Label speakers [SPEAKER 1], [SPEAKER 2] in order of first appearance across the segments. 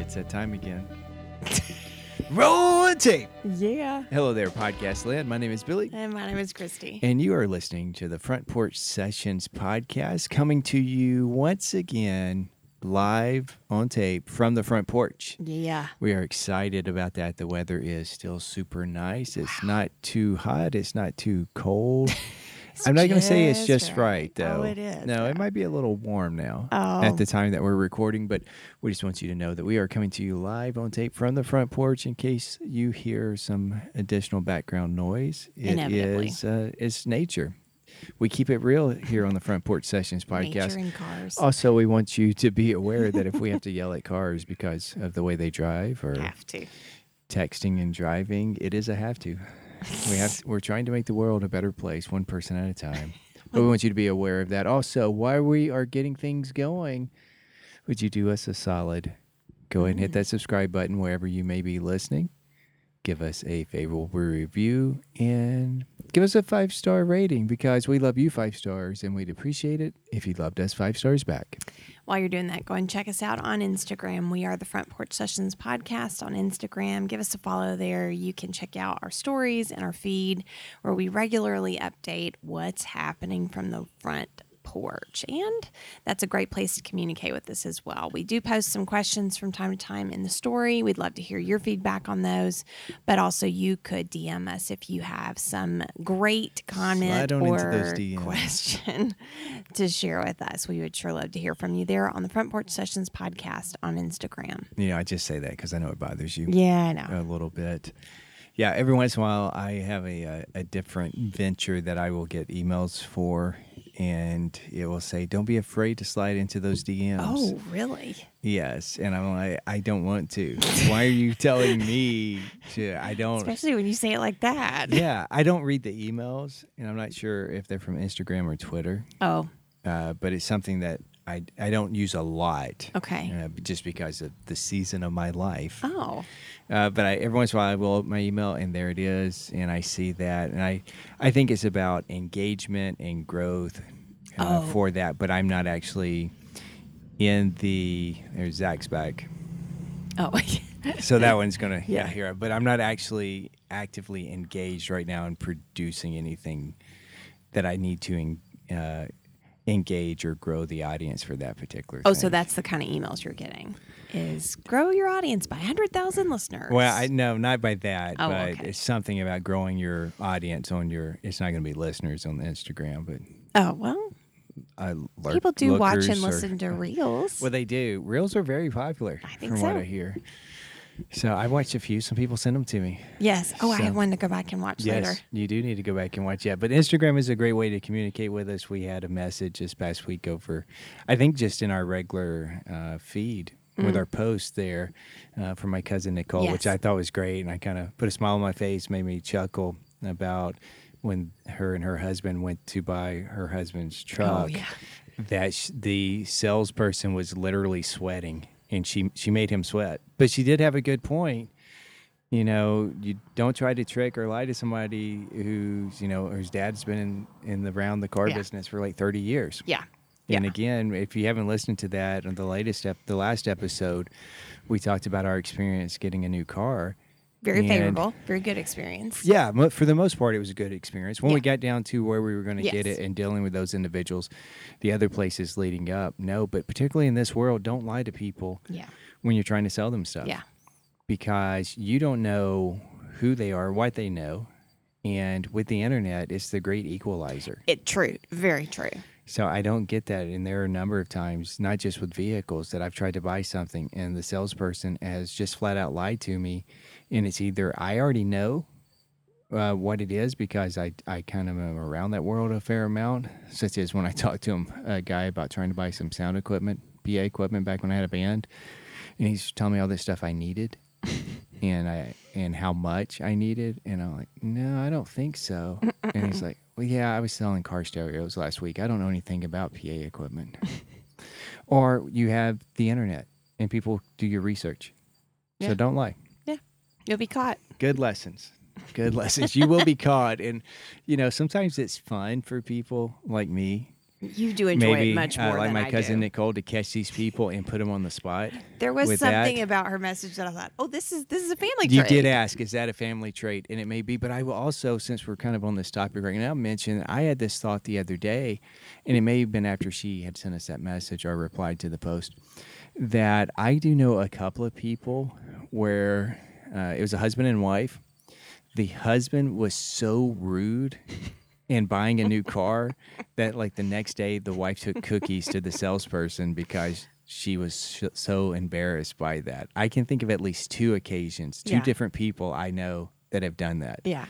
[SPEAKER 1] It's that time again.
[SPEAKER 2] Roll a tape.
[SPEAKER 3] Yeah.
[SPEAKER 1] Hello there, podcast land. My name is Billy,
[SPEAKER 3] And my name is Christy.
[SPEAKER 1] and you are listening to the Front Porch Sessions podcast, coming to you once again live on tape from the front porch.
[SPEAKER 3] Yeah.
[SPEAKER 1] We are excited about that. The weather is still super nice. It's not too hot. It's not too cold. I'm not going to say it's
[SPEAKER 3] just
[SPEAKER 1] just right,
[SPEAKER 3] right.
[SPEAKER 1] though.
[SPEAKER 3] Oh, it is,
[SPEAKER 1] No, it might be a little warm now
[SPEAKER 3] Oh.
[SPEAKER 1] at the time that we're recording, but we just want you to know that we are coming to you live on tape from the front porch in case you hear some additional background noise. It
[SPEAKER 3] Inevitably.
[SPEAKER 1] is uh, it's nature. We keep it real here on the Front Porch Sessions podcast.
[SPEAKER 3] Nature and cars.
[SPEAKER 1] Also, we want you to be aware that if we have to yell at cars because of the way they drive or
[SPEAKER 3] Have to.
[SPEAKER 1] texting and driving, it is a have to. We have we're trying to make the world a better place one person at a time. But we want you to be aware of that. Also, while we are getting things going, would you do us a solid? Go ahead and hit that subscribe button wherever you may be listening. Give us a favorable review and give us a five star rating because we love you five stars and we'd appreciate it if you loved us five stars back.
[SPEAKER 3] While you're doing that, go and check us out on Instagram. We are the Front Porch Sessions podcast on Instagram. Give us a follow there. You can check out our stories and our feed where we regularly update what's happening from the front porch. And that's a great place to communicate with us as well. We do post some questions from time to time in the story. We'd love to hear your feedback on those, but also you could DM us if you have some great comment
[SPEAKER 1] Slide on into those
[SPEAKER 3] or
[SPEAKER 1] DMs.
[SPEAKER 3] question to share with us. We would sure love to hear from you there on the Front Porch Sessions podcast on Instagram.
[SPEAKER 1] You know, I just say that because I know it bothers you.
[SPEAKER 3] Yeah, I
[SPEAKER 1] a
[SPEAKER 3] know.
[SPEAKER 1] little bit. Yeah, every once in a while I have a, a, a different venture that I will get emails for, and it will say, "Don't be afraid to slide into those DMs."
[SPEAKER 3] Oh, really?
[SPEAKER 1] yes, and I'm like, I don't want to. Why are you telling me? To, I don't.
[SPEAKER 3] Especially when you say it like that.
[SPEAKER 1] yeah, I don't read the emails, and I'm not sure if they're from Instagram or Twitter,
[SPEAKER 3] Oh,
[SPEAKER 1] uh, but it's something that I I don't use a lot.
[SPEAKER 3] okay.
[SPEAKER 1] Uh, just because of the season of my life.
[SPEAKER 3] Oh,
[SPEAKER 1] Uh, but I, every once in a while, I will open my email, and there it is, and I see that, and I, I think it's about engagement and growth uh,
[SPEAKER 3] Oh.
[SPEAKER 1] for that. But I'm not actually in the. There's Zach's back,
[SPEAKER 3] oh,
[SPEAKER 1] so that one's gonna yeah
[SPEAKER 3] Yeah.
[SPEAKER 1] here. But I'm not actually actively engaged right now in producing anything that I need to en- uh, engage or grow the audience for that particular.
[SPEAKER 3] oh.
[SPEAKER 1] thing.
[SPEAKER 3] So that's the kind of emails you're getting is grow your audience by hundred thousand listeners.
[SPEAKER 1] Well, I no, not by that,
[SPEAKER 3] Oh,
[SPEAKER 1] but
[SPEAKER 3] okay.
[SPEAKER 1] it's something about growing your audience on your. It's not going to be listeners on the Instagram, but
[SPEAKER 3] oh well,
[SPEAKER 1] I lurk,
[SPEAKER 3] people do watch
[SPEAKER 1] lookers
[SPEAKER 3] and
[SPEAKER 1] or-
[SPEAKER 3] listen to reels.
[SPEAKER 1] Well, they do. Reels are very popular,
[SPEAKER 3] I think
[SPEAKER 1] from what
[SPEAKER 3] so.
[SPEAKER 1] I hear. So I watched a few. Some people send them to me.
[SPEAKER 3] yes. Oh, I
[SPEAKER 1] so-
[SPEAKER 3] have one to go back and watch later.
[SPEAKER 1] you do need to go back and watch that. But Instagram is a great way to communicate with us. We had a message this past week over, I think, just in our regular uh, feed with our post there uh, from my cousin Nicole, which
[SPEAKER 3] Mm. Yes.
[SPEAKER 1] I thought was great, and I kind of put a smile on my face, made me chuckle about when her and her husband went to buy her husband's truck.
[SPEAKER 3] Oh, yeah.
[SPEAKER 1] That sh- the salesperson was literally sweating, and she she made him sweat. But she did have a good point you know, you don't try to trick or lie to somebody who's, you know, whose dad's been in, in the round the car
[SPEAKER 3] Yeah.
[SPEAKER 1] business for like 30 years.
[SPEAKER 3] Yeah.
[SPEAKER 1] And
[SPEAKER 3] yeah.
[SPEAKER 1] again, if you haven't listened to that on the latest ep- the last episode, we talked about our experience getting a new car.
[SPEAKER 3] Very
[SPEAKER 1] and-
[SPEAKER 3] favorable. Very good experience.
[SPEAKER 1] Yeah, mo- for the most part, it was a good experience. When we
[SPEAKER 3] Yeah.
[SPEAKER 1] got down to where we were going to get
[SPEAKER 3] Yes.
[SPEAKER 1] it and dealing with those individuals, the other places leading up, no. But particularly in this world, don't lie to people
[SPEAKER 3] Yeah.
[SPEAKER 1] when you're trying to sell them stuff
[SPEAKER 3] Yeah.
[SPEAKER 1] because you don't know who they are, what they know. And with the internet, it's the great equalizer.
[SPEAKER 3] It true. Very true.
[SPEAKER 1] So I don't get that. And there are a number of times, not just with vehicles, that I've tried to buy something and the salesperson has just flat out lied to me. And it's either I already know uh, what it is because I, I kind of am around that world a fair amount, such as when I talked to him, a guy about trying to buy some sound equipment, PA equipment back when I had a band. And he's telling me all this stuff I needed. And I and how much I needed, and I'm like, no, I don't think so. and he's like, well, yeah, I was selling car stereos last week. I don't know anything about PA equipment. or you have the internet, and people do your research.
[SPEAKER 3] Yeah.
[SPEAKER 1] So don't lie
[SPEAKER 3] You'll be caught.
[SPEAKER 1] good lessons good lessons you will be caught and you know sometimes it's fun for people like me
[SPEAKER 3] You do enjoy
[SPEAKER 1] Maybe
[SPEAKER 3] it much more
[SPEAKER 1] uh, like
[SPEAKER 3] than
[SPEAKER 1] my
[SPEAKER 3] I
[SPEAKER 1] cousin
[SPEAKER 3] do.
[SPEAKER 1] Nicole to catch these people and put them on the spot.
[SPEAKER 3] there was
[SPEAKER 1] with
[SPEAKER 3] something
[SPEAKER 1] that.
[SPEAKER 3] about her message that I thought, oh, this is this is a family.
[SPEAKER 1] you
[SPEAKER 3] trait.
[SPEAKER 1] did ask, is that a family trait? And it may be, but I will also, since we're kind of on this topic right now, mention I had this thought the other day, and it may have been after she had sent us that message or replied to the post, that I do know a couple of people where uh, it was a husband and wife. The husband was so rude in buying a new car that, like, the next day the wife took cookies to the salesperson because. She was sh- so embarrassed by that. I can think of at least two occasions, two
[SPEAKER 3] Yeah.
[SPEAKER 1] different people I know that have done that.
[SPEAKER 3] Yeah.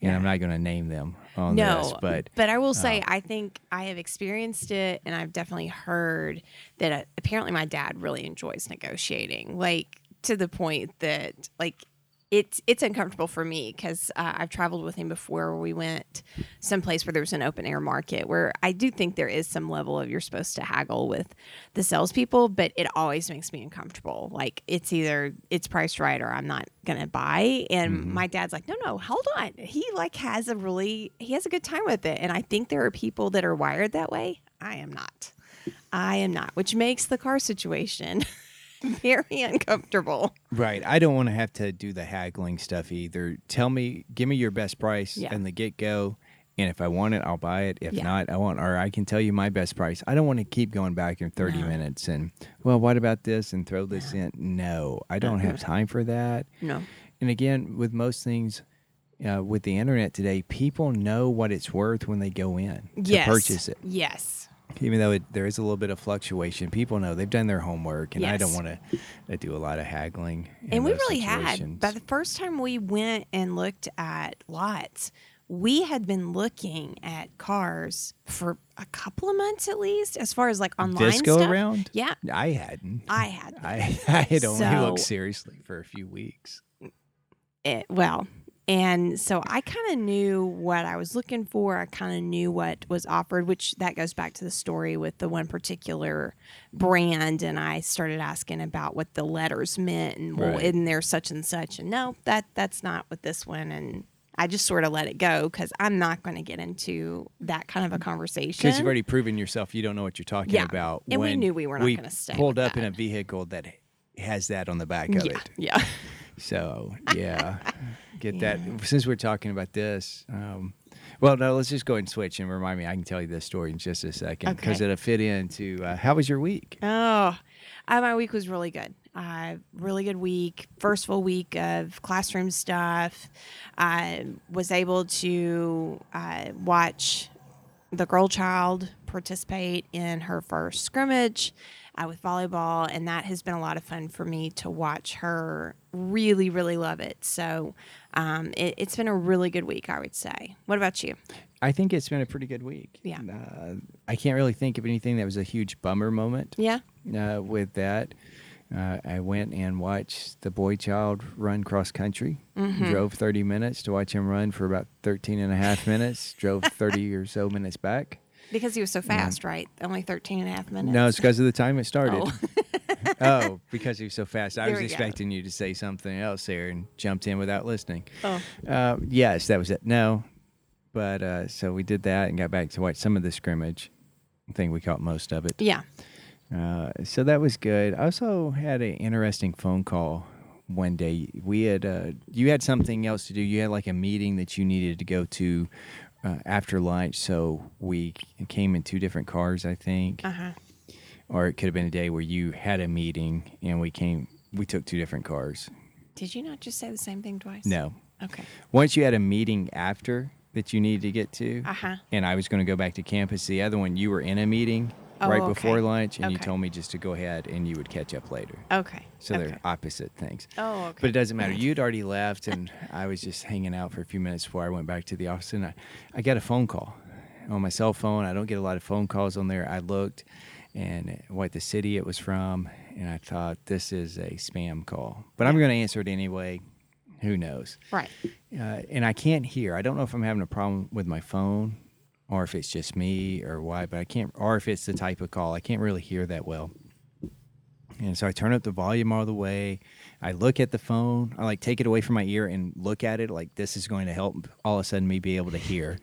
[SPEAKER 1] And I'm not going to name them on
[SPEAKER 3] No,
[SPEAKER 1] this, but
[SPEAKER 3] I will say I think I have experienced it, and I've definitely heard that uh, apparently my dad really enjoys negotiating, like to the point that like it's it's uncomfortable for me because uh, I've traveled with him before. We went someplace where there was an open air market where I do think there is some level of you're supposed to haggle with the salespeople, but it always makes me uncomfortable. Like it's either it's priced right or I'm not gonna buy. And
[SPEAKER 1] Mm-hmm.
[SPEAKER 3] my dad's like, no, no, hold on. He like has a really he has a good time with it, and I think there are people that are wired that way. I am not. I am not, which makes the car situation very uncomfortable.
[SPEAKER 1] Right. I don't want to have to do the haggling stuff either. Tell me, give me your best price
[SPEAKER 3] Yeah.
[SPEAKER 1] in the get go. And if I want it, I'll buy it. If
[SPEAKER 3] Yeah.
[SPEAKER 1] not, I won't. Or I can tell you my best price. I don't want to keep going back in 30
[SPEAKER 3] No.
[SPEAKER 1] minutes and, well, what about this and throw this in? No, I don't have time for that.
[SPEAKER 3] No.
[SPEAKER 1] And again, with most things uh, with the internet today, people know what it's worth when they go in
[SPEAKER 3] Yes.
[SPEAKER 1] to purchase it.
[SPEAKER 3] Yes.
[SPEAKER 1] Even though it, there is a little bit of fluctuation, people know they've done their homework, and I don't
[SPEAKER 3] Yes.
[SPEAKER 1] want to do a lot of haggling. in
[SPEAKER 3] and we
[SPEAKER 1] those
[SPEAKER 3] really
[SPEAKER 1] situations.
[SPEAKER 3] had by the first time we went and looked at lots we had been looking at cars for a couple of months at least as far as like online
[SPEAKER 1] this go
[SPEAKER 3] stuff.
[SPEAKER 1] around?
[SPEAKER 3] yeah
[SPEAKER 1] I hadn't.
[SPEAKER 3] i had
[SPEAKER 1] I, I had only looked
[SPEAKER 3] So-
[SPEAKER 1] seriously for a few weeks.
[SPEAKER 3] it well and so i kind of knew what i was looking for i kind of knew what was offered which that goes back to the story with the one particular brand and i started asking about what the letters meant and well
[SPEAKER 1] Right.
[SPEAKER 3] isn't there such and such and no that that's not with this one and i just sort of let it go because i'm not going to get into that kind of a conversation
[SPEAKER 1] Because you've already proven yourself, you don't know what you're talking
[SPEAKER 3] Yeah.
[SPEAKER 1] about.
[SPEAKER 3] And we
[SPEAKER 1] when
[SPEAKER 3] knew we were not gonna stay
[SPEAKER 1] Pulled
[SPEAKER 3] with
[SPEAKER 1] up in
[SPEAKER 3] that.
[SPEAKER 1] a vehicle that has that on the back of
[SPEAKER 3] yeah
[SPEAKER 1] it.
[SPEAKER 3] yeah
[SPEAKER 1] So yeah, get that. Since we're talking about this, um, well, no, let's just go ahead and switch and remind me. I can tell you this story in just a second because
[SPEAKER 3] Okay.
[SPEAKER 1] it'll fit into uh, how was your week?
[SPEAKER 3] Oh, uh, my week was really good. Uh, really good week. First full week of classroom stuff. I was able to uh, watch the girl child participate in her first scrimmage uh, with volleyball, and that has been a lot of fun for me to watch her really, really love it. So um, it, it's been a really good week, I would say. What about you?
[SPEAKER 1] I think it's been a pretty good week.
[SPEAKER 3] Yeah.
[SPEAKER 1] Uh, I can't really think of anything that was a huge bummer moment.
[SPEAKER 3] Yeah.
[SPEAKER 1] uh, with that. Uh, I went and watched the boy child run cross country.
[SPEAKER 3] Mm-hmm.
[SPEAKER 1] Drove 30 minutes to watch him run for about 13 and a half minutes. Drove 30 or so minutes back.
[SPEAKER 3] Because he was so fast, right? Only 13 and a half minutes.
[SPEAKER 1] No, it's because of the time it started.
[SPEAKER 3] Oh.
[SPEAKER 1] Oh, because he was so fast. I
[SPEAKER 3] There
[SPEAKER 1] was
[SPEAKER 3] we go.
[SPEAKER 1] expecting you to say something else there and jumped in without listening.
[SPEAKER 3] Oh.
[SPEAKER 1] Uh, yes, that was it. No. But uh, so we did that and got back to watch some of the scrimmage. I think we caught most of it.
[SPEAKER 3] Yeah.
[SPEAKER 1] Uh, so that was good. I also had an interesting phone call one day. We had uh, you had something else to do. You had like a meeting that you needed to go to uh, after lunch. So we c- came in two different cars, I think,
[SPEAKER 3] Uh huh.
[SPEAKER 1] or it could have been a day where you had a meeting and we came. We took two different cars.
[SPEAKER 3] Did you not just say the same thing twice?
[SPEAKER 1] No,
[SPEAKER 3] Okay.
[SPEAKER 1] once you had a meeting after that you needed to get to,
[SPEAKER 3] Uh-huh.
[SPEAKER 1] and I was going to go back to campus. The other one, you were in a meeting
[SPEAKER 3] Oh,
[SPEAKER 1] right
[SPEAKER 3] okay.
[SPEAKER 1] before lunch, and you
[SPEAKER 3] Okay.
[SPEAKER 1] told me just to go ahead and you would catch up later.
[SPEAKER 3] Okay.
[SPEAKER 1] So
[SPEAKER 3] okay.
[SPEAKER 1] they're opposite things.
[SPEAKER 3] Oh, okay.
[SPEAKER 1] But it doesn't matter. You'd already left, and I was just hanging out for a few minutes before I went back to the office, and I, I got a phone call on my cell phone. I don't get a lot of phone calls on there. I looked and what the city it was from, and I thought, this is a spam call. But I'm going to answer it anyway. Who knows?
[SPEAKER 3] right.
[SPEAKER 1] uh, and I can't hear. I don't know if I'm having a problem with my phone or if it's just me or why, but I can't, or if it's the type of call. I can't really hear that well. And so I turn up the volume all the way. I look at the phone. I like take it away from my ear and look at it like this is going to help all of a sudden me be able to hear.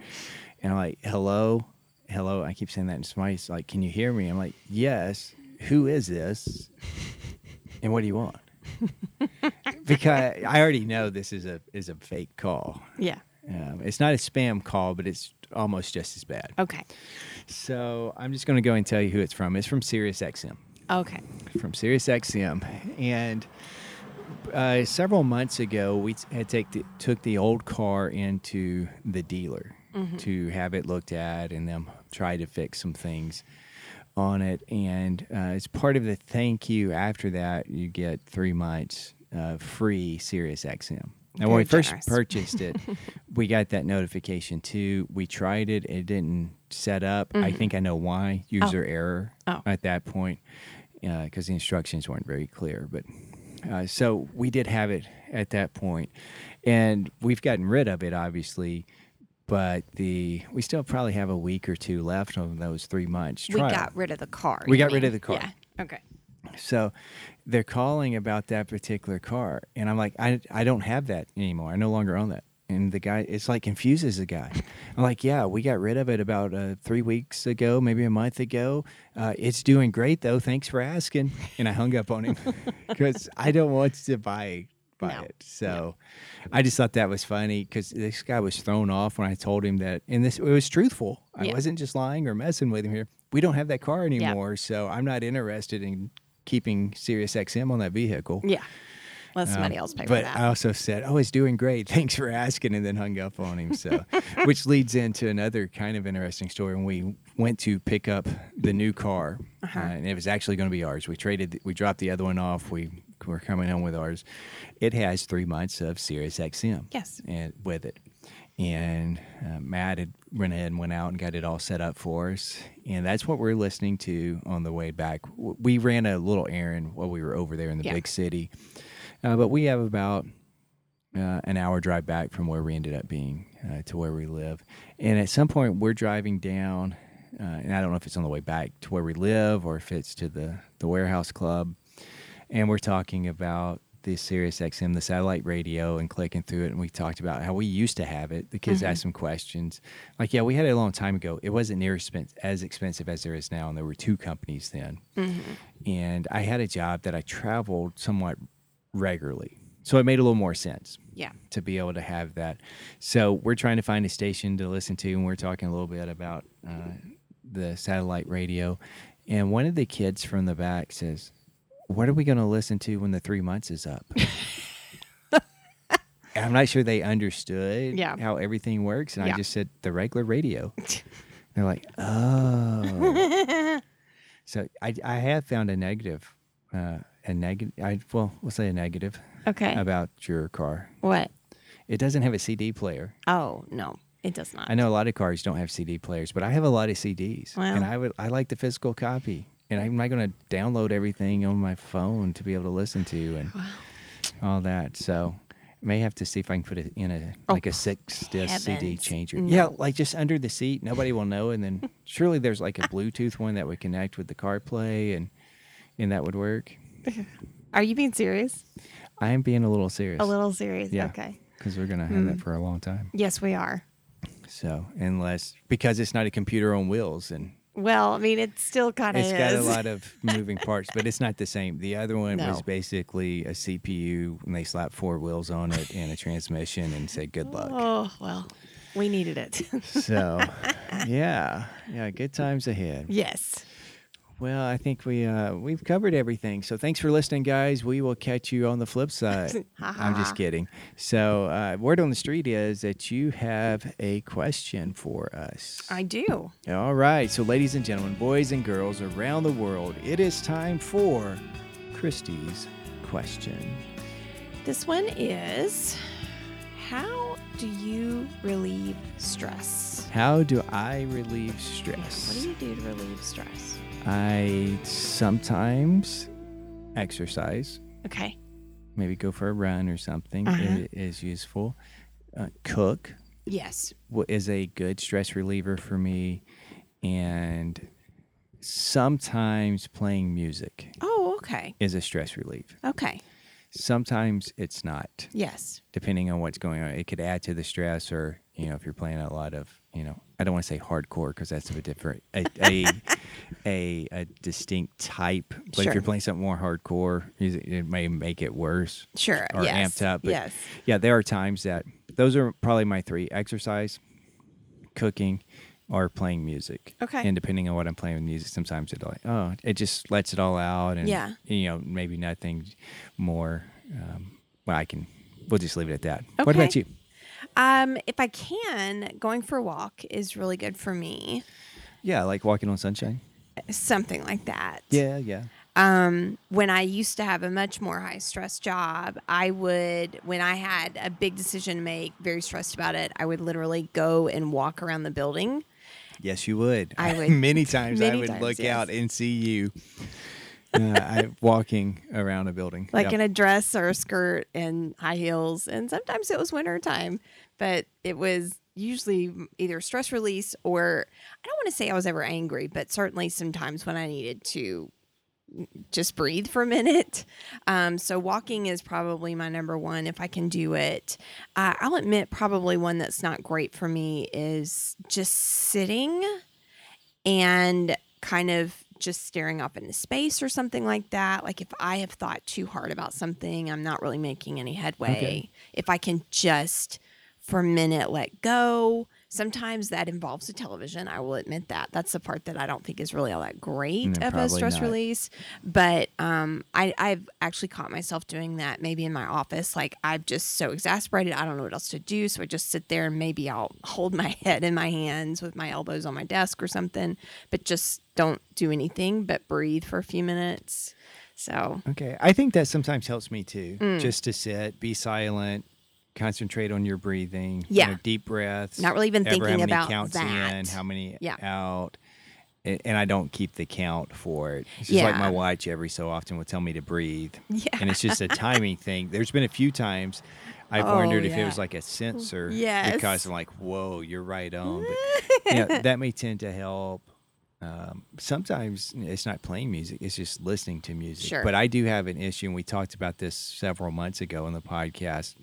[SPEAKER 1] And I'm like, hello. hello. I keep saying that, and somebody's like, "Can you hear me?" I'm like, "Yes." Who is this? And what do you want? because I already know this is a is a fake call.
[SPEAKER 3] Yeah.
[SPEAKER 1] Um, it's not a spam call, but it's almost just as bad.
[SPEAKER 3] Okay.
[SPEAKER 1] So I'm just going to go and tell you who it's from. It's from SiriusXM
[SPEAKER 3] Okay.
[SPEAKER 1] from SiriusXM, and uh, several months ago we t- had take the, took the old car into the dealer
[SPEAKER 3] Mm-hmm.
[SPEAKER 1] to have it looked at and them try to fix some things on it. And uh, as part of the thank you, after that you get three months uh, free SiriusXM. Now, when
[SPEAKER 3] Very
[SPEAKER 1] we first
[SPEAKER 3] generous.
[SPEAKER 1] purchased it, we got that notification too. We tried it; it didn't set up. I think I know why. User error
[SPEAKER 3] Mm-hmm. Oh.
[SPEAKER 1] at that point because the instructions weren't very clear. But uh, so we did have it at that point, and we've gotten rid of it, obviously. But the we still probably have a week or two left of those three months.
[SPEAKER 3] We
[SPEAKER 1] trial.
[SPEAKER 3] got rid of the car.
[SPEAKER 1] We
[SPEAKER 3] you
[SPEAKER 1] got rid of the car.
[SPEAKER 3] Yeah. Okay.
[SPEAKER 1] So they're calling about that particular car. And I'm like, I, I don't have that anymore. I no longer own that. And the guy, it's like confuses the guy. I'm like, yeah, we got rid of it about uh, three weeks ago, maybe a month ago. Uh, it's doing great though. Thanks for asking. And I hung up on him because I don't want to buy buy
[SPEAKER 3] No.
[SPEAKER 1] it. So I just thought that was funny because this guy was thrown off when I told him that, and this it was truthful.
[SPEAKER 3] Yeah.
[SPEAKER 1] I wasn't just lying or messing with him here. We don't have that car anymore, so I'm not interested in keeping Sirius XM on that vehicle.
[SPEAKER 3] Yeah. Let somebody else pay for
[SPEAKER 1] Um, But
[SPEAKER 3] that.
[SPEAKER 1] I also said, "Oh, it's doing great. Thanks for asking," and then hung up on him. So, which leads into another kind of interesting story. When we went to pick up the new car,
[SPEAKER 3] Uh-huh.
[SPEAKER 1] uh, and it was actually going to be ours. We traded, we dropped the other one off. We were coming home with ours. It has three months of Sirius XM.
[SPEAKER 3] Yes.
[SPEAKER 1] and with it. And uh, Matt had went ahead and went out and got it all set up for us, and that's what we're listening to on the way back. W- We ran a little errand while we were over there in the
[SPEAKER 3] Yeah.
[SPEAKER 1] big city, uh, but we have about uh, an hour drive back from where we ended up being uh, to where we live. And at some point, we're driving down, uh, and I don't know if it's on the way back to where we live or if it's to the, the warehouse club. And we're talking about the Sirius XM, the satellite radio, and clicking through it. And we talked about how we used to have it. The kids asked some questions. Like, yeah, we had it a long time ago. It wasn't near expen- as expensive as there is now. And there were two companies then
[SPEAKER 3] Mm-hmm.
[SPEAKER 1] and I had a job that I traveled somewhat regularly. So it made a little more sense
[SPEAKER 3] yeah.
[SPEAKER 1] to be able to have that. So we're trying to find a station to listen to, and we're talking a little bit about uh, the satellite radio. And one of the kids from the back says, What are we going to listen to when the three months is up? And I'm not sure they understood
[SPEAKER 3] Yeah.
[SPEAKER 1] how everything works. And
[SPEAKER 3] Yeah.
[SPEAKER 1] I just said, The regular radio. They're like, oh. so I, I have found a negative, uh, a negative. I well, we'll say a negative
[SPEAKER 3] Okay.
[SPEAKER 1] about your car.
[SPEAKER 3] what?
[SPEAKER 1] It doesn't have a CD player.
[SPEAKER 3] Oh no, it does not.
[SPEAKER 1] I know a lot of cars don't have CD players, but I have a lot of CDs, and
[SPEAKER 3] Wow.
[SPEAKER 1] I would I like the physical copy. And I'm not going to download everything on my phone to be able to listen to and all that. So may have to see if I can put it in a like a six disc CD
[SPEAKER 3] Oh, heavens,
[SPEAKER 1] changer. Yeah, like just under the seat, nobody will know. And then surely there's like a Bluetooth one that would connect with the CarPlay, and and that would work.
[SPEAKER 3] Are you being serious?
[SPEAKER 1] I am being a little serious.
[SPEAKER 3] A little Hmm. serious.
[SPEAKER 1] yeah.
[SPEAKER 3] Okay.
[SPEAKER 1] Because we're going to have that for a long time.
[SPEAKER 3] Yes, we are.
[SPEAKER 1] So unless because it's not a computer on wheels and
[SPEAKER 3] Well, I mean, it still kind of
[SPEAKER 1] It's
[SPEAKER 3] is.
[SPEAKER 1] got a lot of moving parts, but it's not the same. The other one
[SPEAKER 3] No.
[SPEAKER 1] was basically a CPU, and they slapped four wheels on it and a transmission and said, "Good luck."
[SPEAKER 3] Oh well, we needed it.
[SPEAKER 1] So, yeah, yeah, good times ahead.
[SPEAKER 3] yes.
[SPEAKER 1] Well, I think we uh, we've covered everything. So thanks for listening, guys. We will catch you on the flip side.
[SPEAKER 3] Ha, ha,
[SPEAKER 1] I'm
[SPEAKER 3] ha.
[SPEAKER 1] just kidding. So uh, word on the street is that you have a question for us.
[SPEAKER 3] I do.
[SPEAKER 1] All right, so ladies and gentlemen, boys and girls around the world, it is time for Christie's question.
[SPEAKER 3] This one is how do you relieve stress?
[SPEAKER 1] How do I relieve
[SPEAKER 3] Yes.
[SPEAKER 1] stress?
[SPEAKER 3] What do you do to relieve stress?
[SPEAKER 1] I sometimes exercise,
[SPEAKER 3] Okay.
[SPEAKER 1] maybe go for a run or something
[SPEAKER 3] Uh-huh.
[SPEAKER 1] i- is useful. Uh, cook
[SPEAKER 3] Yes.
[SPEAKER 1] wa- is a good stress reliever for me, and sometimes playing music
[SPEAKER 3] Oh, okay.
[SPEAKER 1] is a stress relief.
[SPEAKER 3] Okay.
[SPEAKER 1] Sometimes it's not.
[SPEAKER 3] Yes.
[SPEAKER 1] depending on what's going on. It could add to the stress or You know, if you're playing a lot of, you know, I don't want to say hardcore because that's a different, a, a, a, a distinct type. But
[SPEAKER 3] Sure.
[SPEAKER 1] if you're playing something more hardcore, music, it may make it worse
[SPEAKER 3] Sure.
[SPEAKER 1] or
[SPEAKER 3] yes.
[SPEAKER 1] amped up. But
[SPEAKER 3] yes.
[SPEAKER 1] yeah, there are times that those are probably my three exercise, cooking, or playing music.
[SPEAKER 3] Okay.
[SPEAKER 1] And depending on what I'm playing with music, sometimes it like, oh, it just lets it all out. And,
[SPEAKER 3] Yeah.
[SPEAKER 1] you know, maybe nothing more. Um, well, I can, we'll just leave it at that. What about
[SPEAKER 3] Okay.
[SPEAKER 1] you?
[SPEAKER 3] Um, if I can, going for a walk is really good for me.
[SPEAKER 1] Yeah, like walking on sunshine.
[SPEAKER 3] Something like that.
[SPEAKER 1] Yeah, yeah.
[SPEAKER 3] um, when I used to have a much more high stress job, I would, when I had a big decision to make, very stressed about it, I would literally go and walk around the building.
[SPEAKER 1] Yes, you would.
[SPEAKER 3] I would.
[SPEAKER 1] many times I
[SPEAKER 3] Many
[SPEAKER 1] would
[SPEAKER 3] times,
[SPEAKER 1] look
[SPEAKER 3] yes.
[SPEAKER 1] out and see you uh, I, walking around a building.
[SPEAKER 3] Like
[SPEAKER 1] Mm-hmm. Yep.
[SPEAKER 3] in a dress or a skirt and high heels. And sometimes it was winter time, but it was usually either stress release or I don't want to say I was ever angry, but certainly sometimes when I needed to just breathe for a minute. Um, so walking is probably my number one if I can do it. Uh, I'll admit, probably one that's not great for me is just sitting and kind of just staring up into space or something like that. Like if I have thought too hard about something, I'm not really making any headway.
[SPEAKER 1] Okay.
[SPEAKER 3] If I can just for a minute let go. Sometimes that involves the television. I will admit that. That's the part that I don't think is really all that great
[SPEAKER 1] No,
[SPEAKER 3] of a
[SPEAKER 1] probably
[SPEAKER 3] stress
[SPEAKER 1] not.
[SPEAKER 3] release. But um, I, I've actually caught myself doing that maybe in my office. Like I'm just so exasperated. I don't know what else to do. So I just sit there and maybe I'll hold my head in my hands with my elbows on my desk or something, but just don't do anything but breathe for a few minutes. So
[SPEAKER 1] Okay. I think that sometimes helps me too,
[SPEAKER 3] Mm.
[SPEAKER 1] just to sit, be silent, concentrate on your breathing. you
[SPEAKER 3] Yeah.
[SPEAKER 1] know, deep breaths.
[SPEAKER 3] Not really even
[SPEAKER 1] ever
[SPEAKER 3] thinking
[SPEAKER 1] how many
[SPEAKER 3] about
[SPEAKER 1] counts
[SPEAKER 3] that.
[SPEAKER 1] in, how many
[SPEAKER 3] Yeah.
[SPEAKER 1] out. And, and I don't keep the count for it. It's just like
[SPEAKER 3] Yeah.
[SPEAKER 1] my watch every so often will tell me to breathe.
[SPEAKER 3] Yeah.
[SPEAKER 1] And it's just a timing thing. There's been a few times I've
[SPEAKER 3] Oh,
[SPEAKER 1] wondered if
[SPEAKER 3] yeah.
[SPEAKER 1] it was like a sensor.
[SPEAKER 3] Yes.
[SPEAKER 1] Because I'm like, whoa, you're right on. But, you know, that may tend to help um, sometimes it's not playing music it's just listening to music
[SPEAKER 3] Sure.
[SPEAKER 1] but i do have an issue and we talked about this several months ago on the podcast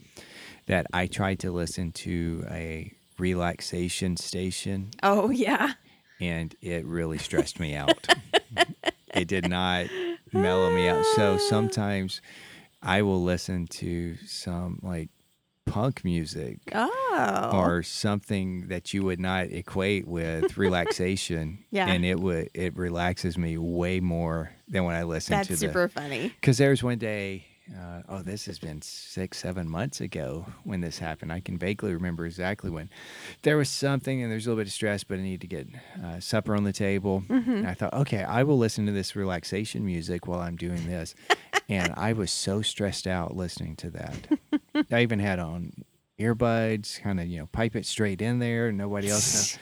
[SPEAKER 1] that i tried to listen to a relaxation station
[SPEAKER 3] oh yeah.
[SPEAKER 1] and it really stressed me out it did not mellow me out so sometimes i will listen to some like punk music
[SPEAKER 3] Oh.
[SPEAKER 1] or something that you would not equate with relaxation.
[SPEAKER 3] Yeah.
[SPEAKER 1] And it would it relaxes me way more than when I listen
[SPEAKER 3] that's
[SPEAKER 1] to
[SPEAKER 3] super funny.
[SPEAKER 1] because there was one day. Uh, oh, this has been six, seven months ago when this happened. I can vaguely remember exactly when. There was something, and there's a little bit of stress, but I need to get uh, supper on the table.
[SPEAKER 3] Mm-hmm.
[SPEAKER 1] And I thought, okay, I will listen to this relaxation music while I'm doing this. and I was so stressed out listening to that. I even had on earbuds, kind of, you know, pipe it straight in there, nobody else.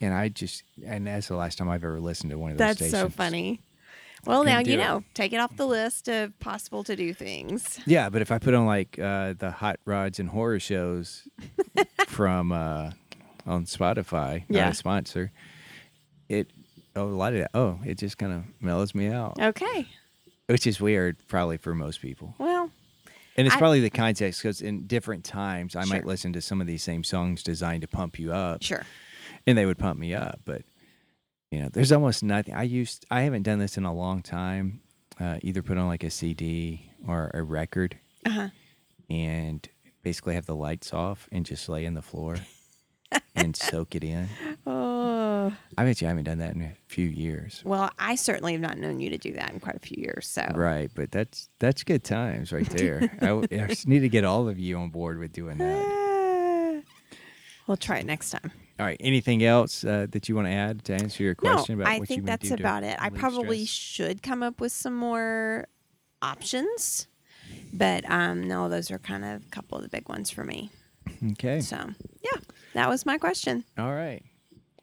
[SPEAKER 1] Know. And I just, and that's the last time I've ever listened to one of those
[SPEAKER 3] That's
[SPEAKER 1] stations.
[SPEAKER 3] so funny. Well, now
[SPEAKER 1] Couldn't
[SPEAKER 3] you
[SPEAKER 1] do it.
[SPEAKER 3] know. Take it off the list of possible to do things.
[SPEAKER 1] Yeah, but if I put on like uh, the hot rods and horror shows from uh, on Spotify,
[SPEAKER 3] Yeah.
[SPEAKER 1] not a sponsor, it oh, a lot of that. Oh, it just kind of mellows me out,
[SPEAKER 3] Okay.
[SPEAKER 1] which is weird, probably for most people.
[SPEAKER 3] Well,
[SPEAKER 1] And it's
[SPEAKER 3] I-
[SPEAKER 1] probably the context because in different times, I might
[SPEAKER 3] Sure.
[SPEAKER 1] listen to some of these same songs designed to pump you up,
[SPEAKER 3] sure.
[SPEAKER 1] and they would pump me up. But you know, there's almost nothing. I used I haven't done this in a long time. Uh, either put on like a CD or a record
[SPEAKER 3] Uh-huh.
[SPEAKER 1] and basically have the lights off and just lay on the floor and soak it in.
[SPEAKER 3] Oh.
[SPEAKER 1] I bet you I haven't done that in a few years.
[SPEAKER 3] Well, I certainly have not known you to do that in quite a few years. So
[SPEAKER 1] Right, but that's that's good times right there. I, w- I just need to get all of you on board with doing that.
[SPEAKER 3] Ah. we'll try it next time.
[SPEAKER 1] All right, anything else uh, that you want to add to answer your question
[SPEAKER 3] no,
[SPEAKER 1] about
[SPEAKER 3] I
[SPEAKER 1] what you
[SPEAKER 3] think
[SPEAKER 1] may
[SPEAKER 3] that's
[SPEAKER 1] do to
[SPEAKER 3] about it. I
[SPEAKER 1] relieve
[SPEAKER 3] probably
[SPEAKER 1] stress?
[SPEAKER 3] should come up with some more options, but um, no, those are kind of a couple of the big ones for me.
[SPEAKER 1] okay.
[SPEAKER 3] So yeah, that was my question.
[SPEAKER 1] All right.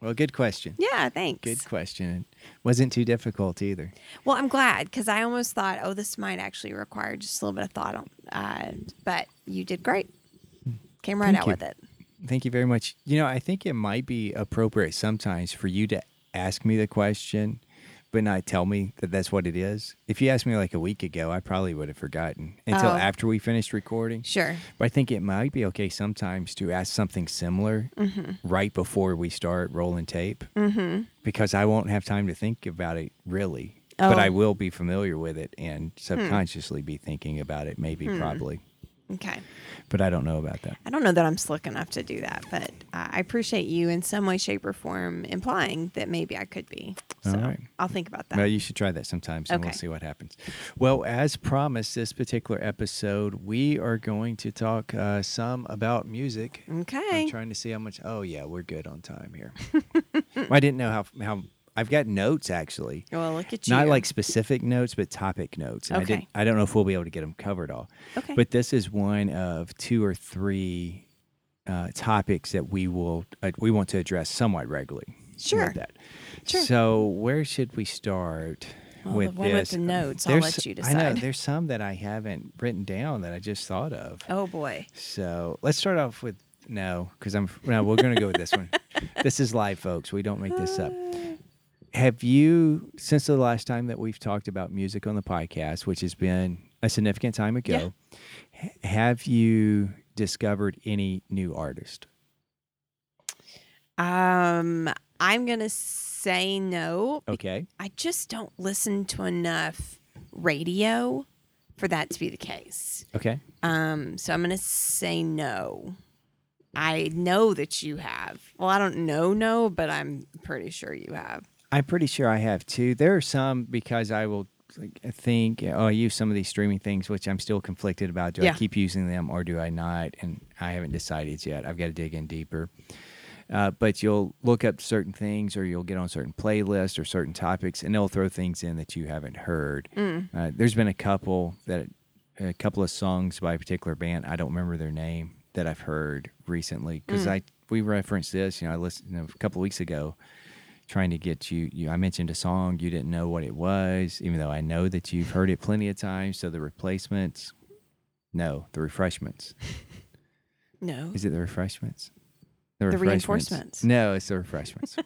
[SPEAKER 1] Well, good question.
[SPEAKER 3] Yeah, thanks.
[SPEAKER 1] Good question. Wasn't too difficult either.
[SPEAKER 3] Well, I'm glad because I almost thought, oh, this might actually require just a little bit of thought on, uh, but you did great. Came right
[SPEAKER 1] Thank
[SPEAKER 3] out
[SPEAKER 1] you.
[SPEAKER 3] with it.
[SPEAKER 1] Thank you very much. You know, I think it might be appropriate sometimes for you to ask me the question but not tell me that that's what it is. If you asked me like a week ago, I probably would have forgotten until
[SPEAKER 3] Oh.
[SPEAKER 1] after we finished recording.
[SPEAKER 3] Sure.
[SPEAKER 1] But I think it might be okay sometimes to ask something similar
[SPEAKER 3] Mm-hmm.
[SPEAKER 1] right before we start rolling tape because I won't have time to think about it really. But
[SPEAKER 3] Oh. Hmm.
[SPEAKER 1] I will be familiar with it and subconsciously be thinking about it, maybe, probably.
[SPEAKER 3] Okay.
[SPEAKER 1] But I don't know about that.
[SPEAKER 3] I don't know that I'm slick enough to do that, but uh, I appreciate you in some way, shape, or form implying that maybe I could be. So
[SPEAKER 1] All right.
[SPEAKER 3] I'll think about that.
[SPEAKER 1] Well, you should try that sometimes and we'll
[SPEAKER 3] Okay.
[SPEAKER 1] see what happens. Well, as promised, this particular episode, we are going to talk uh, some about music. I'm
[SPEAKER 3] okay.
[SPEAKER 1] trying to see how much. Oh, yeah, we're good on time here. I didn't know how, how I've got notes actually.
[SPEAKER 3] Well, look at you.
[SPEAKER 1] Not like specific notes, but topic notes. And I, didn't,
[SPEAKER 3] Okay.
[SPEAKER 1] I don't know if we'll be able to get them covered all.
[SPEAKER 3] Okay.
[SPEAKER 1] But this is one of two or three uh, topics that we will uh, we want to address somewhat regularly. with
[SPEAKER 3] Sure.
[SPEAKER 1] that.
[SPEAKER 3] Sure.
[SPEAKER 1] So where should we start
[SPEAKER 3] Well, the
[SPEAKER 1] with
[SPEAKER 3] one with
[SPEAKER 1] this? um,
[SPEAKER 3] the notes, I'll
[SPEAKER 1] There's-
[SPEAKER 3] let you
[SPEAKER 1] I
[SPEAKER 3] decide.
[SPEAKER 1] know there's some that I haven't written down that I just thought of.
[SPEAKER 3] oh boy.
[SPEAKER 1] So let's start off with no, because I'm no. We're gonna go with this one. This is live, folks. We don't make this
[SPEAKER 3] Uh.
[SPEAKER 1] up. Have you since the last time that we've talked about music on the podcast, which has been a significant time ago, h- have you discovered any new artist?
[SPEAKER 3] Um, I'm gonna say no.
[SPEAKER 1] Okay,
[SPEAKER 3] I just don't listen to enough radio for that to be the case.
[SPEAKER 1] okay.
[SPEAKER 3] Um, so I'm gonna say no. I know that you have. Well, I don't know, no, but I'm pretty sure you have.
[SPEAKER 1] I'm pretty sure I have too. There are some because I will like, think, oh, I use some of these streaming things, which I'm still conflicted about. Do I
[SPEAKER 3] Yeah.
[SPEAKER 1] keep using them or do I not? And I haven't decided yet. I've got to dig in deeper. Uh, but you'll look up certain things or you'll get on certain playlists or certain topics and they'll throw things in that you haven't heard. Uh, there's been a couple that a couple of songs by a particular band. I don't remember their name that I've heard recently because I we referenced this. You know, I listened you know, a couple of weeks ago trying to get you, you. I mentioned a song you didn't know what it was, even though I know that you've heard it plenty of times. So the replacements, no, the refreshments.
[SPEAKER 3] No.
[SPEAKER 1] Is it the refreshments?
[SPEAKER 3] The
[SPEAKER 1] refreshments.
[SPEAKER 3] reinforcements.
[SPEAKER 1] No, it's the refreshments.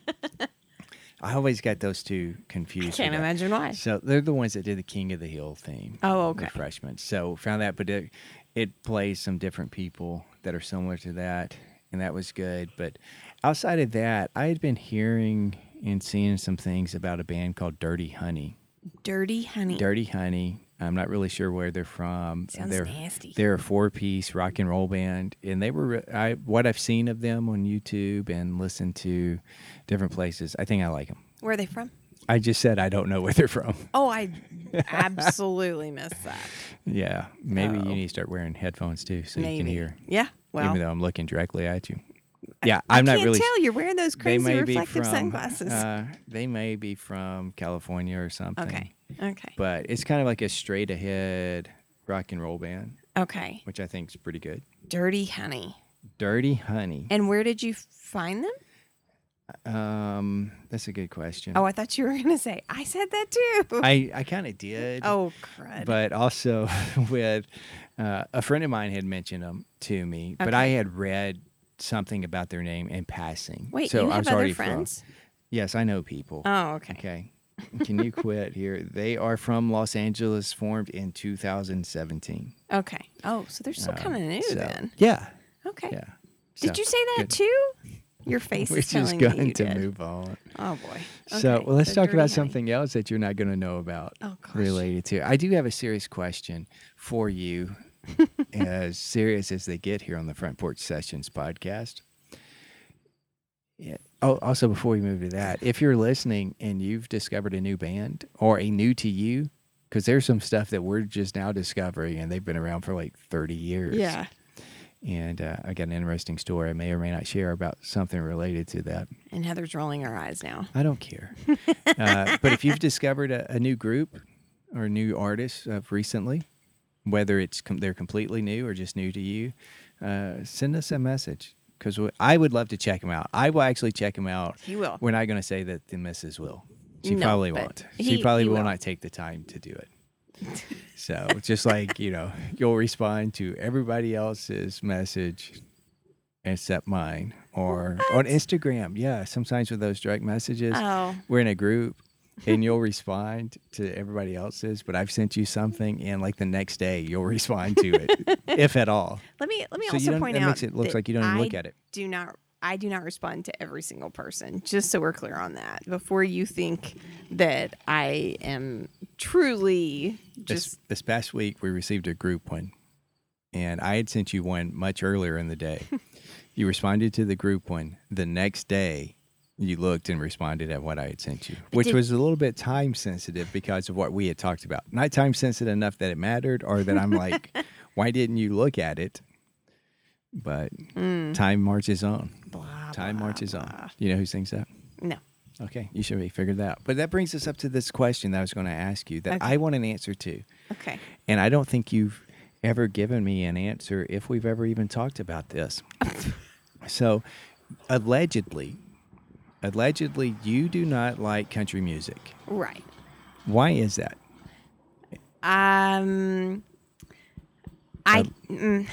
[SPEAKER 1] I always got those two confused.
[SPEAKER 3] I
[SPEAKER 1] with
[SPEAKER 3] can't
[SPEAKER 1] that.
[SPEAKER 3] imagine why.
[SPEAKER 1] So they're the ones that did the King of the Hill theme.
[SPEAKER 3] Oh,
[SPEAKER 1] the
[SPEAKER 3] okay.
[SPEAKER 1] Refreshments. So found that, but it, it plays some different people that are similar to that, and that was good. But outside of that, I had been hearing and seeing some things about a band called Dirty Honey.
[SPEAKER 3] Dirty honey.
[SPEAKER 1] Dirty Honey. I'm not really sure where they're from.
[SPEAKER 3] Mm. Sounds
[SPEAKER 1] they're,
[SPEAKER 3] nasty.
[SPEAKER 1] They're a four-piece rock and roll band, and they were. re- I what I've seen of them on YouTube and listened to different places. I think I like them.
[SPEAKER 3] Where are they from?
[SPEAKER 1] I just said I don't know where they're from.
[SPEAKER 3] Oh, I absolutely missed that.
[SPEAKER 1] Yeah, maybe
[SPEAKER 3] Oh.
[SPEAKER 1] you need to start wearing headphones too, so you
[SPEAKER 3] Maybe.
[SPEAKER 1] can hear.
[SPEAKER 3] Yeah. Well,
[SPEAKER 1] even though I'm looking directly at you. Yeah, I'm
[SPEAKER 3] I
[SPEAKER 1] not
[SPEAKER 3] can't
[SPEAKER 1] really.
[SPEAKER 3] tell you're wearing those
[SPEAKER 1] They
[SPEAKER 3] crazy
[SPEAKER 1] may be
[SPEAKER 3] reflective
[SPEAKER 1] from.
[SPEAKER 3] sunglasses.
[SPEAKER 1] Uh, they may be from California or something.
[SPEAKER 3] okay. Okay.
[SPEAKER 1] But it's kind of like a straight ahead rock and roll band,
[SPEAKER 3] Okay.
[SPEAKER 1] which I think is pretty good.
[SPEAKER 3] Dirty honey.
[SPEAKER 1] Dirty Honey.
[SPEAKER 3] And where did you find them?
[SPEAKER 1] Um, that's a good question.
[SPEAKER 3] Oh, I thought you were going to say I said that too.
[SPEAKER 1] I I kind of did.
[SPEAKER 3] oh, crud.
[SPEAKER 1] but also with uh, a friend of mine had mentioned them to me, but I had read something about their name in passing.
[SPEAKER 3] Wait,
[SPEAKER 1] so
[SPEAKER 3] you
[SPEAKER 1] I
[SPEAKER 3] have
[SPEAKER 1] was
[SPEAKER 3] other
[SPEAKER 1] already
[SPEAKER 3] friends?
[SPEAKER 1] From, yes, I know people.
[SPEAKER 3] Oh, okay.
[SPEAKER 1] okay. Can you quit here? They are from Los Angeles, formed in 2017.
[SPEAKER 3] Okay. Oh, so they're still kind of new
[SPEAKER 1] Um, So-
[SPEAKER 3] then.
[SPEAKER 1] Yeah,
[SPEAKER 3] Okay.
[SPEAKER 1] yeah.
[SPEAKER 3] Did
[SPEAKER 1] So,
[SPEAKER 3] you say that
[SPEAKER 1] good.
[SPEAKER 3] too? Your face
[SPEAKER 1] We're
[SPEAKER 3] is
[SPEAKER 1] just
[SPEAKER 3] telling me
[SPEAKER 1] going
[SPEAKER 3] you
[SPEAKER 1] to
[SPEAKER 3] did.
[SPEAKER 1] move on.
[SPEAKER 3] Oh boy.
[SPEAKER 1] So
[SPEAKER 3] Okay,
[SPEAKER 1] well, let's
[SPEAKER 3] the
[SPEAKER 1] talk
[SPEAKER 3] dirty
[SPEAKER 1] about
[SPEAKER 3] honey.
[SPEAKER 1] something else that you're not going to know about
[SPEAKER 3] Oh, gosh.
[SPEAKER 1] related to. I do have a serious question for you, as serious as they get here on the Front Porch Sessions podcast. Yeah. Oh, also before we move to that, if you're listening and you've discovered a new band or a new to you, because there's some stuff that we're just now discovering and they've been around for like 30 years.
[SPEAKER 3] Yeah.
[SPEAKER 1] And uh, I got an interesting story I may or may not share about something related to that.
[SPEAKER 3] And Heather's rolling her eyes now.
[SPEAKER 1] I don't care. uh, but if you've discovered a, a new group or new artist of recently, whether it's com- they're completely new or just new to you, uh, send us a message because I would love to check them out. I will actually check them out.
[SPEAKER 3] He will.
[SPEAKER 1] We're not going to say that the missus will. She
[SPEAKER 3] No,
[SPEAKER 1] probably
[SPEAKER 3] but
[SPEAKER 1] won't.
[SPEAKER 3] he-
[SPEAKER 1] she probably
[SPEAKER 3] he
[SPEAKER 1] will
[SPEAKER 3] will.
[SPEAKER 1] not take the time to do it. So just like you know, you'll respond to everybody else's message except mine or on Instagram. Yeah, sometimes with those direct messages,
[SPEAKER 3] Oh.
[SPEAKER 1] we're in a group and you'll respond to everybody else's, but I've sent you something, and like the next day you'll respond to it, if at all.
[SPEAKER 3] Let me let me
[SPEAKER 1] So you
[SPEAKER 3] also
[SPEAKER 1] don't-
[SPEAKER 3] point
[SPEAKER 1] that
[SPEAKER 3] out
[SPEAKER 1] makes it looks
[SPEAKER 3] that
[SPEAKER 1] like you don't even
[SPEAKER 3] I
[SPEAKER 1] look at it.
[SPEAKER 3] Do not I do not respond to every single person. Just so we're clear on that, before you think that I am truly
[SPEAKER 1] This,
[SPEAKER 3] just
[SPEAKER 1] this past week we received a group one, and I had sent you one much earlier in the day. you responded to the group one the next day. You looked and responded at what I had sent you, which
[SPEAKER 3] did-
[SPEAKER 1] was a little bit time sensitive because of what we had talked about. Not time sensitive enough that it mattered, or that I'm like, why didn't you look at it? But
[SPEAKER 3] Hmm.
[SPEAKER 1] time marches on.
[SPEAKER 3] blah.
[SPEAKER 1] Time
[SPEAKER 3] blah,
[SPEAKER 1] marches
[SPEAKER 3] blah.
[SPEAKER 1] on. You know who sings that?
[SPEAKER 3] No.
[SPEAKER 1] Okay, you should be figured that out. But that brings us up to this question that I was going to ask you that
[SPEAKER 3] Okay.
[SPEAKER 1] I want an answer to,
[SPEAKER 3] Okay.
[SPEAKER 1] and I don't think you've ever given me an answer if we've ever even talked about this. so, allegedly, allegedly, you do not like country music.
[SPEAKER 3] Right.
[SPEAKER 1] Why is that?
[SPEAKER 3] Um.
[SPEAKER 1] Uh,
[SPEAKER 3] I mm,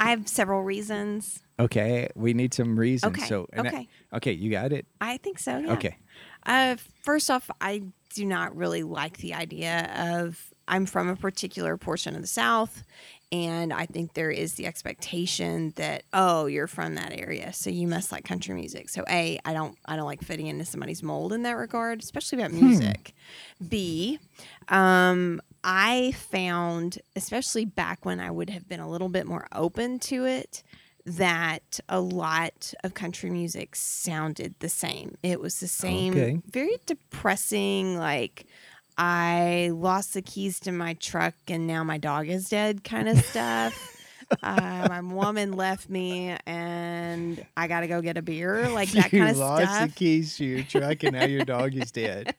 [SPEAKER 3] I have several reasons.
[SPEAKER 1] Okay, we need some reasons.
[SPEAKER 3] Okay,
[SPEAKER 1] So, and I-
[SPEAKER 3] okay.
[SPEAKER 1] okay, you got it.
[SPEAKER 3] I think so. Yeah.
[SPEAKER 1] Okay.
[SPEAKER 3] Uh, first off, I do not really like the idea of I'm from a particular portion of the South, and I think there is the expectation that oh, you're from that area, so you must like country music. So a, I don't, I don't like fitting into somebody's mold in that regard, especially about music. B, um, I found, especially back when I would have been a little bit more open to it, that a lot of country music sounded the same. It was the same,
[SPEAKER 1] Okay.
[SPEAKER 3] very depressing, like, I lost the keys to my truck and now my dog is dead kind of stuff. uh, my woman left me and I got to go get a beer, like that
[SPEAKER 1] you
[SPEAKER 3] kind of
[SPEAKER 1] lost
[SPEAKER 3] stuff.
[SPEAKER 1] the keys to your truck, and now your dog is dead.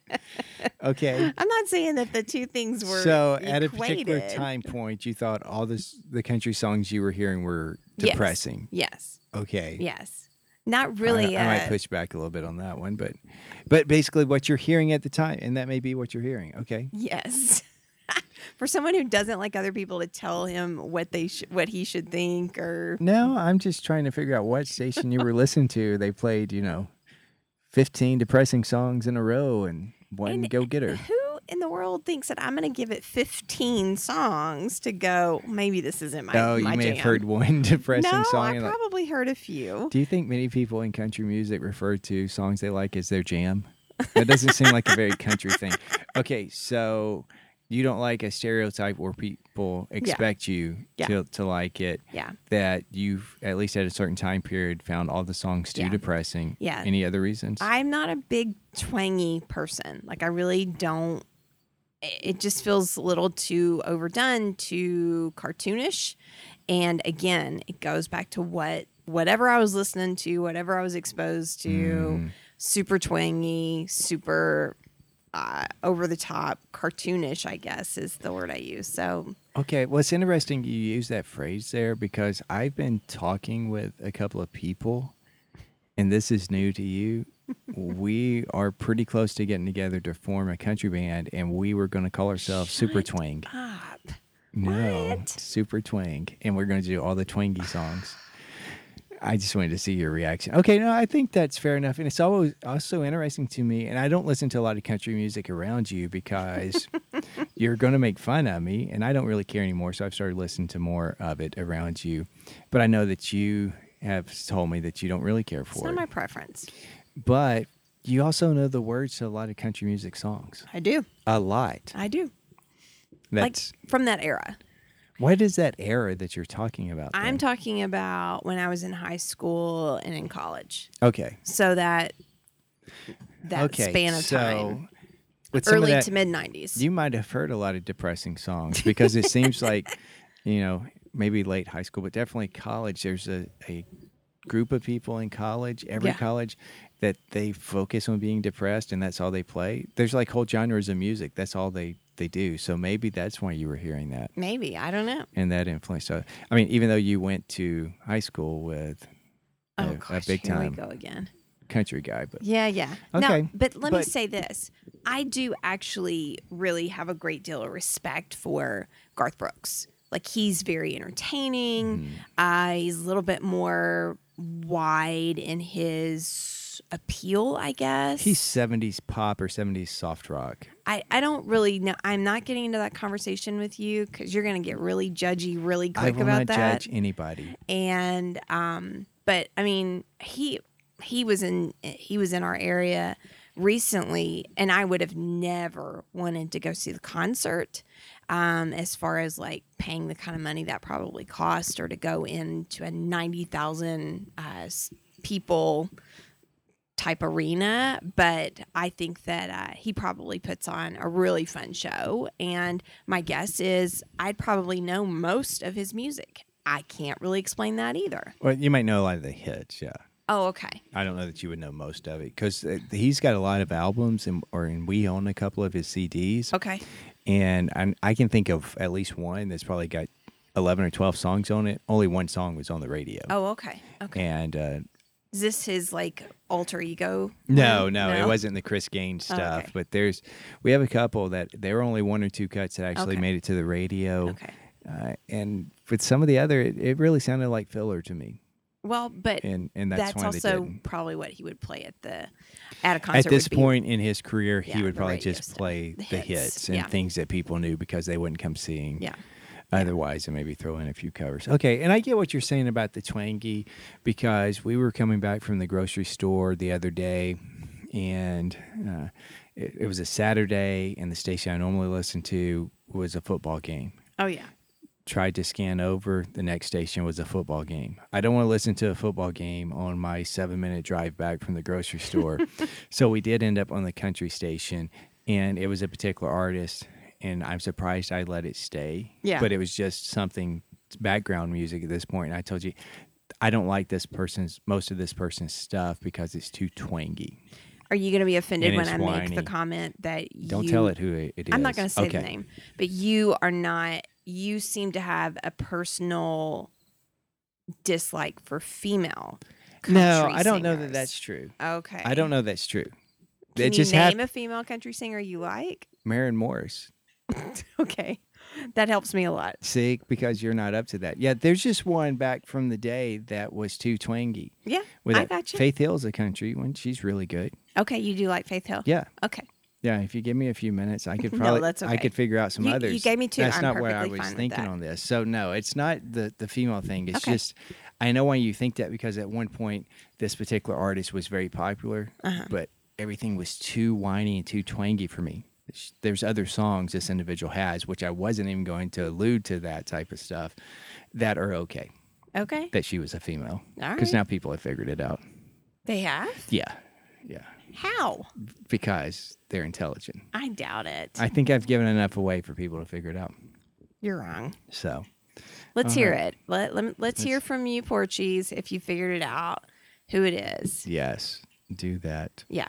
[SPEAKER 1] Okay.
[SPEAKER 3] I'm not saying that the two things were
[SPEAKER 1] so at a particular
[SPEAKER 3] equated.
[SPEAKER 1] time point you thought all this the country songs you were hearing were
[SPEAKER 3] Yes.
[SPEAKER 1] depressing
[SPEAKER 3] Yes.
[SPEAKER 1] okay
[SPEAKER 3] Yes. Not
[SPEAKER 1] I-
[SPEAKER 3] really.
[SPEAKER 1] I,
[SPEAKER 3] uh,
[SPEAKER 1] might push back a little bit on that one but but basically what you're hearing at the time and that may be what you're hearing okay
[SPEAKER 3] Yes. For someone who doesn't like other people to tell him what they sh- what he should think or
[SPEAKER 1] no i'm just trying to figure out what station you were listening to they played you know 15 depressing songs in a row and one
[SPEAKER 3] And-
[SPEAKER 1] go getter
[SPEAKER 3] who in the world thinks that I'm going to give it 15 songs to go maybe this isn't my
[SPEAKER 1] oh you
[SPEAKER 3] my
[SPEAKER 1] may
[SPEAKER 3] jam.
[SPEAKER 1] have heard one depressing
[SPEAKER 3] no,
[SPEAKER 1] song
[SPEAKER 3] I
[SPEAKER 1] and like-
[SPEAKER 3] probably heard a few.
[SPEAKER 1] do you think many people in country music refer to songs they like as their jam? That doesn't seem like a very country thing. Okay, so you don't like a stereotype where people expect you
[SPEAKER 3] Yeah.
[SPEAKER 1] to, to like it.
[SPEAKER 3] Yeah.
[SPEAKER 1] That you've at least at a certain time period found all the songs too
[SPEAKER 3] Yeah. Uh,
[SPEAKER 1] depressing.
[SPEAKER 3] Yeah.
[SPEAKER 1] Any other reasons?
[SPEAKER 3] I'm not a big twangy person. Like I really don't. it- It just feels a little too overdone, too cartoonish. And again, it goes back to what whatever I was listening to, whatever I was exposed to, super twangy, super uh, over the top, cartoonish. I guess is the word I use. So
[SPEAKER 1] Okay, well, it's interesting you use that phrase there because I've been talking with a couple of people, and this is new to you. we are pretty close to getting together to form a country band, and we were going to call ourselves Super Twang.
[SPEAKER 3] up.
[SPEAKER 1] No,
[SPEAKER 3] What?
[SPEAKER 1] Super Twang, and we're going to do all the twangy songs. I just wanted to see your reaction. Okay, no, I think that's fair enough, and it's always also interesting to me. And I don't listen to a lot of country music around you because you're going to make fun of me, and I don't really care anymore. So I've started listening to more of it around you, but I know that you have told me that you don't really care
[SPEAKER 3] It's
[SPEAKER 1] for
[SPEAKER 3] not
[SPEAKER 1] it.
[SPEAKER 3] my preference.
[SPEAKER 1] but you also know the words to a lot of country music songs.
[SPEAKER 3] I do.
[SPEAKER 1] A lot.
[SPEAKER 3] I do.
[SPEAKER 1] That's
[SPEAKER 3] like from that era.
[SPEAKER 1] what is that era that you're talking about?
[SPEAKER 3] I'm
[SPEAKER 1] then?
[SPEAKER 3] talking about when I was in high school and in college.
[SPEAKER 1] okay.
[SPEAKER 3] So that that span of
[SPEAKER 1] so
[SPEAKER 3] time,
[SPEAKER 1] with some of
[SPEAKER 3] early
[SPEAKER 1] that,
[SPEAKER 3] to mid 90s.
[SPEAKER 1] you might have heard a lot of depressing songs because it seems like, you know, maybe late high school, but definitely college. There's a, a group of people in college, every
[SPEAKER 3] Yeah.
[SPEAKER 1] college, that they focus on being depressed, and that's all they play. There's like whole genres of music. That's all they they do. So maybe that's why you were hearing that,
[SPEAKER 3] Maybe, I don't know.
[SPEAKER 1] and that influenced. uh, I mean, even though you went to high school with
[SPEAKER 3] Oh
[SPEAKER 1] a, a
[SPEAKER 3] gosh,
[SPEAKER 1] big
[SPEAKER 3] here we
[SPEAKER 1] time
[SPEAKER 3] go again.
[SPEAKER 1] country guy, but
[SPEAKER 3] Yeah, yeah.
[SPEAKER 1] Okay,
[SPEAKER 3] No, but let me
[SPEAKER 1] but-
[SPEAKER 3] say this. I do actually really have a great deal of respect for Garth Brooks. Like he's very
[SPEAKER 1] Mm-hmm.
[SPEAKER 3] entertaining. Uh, he's a little bit more wide in his much appeal, I guess.
[SPEAKER 1] He's 70s pop or 70s soft rock.
[SPEAKER 3] I, I don't really know. I'm not getting into that conversation with you because you're going to get really judgy really
[SPEAKER 1] I
[SPEAKER 3] quick
[SPEAKER 1] will
[SPEAKER 3] about
[SPEAKER 1] not
[SPEAKER 3] that.
[SPEAKER 1] judge anybody.
[SPEAKER 3] And, um, but I mean, he, he was in, he was in our area recently and I would have never wanted to go see the concert. Um, as far as like paying the kind of money that probably cost or to go into a 90,000, uh, s- people, type arena, but I think that uh, he probably puts on a really fun show. And my guess is I'd probably know most of his music. I can't really explain that either.
[SPEAKER 1] Well, you might know a lot of the hits, yeah.
[SPEAKER 3] Oh, okay.
[SPEAKER 1] I don't know that you would know most of it because he's got a lot of albums, and or and we own a couple of his CDs,
[SPEAKER 3] Okay.
[SPEAKER 1] and I, I can think of at least one that's probably got eleven or twelve songs on it. Only one song was on the radio,
[SPEAKER 3] Oh, okay. Okay.
[SPEAKER 1] and uh,
[SPEAKER 3] Is this his like alter ego?
[SPEAKER 1] no,
[SPEAKER 3] one?
[SPEAKER 1] no, it wasn't the Chris Gaines
[SPEAKER 3] Oh,
[SPEAKER 1] stuff.
[SPEAKER 3] okay.
[SPEAKER 1] But there's we have a couple that there were only one or two cuts that actually
[SPEAKER 3] Okay.
[SPEAKER 1] made it to the radio,
[SPEAKER 3] Okay.
[SPEAKER 1] uh, and with some of the other, it, it really sounded like filler to me,
[SPEAKER 3] Well, but
[SPEAKER 1] and and that's,
[SPEAKER 3] that's,
[SPEAKER 1] why they
[SPEAKER 3] also
[SPEAKER 1] didn't.
[SPEAKER 3] probably what he would play at the at a
[SPEAKER 1] at
[SPEAKER 3] concert.
[SPEAKER 1] this
[SPEAKER 3] would be-
[SPEAKER 1] point in his career,
[SPEAKER 3] Yeah,
[SPEAKER 1] he would
[SPEAKER 3] the
[SPEAKER 1] probably
[SPEAKER 3] radio
[SPEAKER 1] just
[SPEAKER 3] stuff.
[SPEAKER 1] play
[SPEAKER 3] The
[SPEAKER 1] the,
[SPEAKER 3] hits,
[SPEAKER 1] hits, and
[SPEAKER 3] yeah.
[SPEAKER 1] things that people knew because they wouldn't come seeing.
[SPEAKER 3] yeah.
[SPEAKER 1] Otherwise, and maybe throw in a few covers. Okay, and I get what you're saying about the twangy, because we were coming back from the grocery store the other day, and uh, it, it was a Saturday, and the station I normally listen to was a football game.
[SPEAKER 3] Oh yeah.
[SPEAKER 1] Tried to scan over, the next station was a football game. I don't want to listen to a football game on my seven minute drive back from the grocery store. so we did end up on the country station, and it was a particular artist, and I'm surprised I let it stay.
[SPEAKER 3] Yeah.
[SPEAKER 1] But it was just something background music at this point. And I told you, I don't like this person's, most of this person's stuff because it's too twangy.
[SPEAKER 3] Are you going to be offended
[SPEAKER 1] And
[SPEAKER 3] when
[SPEAKER 1] it's
[SPEAKER 3] I make the
[SPEAKER 1] whiny.
[SPEAKER 3] comment that
[SPEAKER 1] Don't
[SPEAKER 3] you
[SPEAKER 1] tell it who it it is.
[SPEAKER 3] I'm not going to say
[SPEAKER 1] okay.
[SPEAKER 3] the name, but you are not. You seem to have a personal dislike for female.
[SPEAKER 1] No,
[SPEAKER 3] country
[SPEAKER 1] I don't know that
[SPEAKER 3] singers.
[SPEAKER 1] that's true.
[SPEAKER 3] Okay.
[SPEAKER 1] I don't know that's true.
[SPEAKER 3] Can
[SPEAKER 1] it
[SPEAKER 3] you
[SPEAKER 1] just
[SPEAKER 3] name
[SPEAKER 1] happened.
[SPEAKER 3] a female country singer you like?
[SPEAKER 1] Marin Morris.
[SPEAKER 3] Okay, that helps me a lot.
[SPEAKER 1] See, because you're not up to that. Yeah, there's just one back from the day that was too twangy.
[SPEAKER 3] Yeah,
[SPEAKER 1] With
[SPEAKER 3] I
[SPEAKER 1] that-
[SPEAKER 3] gotcha.
[SPEAKER 1] Faith Hill's a country one. She's really good.
[SPEAKER 3] Okay, you do like Faith Hill.
[SPEAKER 1] Yeah,
[SPEAKER 3] Okay.
[SPEAKER 1] yeah. If you give me a few minutes, I could
[SPEAKER 3] No,
[SPEAKER 1] probably
[SPEAKER 3] that's
[SPEAKER 1] I
[SPEAKER 3] okay.
[SPEAKER 1] could figure out some
[SPEAKER 3] You- you
[SPEAKER 1] others.
[SPEAKER 3] gave me two.
[SPEAKER 1] That's
[SPEAKER 3] I'm
[SPEAKER 1] not where I
[SPEAKER 3] perfectly
[SPEAKER 1] was
[SPEAKER 3] fine with
[SPEAKER 1] thinking
[SPEAKER 3] that.
[SPEAKER 1] on this. So no, it's not the the female thing. It's
[SPEAKER 3] Okay.
[SPEAKER 1] just I know why you think that because at one point this particular artist was very popular,
[SPEAKER 3] Uh-huh.
[SPEAKER 1] but everything was too whiny and too twangy for me. Sh- There's other songs this individual has, which I wasn't even going to allude to that type of stuff, that are okay.
[SPEAKER 3] Okay.
[SPEAKER 1] That she was a female,
[SPEAKER 3] All
[SPEAKER 1] because
[SPEAKER 3] right.
[SPEAKER 1] now people have figured it out.
[SPEAKER 3] They have.
[SPEAKER 1] Yeah, yeah,
[SPEAKER 3] How?
[SPEAKER 1] because they're intelligent.
[SPEAKER 3] I doubt it.
[SPEAKER 1] I think I've given enough away for people to figure it out.
[SPEAKER 3] You're wrong.
[SPEAKER 1] So
[SPEAKER 3] Let's
[SPEAKER 1] All
[SPEAKER 3] hear it. Let, let me- let's hear from you, Porchies, if you figured it out, who it is.
[SPEAKER 1] yes, do that.
[SPEAKER 3] Yeah.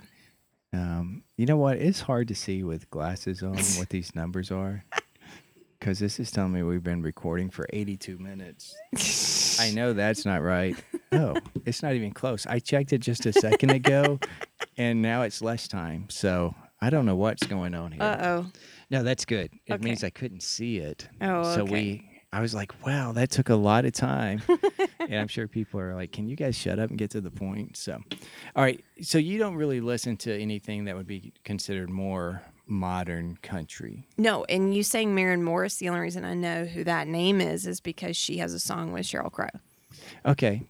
[SPEAKER 1] Um, you know what? It's hard to see with glasses on what these numbers are, because this is telling me we've been recording for 82 minutes. I know that's not right. Oh, it's not even close. I checked it just a second ago, and now it's less time. So I don't know what's going on here.
[SPEAKER 3] Uh oh.
[SPEAKER 1] No, that's good. It
[SPEAKER 3] Okay.
[SPEAKER 1] means I couldn't see it.
[SPEAKER 3] Oh,
[SPEAKER 1] so
[SPEAKER 3] okay.
[SPEAKER 1] we. I was like, wow, that took a lot of time. and I'm sure people are like, can you guys shut up and get to the point? So, all right. So, you don't really listen to anything that would be considered more modern country.
[SPEAKER 3] No, and you saying Marin Morris, the only reason I know who that name is is because she has a song with Cheryl Crow.
[SPEAKER 1] Okay.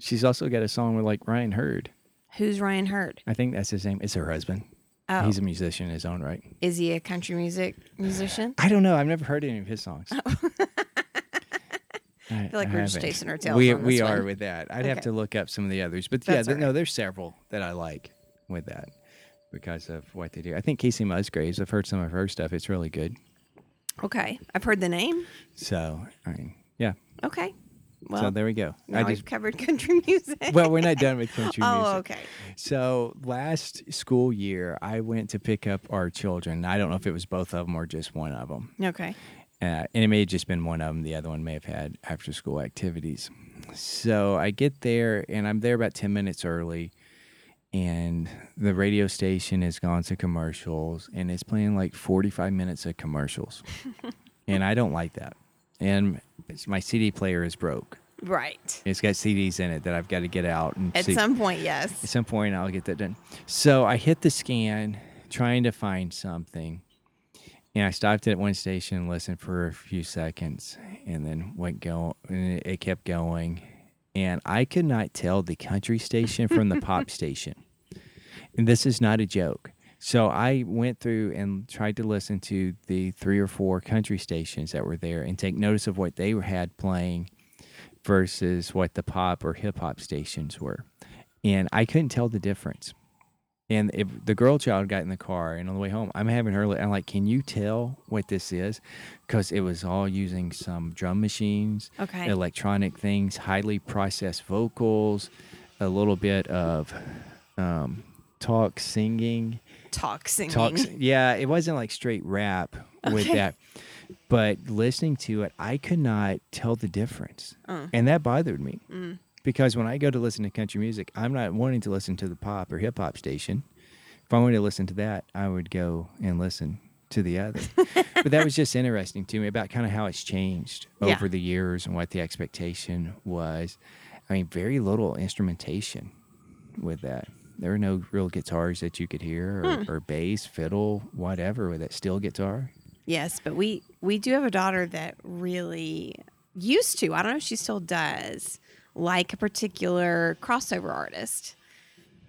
[SPEAKER 1] She's also got a song with like Ryan Hurd.
[SPEAKER 3] Who's Ryan Hurd?
[SPEAKER 1] I think that's his name. It's her husband.
[SPEAKER 3] Oh,
[SPEAKER 1] He's a musician in his own right.
[SPEAKER 3] is he a country music musician?
[SPEAKER 1] I don't know. I've never heard any of his songs. I
[SPEAKER 3] Oh. feel like we're just
[SPEAKER 1] haven't.
[SPEAKER 3] chasing our tails
[SPEAKER 1] We
[SPEAKER 3] on
[SPEAKER 1] we
[SPEAKER 3] this
[SPEAKER 1] are
[SPEAKER 3] one.
[SPEAKER 1] with that. I'd have
[SPEAKER 3] Okay.
[SPEAKER 1] to look up some of the others, but
[SPEAKER 3] That's
[SPEAKER 1] yeah,
[SPEAKER 3] all
[SPEAKER 1] th- no, there's several that I like with that because of what they do. I think Casey Musgraves. I've heard some of her stuff. It's really good.
[SPEAKER 3] Okay, I've heard the name.
[SPEAKER 1] So I mean, yeah.
[SPEAKER 3] Okay, well,
[SPEAKER 1] so there we go.
[SPEAKER 3] now
[SPEAKER 1] I
[SPEAKER 3] we've
[SPEAKER 1] just
[SPEAKER 3] covered country music.
[SPEAKER 1] well, we're not done with country music.
[SPEAKER 3] oh, okay.
[SPEAKER 1] So last school year, I went to pick up our children. I don't know if it was both of them or just one of them.
[SPEAKER 3] Okay.
[SPEAKER 1] uh, and it may have just been one of them. The other one may have had after school activities. So I get there, and I'm there about 10 minutes early, and the radio station has gone to commercials, and it's playing like 45 minutes of commercials. and I don't like that. And it's- my CD player is broke.
[SPEAKER 3] Right.
[SPEAKER 1] It's got CDs in it that I've got to get out and
[SPEAKER 3] At
[SPEAKER 1] see.
[SPEAKER 3] some point, yes.
[SPEAKER 1] At some point, I'll get that done. So I hit the scan trying to find something. And I stopped at one station and listened for a few seconds and then went go and it- it kept going. And I could not tell the country station from the pop station. And this is not a joke. So I went through and tried to listen to the three or four country stations that were there and take notice of what they had playing versus what the pop or hip hop stations were. And I couldn't tell the difference. And if the girl child got in the car and on the way home, I'm having her, li- I'm like, can you tell what this is? Because it was all using some drum machines,
[SPEAKER 3] Okay.
[SPEAKER 1] electronic things, highly processed vocals, a little bit of um, talk singing.
[SPEAKER 3] Talk singing.
[SPEAKER 1] Talk, s- yeah, it wasn't like straight rap with
[SPEAKER 3] Okay.
[SPEAKER 1] that. But listening to it, I could not tell the difference.
[SPEAKER 3] Uh.
[SPEAKER 1] And that bothered me. Because when I go to listen to country music, I'm not wanting to listen to the pop or hip hop station. If I wanted to listen to that, I would go and listen to the other. but that was just interesting to me about kind of how it's changed
[SPEAKER 3] Yeah.
[SPEAKER 1] over the years and what the expectation was. I mean, very little instrumentation with that. There were no real guitars that you could hear or,
[SPEAKER 3] Hmm.
[SPEAKER 1] or bass, fiddle, whatever with that steel guitar.
[SPEAKER 3] Yes, but we we do have a daughter that really used to. I don't know if she still does like a particular crossover artist.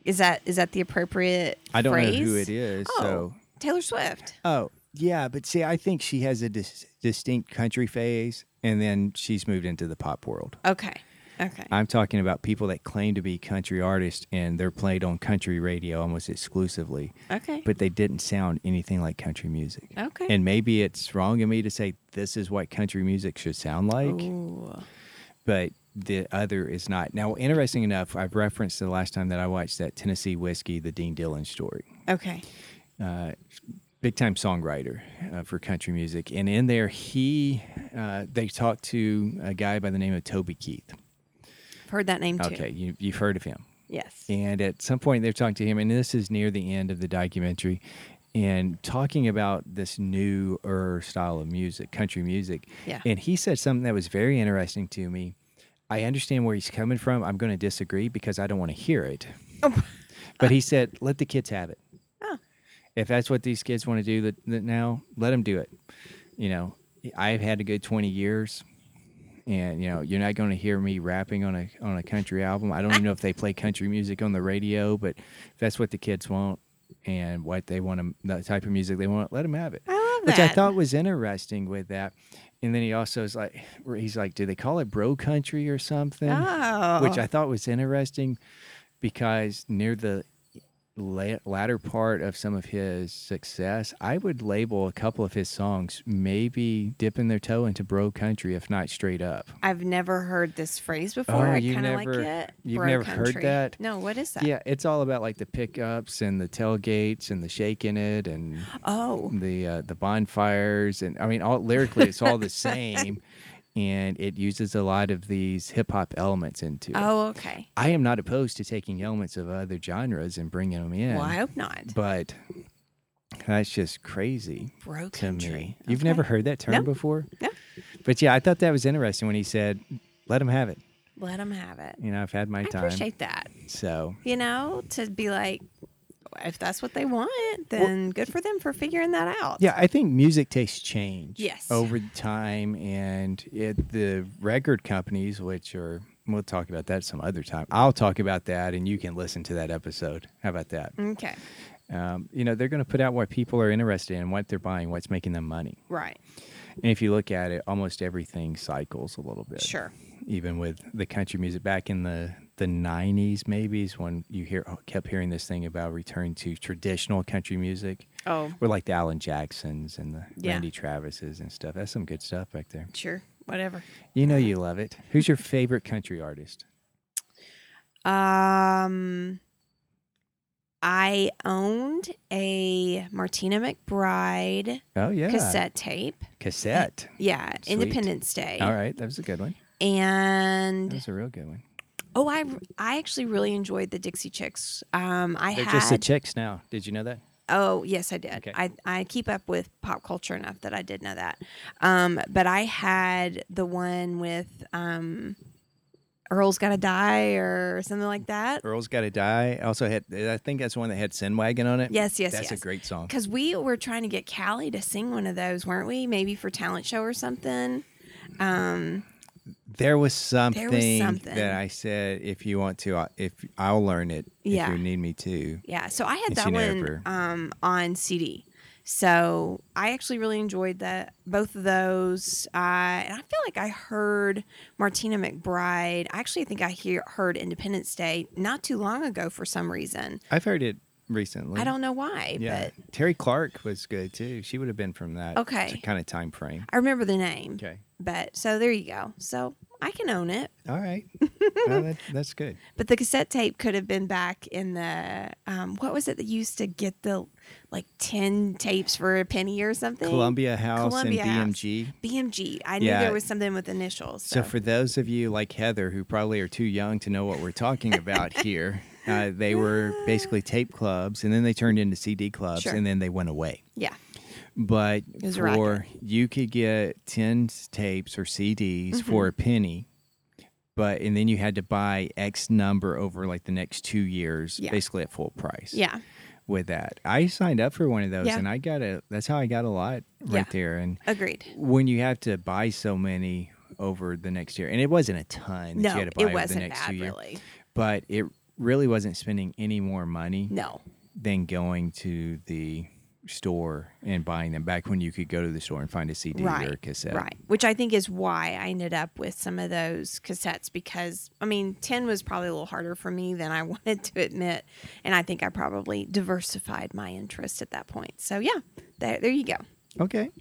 [SPEAKER 3] Is that is that the appropriate?
[SPEAKER 1] I don't
[SPEAKER 3] phrase?
[SPEAKER 1] know who it is.
[SPEAKER 3] Oh,
[SPEAKER 1] So
[SPEAKER 3] Taylor Swift.
[SPEAKER 1] Oh, yeah, but see, I think she has a dis- distinct country phase, and then she's moved into the pop world.
[SPEAKER 3] Okay, okay,
[SPEAKER 1] I'm talking about people that claim to be country artists and they're played on country radio almost exclusively,
[SPEAKER 3] okay,
[SPEAKER 1] but they didn't sound anything like country music.
[SPEAKER 3] okay.
[SPEAKER 1] And maybe it's wrong of me to say this is what country music should sound like,
[SPEAKER 3] Ooh.
[SPEAKER 1] but the other is not. Now, interesting enough, I've referenced the last time that I watched that Tennessee Whiskey, the Dean Dillon story
[SPEAKER 3] okay,
[SPEAKER 1] uh, big time songwriter uh, for country music, and in there he uh, they talked to a guy by the name of Toby Keith.
[SPEAKER 3] I've heard that name too.
[SPEAKER 1] Okay, you, you've heard of him,
[SPEAKER 3] Yes.
[SPEAKER 1] and at some point they're talking to him, and this is near the end of the documentary, and talking about this newer style of music, country music.
[SPEAKER 3] Yeah.
[SPEAKER 1] And he said something that was very interesting to me. I understand where he's coming from. I'm going to disagree because I don't want to hear it. But he said, let the kids have it.
[SPEAKER 3] Oh.
[SPEAKER 1] If that's what these kids want to do that, that now, let them do it. You know, I've had a good 20 years. And you know you're not going to hear me rapping on a on a country album. I don't even know if they play country music on the radio, but if that's what the kids want and what they want, to, the type of music they want, let them have it
[SPEAKER 3] I love
[SPEAKER 1] which
[SPEAKER 3] that.
[SPEAKER 1] I thought was interesting with that. And then he also is like, where he's like, do they call it bro country or something?
[SPEAKER 3] Oh,
[SPEAKER 1] Which I thought was interesting because near the la- latter part of some of his success, I would label a couple of his songs maybe dipping their toe into bro country, if not straight up.
[SPEAKER 3] I've never heard this phrase before.
[SPEAKER 1] Oh,
[SPEAKER 3] I
[SPEAKER 1] you
[SPEAKER 3] kind of like
[SPEAKER 1] never-
[SPEAKER 3] it.
[SPEAKER 1] you've
[SPEAKER 3] Bro
[SPEAKER 1] never heard
[SPEAKER 3] country.
[SPEAKER 1] that?
[SPEAKER 3] No, what is that?
[SPEAKER 1] Yeah, it's all about like the pickups and the tailgates and the shaking it and
[SPEAKER 3] Oh,
[SPEAKER 1] the uh, the bonfires and I mean all lyrically it's all the same and it uses a lot of these hip hop elements into it.
[SPEAKER 3] oh, okay.
[SPEAKER 1] I am not opposed to taking elements of other genres and bringing them in.
[SPEAKER 3] Well, I hope not.
[SPEAKER 1] But that's just crazy
[SPEAKER 3] Bro
[SPEAKER 1] to
[SPEAKER 3] country.
[SPEAKER 1] me. You've
[SPEAKER 3] Okay.
[SPEAKER 1] never heard that term
[SPEAKER 3] No.
[SPEAKER 1] before?
[SPEAKER 3] No.
[SPEAKER 1] But yeah, I thought that was interesting when he said, "Let them have it."
[SPEAKER 3] Let them have it.
[SPEAKER 1] You know, I've had my
[SPEAKER 3] I
[SPEAKER 1] time.
[SPEAKER 3] appreciate that.
[SPEAKER 1] so
[SPEAKER 3] you know, to be like, if that's what they want, then good for them for figuring that out.
[SPEAKER 1] Yeah, I think music tastes change.
[SPEAKER 3] Yes.
[SPEAKER 1] Over time, and it, the record companies, which are we'll talk about that some other time. I'll talk about that, and you can listen to that episode. How about that?
[SPEAKER 3] Okay.
[SPEAKER 1] Um, you know, they're going to put out what people are interested in, what they're buying, what's making them money.
[SPEAKER 3] Right.
[SPEAKER 1] And if you look at it, almost everything cycles a little bit.
[SPEAKER 3] Sure.
[SPEAKER 1] Even with the country music back in the the 90s maybe is when you hear oh, kept hearing this thing about return to traditional country music
[SPEAKER 3] Oh,
[SPEAKER 1] we like the Alan Jacksons and the
[SPEAKER 3] Yeah.
[SPEAKER 1] Randy Travises and stuff. That's some good stuff back there.
[SPEAKER 3] sure. Whatever.
[SPEAKER 1] You know you love it. Who's your favorite country artist?
[SPEAKER 3] Um, I owned a Martina McBride
[SPEAKER 1] Oh yeah,
[SPEAKER 3] cassette tape.
[SPEAKER 1] Cassette.
[SPEAKER 3] Yeah,
[SPEAKER 1] Sweet.
[SPEAKER 3] Independence Day.
[SPEAKER 1] All right, Mm. that was a good one. That
[SPEAKER 3] And
[SPEAKER 1] was a real good one.
[SPEAKER 3] oh, I I actually really enjoyed the Dixie Chicks. Um, I
[SPEAKER 1] They're
[SPEAKER 3] had
[SPEAKER 1] just the chicks now. Did you know that?
[SPEAKER 3] Oh, yes, I did.
[SPEAKER 1] Okay.
[SPEAKER 3] I, I keep up with pop culture enough that I did know that. Um, but I had the one with um, Earl's Gotta Die or something like that.
[SPEAKER 1] Earl's Gotta Die. Also had I think that's one that had Sinwagon on it.
[SPEAKER 3] Yes, yes,
[SPEAKER 1] That's
[SPEAKER 3] yes.
[SPEAKER 1] a great song.
[SPEAKER 3] Because we were trying to get Callie to sing one of those, weren't we? Maybe for talent show or something. Um,
[SPEAKER 1] There was something,
[SPEAKER 3] something.
[SPEAKER 1] that I said if you want to I- if I'll learn it
[SPEAKER 3] Yeah.
[SPEAKER 1] if you need me to.
[SPEAKER 3] yeah. So I had
[SPEAKER 1] And
[SPEAKER 3] that
[SPEAKER 1] she
[SPEAKER 3] one
[SPEAKER 1] never-
[SPEAKER 3] um, on CD. So I actually really enjoyed that both of those. Uh, and I feel like I heard Martina McBride. I actually think I hear, heard Independence Day not too long ago for some reason.
[SPEAKER 1] I've heard it recently.
[SPEAKER 3] I don't know why,
[SPEAKER 1] Yeah.
[SPEAKER 3] but
[SPEAKER 1] Terry Clark was good too. She would have been from that
[SPEAKER 3] Okay.
[SPEAKER 1] kind of time frame.
[SPEAKER 3] I remember the name.
[SPEAKER 1] Okay.
[SPEAKER 3] But so there you go. So I can own it.
[SPEAKER 1] All right. Well, that, that's good.
[SPEAKER 3] But the cassette tape could have been back in the um, what was it that used to get the like ten tapes for a penny or something?
[SPEAKER 1] Columbia House
[SPEAKER 3] Columbia House.
[SPEAKER 1] and BMG.
[SPEAKER 3] BMG. I knew
[SPEAKER 1] Yeah.
[SPEAKER 3] there was something with initials. So,
[SPEAKER 1] So for those of you like Heather who probably are too young to know what we're talking about here, uh, they were basically tape clubs and then they turned into CD clubs
[SPEAKER 3] Ah. Sure.
[SPEAKER 1] and then they went away.
[SPEAKER 3] yeah,
[SPEAKER 1] But
[SPEAKER 3] was a racket.
[SPEAKER 1] for you could get 10 tapes or CDs
[SPEAKER 3] Mm-hmm.
[SPEAKER 1] for a penny. But and then you had to buy X number over like the next two years,
[SPEAKER 3] Yeah.
[SPEAKER 1] basically at full price.
[SPEAKER 3] yeah,
[SPEAKER 1] With that, I signed up for one of those,
[SPEAKER 3] Yeah.
[SPEAKER 1] and I got a. That's how I got a lot right
[SPEAKER 3] Yeah.
[SPEAKER 1] there. And
[SPEAKER 3] agreed.
[SPEAKER 1] when you have to buy so many over the next year, and it wasn't a ton that
[SPEAKER 3] No,
[SPEAKER 1] you had to buy
[SPEAKER 3] it
[SPEAKER 1] over the
[SPEAKER 3] wasn't
[SPEAKER 1] next
[SPEAKER 3] bad,
[SPEAKER 1] two years,
[SPEAKER 3] really.
[SPEAKER 1] but it really wasn't spending any more money
[SPEAKER 3] No,
[SPEAKER 1] than going to the store and buying them back when you could go to the store and find a CD
[SPEAKER 3] right,
[SPEAKER 1] or a cassette.
[SPEAKER 3] right. Which I think is why I ended up with some of those cassettes because I mean, ten was probably a little harder for me than I wanted to admit, and I think I probably diversified my interest at that point. So yeah, there, there you go.
[SPEAKER 1] Okay.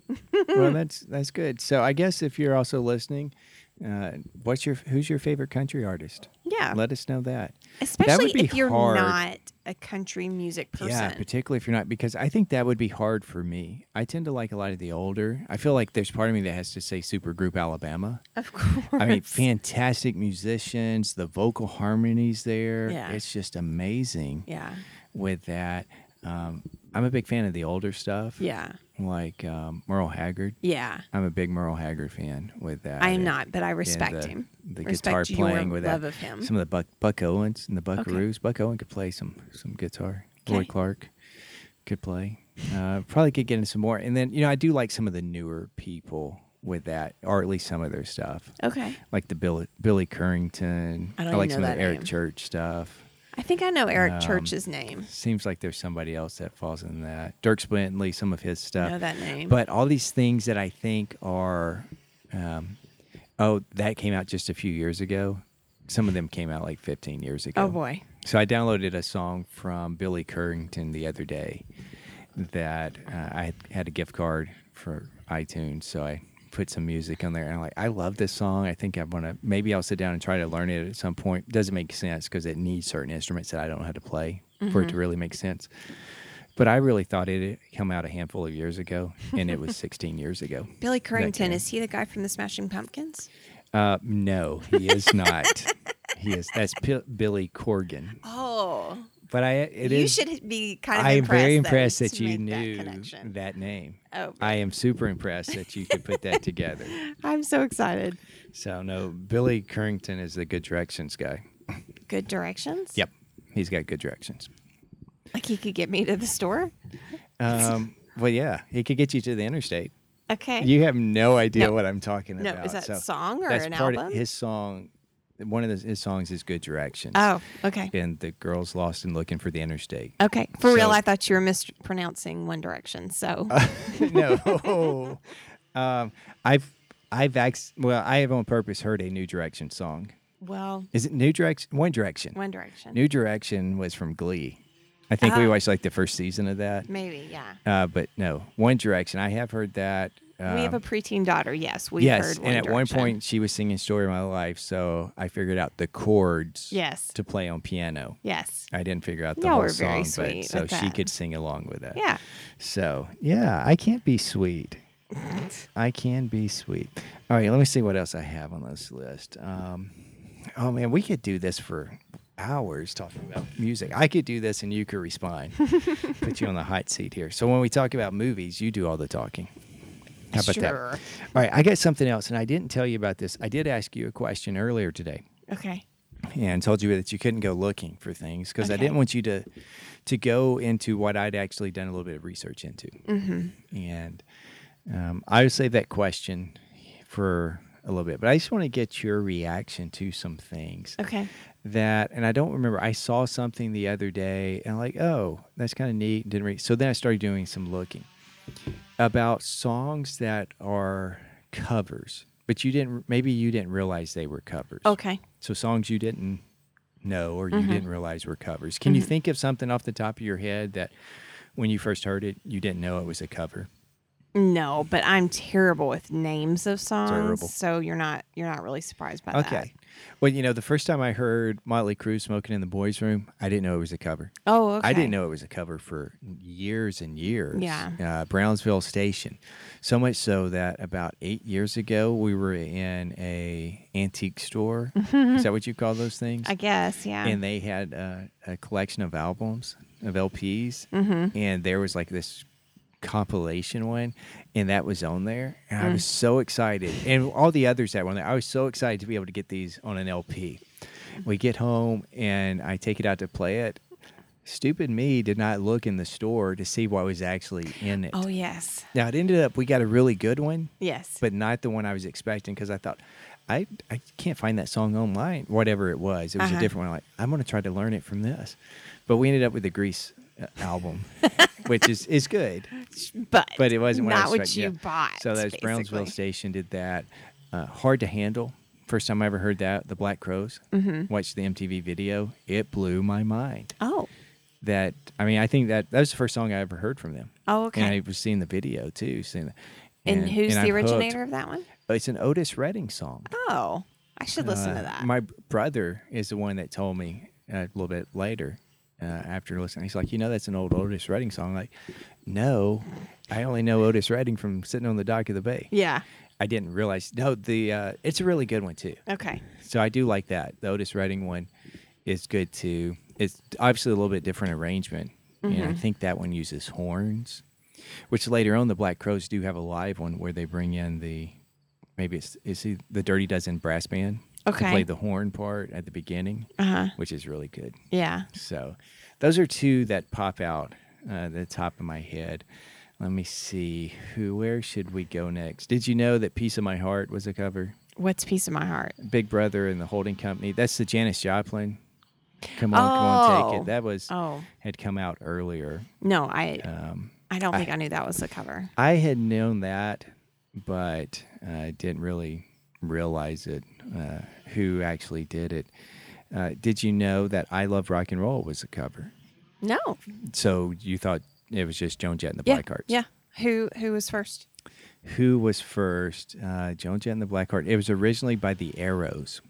[SPEAKER 1] well, that's that's good. So I guess if you're also listening, uh, what's your who's your favorite country artist?
[SPEAKER 3] Yeah.
[SPEAKER 1] Let us know that.
[SPEAKER 3] Especially
[SPEAKER 1] be
[SPEAKER 3] if you're
[SPEAKER 1] hard.
[SPEAKER 3] not a country music person.
[SPEAKER 1] Yeah, particularly if you're not, because I think that would be hard for me. I tend to like a lot of the older. I feel like there's part of me that has to say Supergroup Alabama.
[SPEAKER 3] of course.
[SPEAKER 1] I mean, fantastic musicians, the vocal harmonies there.
[SPEAKER 3] Yeah.
[SPEAKER 1] It's just amazing
[SPEAKER 3] yeah.
[SPEAKER 1] with that. Um, I'm a big fan of the older stuff.
[SPEAKER 3] Yeah.
[SPEAKER 1] Like um, Merle Haggard.
[SPEAKER 3] Yeah.
[SPEAKER 1] I'm a big Merle Haggard fan with that.
[SPEAKER 3] I am
[SPEAKER 1] and-
[SPEAKER 3] not, but I
[SPEAKER 1] and
[SPEAKER 3] respect
[SPEAKER 1] the-
[SPEAKER 3] him.
[SPEAKER 1] The
[SPEAKER 3] respect
[SPEAKER 1] guitar playing
[SPEAKER 3] your
[SPEAKER 1] with
[SPEAKER 3] love
[SPEAKER 1] that.
[SPEAKER 3] of him.
[SPEAKER 1] Some of the Buck Buck Owens and the
[SPEAKER 3] Okay.
[SPEAKER 1] Buckaroos. Buck Owen could play some some guitar. Roy
[SPEAKER 3] Okay.
[SPEAKER 1] Clark could play. Uh, probably could get into some more. And then you know I do like some of the newer people with that, or at least some of their stuff,
[SPEAKER 3] okay.
[SPEAKER 1] like the Billy Billy Currington.
[SPEAKER 3] I don't
[SPEAKER 1] like
[SPEAKER 3] know
[SPEAKER 1] some of
[SPEAKER 3] that
[SPEAKER 1] the Eric
[SPEAKER 3] name.
[SPEAKER 1] Church stuff.
[SPEAKER 3] I think I know Eric
[SPEAKER 1] Um,
[SPEAKER 3] Church's name.
[SPEAKER 1] Seems like there's somebody else that falls in that. Dirk Bentley, some of his stuff.
[SPEAKER 3] know that name.
[SPEAKER 1] But all these things that I think are, um, oh, that came out just a few years ago. Some of them came out like 15 years ago.
[SPEAKER 3] oh boy.
[SPEAKER 1] So I downloaded a song from Billy Currington the other day that uh, I had a gift card for iTunes. So I put some music on there and I'm like, I love this song. I think I want to, maybe I'll sit down and try to learn it at some point. Doesn't make sense because it needs certain instruments that I don't know how to play for it to really make sense. But I really thought it had come out a handful of years ago and it was 16 years ago.
[SPEAKER 3] Billy Currington,
[SPEAKER 1] guy.
[SPEAKER 3] is he the guy from the Smashing Pumpkins?
[SPEAKER 1] Uh, no, he is not. he is. That's P- Billy Corgan.
[SPEAKER 3] Oh.
[SPEAKER 1] But I, it
[SPEAKER 3] you
[SPEAKER 1] is-
[SPEAKER 3] should be kind of
[SPEAKER 1] I am
[SPEAKER 3] impressed
[SPEAKER 1] very impressed
[SPEAKER 3] that,
[SPEAKER 1] that you
[SPEAKER 3] made
[SPEAKER 1] knew
[SPEAKER 3] that
[SPEAKER 1] that,
[SPEAKER 3] connection.
[SPEAKER 1] name.
[SPEAKER 3] oh,
[SPEAKER 1] I am super impressed that you could put that together.
[SPEAKER 3] I'm so excited.
[SPEAKER 1] So no, Billy Currington is the good directions guy.
[SPEAKER 3] Good directions?
[SPEAKER 1] Yep, he's got good directions.
[SPEAKER 3] Like he could get me to the store?
[SPEAKER 1] Um, well, yeah, he could get you to the interstate.
[SPEAKER 3] Okay.
[SPEAKER 1] You have no idea
[SPEAKER 3] No.
[SPEAKER 1] what I'm talking
[SPEAKER 3] no,
[SPEAKER 1] about.
[SPEAKER 3] is that
[SPEAKER 1] so
[SPEAKER 3] a song or
[SPEAKER 1] that's
[SPEAKER 3] an
[SPEAKER 1] part
[SPEAKER 3] album?
[SPEAKER 1] Of his song, one of the, his songs is "Good Directions."
[SPEAKER 3] oh, okay.
[SPEAKER 1] and the girl's lost and looking for the interstate.
[SPEAKER 3] Okay. For real,
[SPEAKER 1] So-
[SPEAKER 3] I thought you were mispronouncing One Direction. So,
[SPEAKER 1] no. um, I've I've ac- well, I have on purpose heard a New Direction song.
[SPEAKER 3] well,
[SPEAKER 1] Is it New Direction? One Direction.
[SPEAKER 3] One Direction.
[SPEAKER 1] New Direction was from Glee. I think we
[SPEAKER 3] Ah.
[SPEAKER 1] watched like the first season of that.
[SPEAKER 3] Maybe, yeah.
[SPEAKER 1] Uh, but no, One Direction. I have heard that. Um,
[SPEAKER 3] we have a preteen daughter. Yes, we've
[SPEAKER 1] yes,
[SPEAKER 3] heard One
[SPEAKER 1] and at one
[SPEAKER 3] Direction.
[SPEAKER 1] point she was singing "Story of My Life," so I figured out the chords.
[SPEAKER 3] Yes.
[SPEAKER 1] To play on piano.
[SPEAKER 3] Yes.
[SPEAKER 1] I didn't figure out the
[SPEAKER 3] Y'all
[SPEAKER 1] whole
[SPEAKER 3] were very
[SPEAKER 1] song,
[SPEAKER 3] sweet
[SPEAKER 1] but so
[SPEAKER 3] with
[SPEAKER 1] she
[SPEAKER 3] that.
[SPEAKER 1] could sing along with that.
[SPEAKER 3] Yeah.
[SPEAKER 1] So yeah, I can't be sweet. I can be sweet. All right, let me see what else I have on this list. Um, oh man, we could do this for hours talking about music. I could do this, and you could respond. Put you on the hot seat here. So when we talk about movies, you do all the talking. How about that?
[SPEAKER 3] Sure.
[SPEAKER 1] All right, I got something else, and I didn't tell you about this. I did ask you a question earlier today
[SPEAKER 3] Okay.
[SPEAKER 1] and told you that you couldn't go looking for things because I
[SPEAKER 3] Okay.
[SPEAKER 1] didn't want you to to go into what I'd actually done a little bit of research into. Mm-hmm. And um, I would save that question for a little bit, but I just want to get your reaction to some things
[SPEAKER 3] Okay.
[SPEAKER 1] that, and I don't remember. I saw something the other day and like, oh, that's kind of neat. Didn't read. So then I started doing some looking about songs that are covers, but you didn't. Maybe you didn't realize they were covers.
[SPEAKER 3] Okay.
[SPEAKER 1] So songs you didn't know or you
[SPEAKER 3] Mm-hmm.
[SPEAKER 1] didn't realize were covers. Can you think of something off the top of your head that when you first heard it, you didn't know it was a cover?
[SPEAKER 3] No, but I'm terrible with names of songs,
[SPEAKER 1] Terrible.
[SPEAKER 3] so you're not you're not really surprised by that.
[SPEAKER 1] Okay. Well, you know, the first time I heard Motley Crue smoking in the boys' room, I didn't know it was a cover.
[SPEAKER 3] Oh, okay.
[SPEAKER 1] I didn't know it was a cover for years and years.
[SPEAKER 3] Yeah.
[SPEAKER 1] Uh, Brownsville Station. So much so that about eight years ago, we were in a antique store. Is that what you call those things?
[SPEAKER 3] Mm-hmm. I guess, yeah.
[SPEAKER 1] and they had uh, a collection of albums of LPs,
[SPEAKER 3] Mm-hmm.
[SPEAKER 1] and there was like this compilation one, and that was on there, and I
[SPEAKER 3] Mm.
[SPEAKER 1] was so excited, and all the others that were on there, I was so excited to be able to get these on an LP. We get home, and I take it out to play it. Stupid me did not look in the store to see what was actually in it.
[SPEAKER 3] oh yes.
[SPEAKER 1] Now it ended up we got a really good one
[SPEAKER 3] Yes.
[SPEAKER 1] but not the one I was expecting because I thought I I can't find that song online. Whatever it was, it was
[SPEAKER 3] Uh-huh.
[SPEAKER 1] a different one. Like I'm gonna try to learn it from this, but we ended up with the Grease uh, album, which is is good,
[SPEAKER 3] but
[SPEAKER 1] but it wasn't what I
[SPEAKER 3] not
[SPEAKER 1] was
[SPEAKER 3] what you
[SPEAKER 1] expecting. Yeah.
[SPEAKER 3] bought.
[SPEAKER 1] So that's Brownsville
[SPEAKER 3] basically.
[SPEAKER 1] Station did that. Uh, Hard to handle. First time I ever heard that, the Black Crows.
[SPEAKER 3] Mm-hmm.
[SPEAKER 1] Watched the MTV video. It blew my mind.
[SPEAKER 3] Oh.
[SPEAKER 1] That I mean, I think that that was the first song I ever heard from them.
[SPEAKER 3] Oh,
[SPEAKER 1] And
[SPEAKER 3] okay.
[SPEAKER 1] I was seeing the video too. Seeing the,
[SPEAKER 3] And, who's
[SPEAKER 1] I'm
[SPEAKER 3] the
[SPEAKER 1] hooked.
[SPEAKER 3] originator of that one?
[SPEAKER 1] It's an Otis Redding song.
[SPEAKER 3] Oh. I should listen to
[SPEAKER 1] Uh,
[SPEAKER 3] that.
[SPEAKER 1] My b- brother is the one that told me uh, a little bit later uh, after listening. He's like, you know, that's an old Otis Redding song. I'm like, no, I only know Otis Redding from sitting on the dock of the bay.
[SPEAKER 3] yeah.
[SPEAKER 1] I didn't realize. No, the uh, it's a really good one too.
[SPEAKER 3] Okay.
[SPEAKER 1] So I do like that. The Otis Redding one is good too. It's obviously a little bit different arrangement, and
[SPEAKER 3] Mm-hmm.
[SPEAKER 1] I think that one uses horns, which later on the Black Crows do have a live one where they bring in the maybe it's is it the Dirty Dozen brass band to
[SPEAKER 3] Okay.
[SPEAKER 1] play the horn part at the beginning,
[SPEAKER 3] Uh-huh.
[SPEAKER 1] which is really good.
[SPEAKER 3] Yeah.
[SPEAKER 1] So those are two that pop out uh, the top of my head. Let me see who where should we go next? Did you know that "Piece of My Heart" was a cover?
[SPEAKER 3] What's Piece of My Heart?
[SPEAKER 1] Big Brother and the Holding Company. That's the Janis Joplin. Come on, come on, take
[SPEAKER 3] Oh.
[SPEAKER 1] it. That was
[SPEAKER 3] Oh.
[SPEAKER 1] had come out earlier.
[SPEAKER 3] No, I
[SPEAKER 1] Um,
[SPEAKER 3] I don't think I knew that was the cover.
[SPEAKER 1] I had known that, but uh, didn't really realize it. Uh, who actually did it? Uh, did you know that "I Love Rock and Roll" was a cover?
[SPEAKER 3] No.
[SPEAKER 1] So you thought it was just Joan Jett and the
[SPEAKER 3] Yeah.
[SPEAKER 1] Blackhearts.
[SPEAKER 3] Yeah. Who who was first?
[SPEAKER 1] Who was first? Uh, Joan Jett and the Blackheart. It was originally by the Arrows.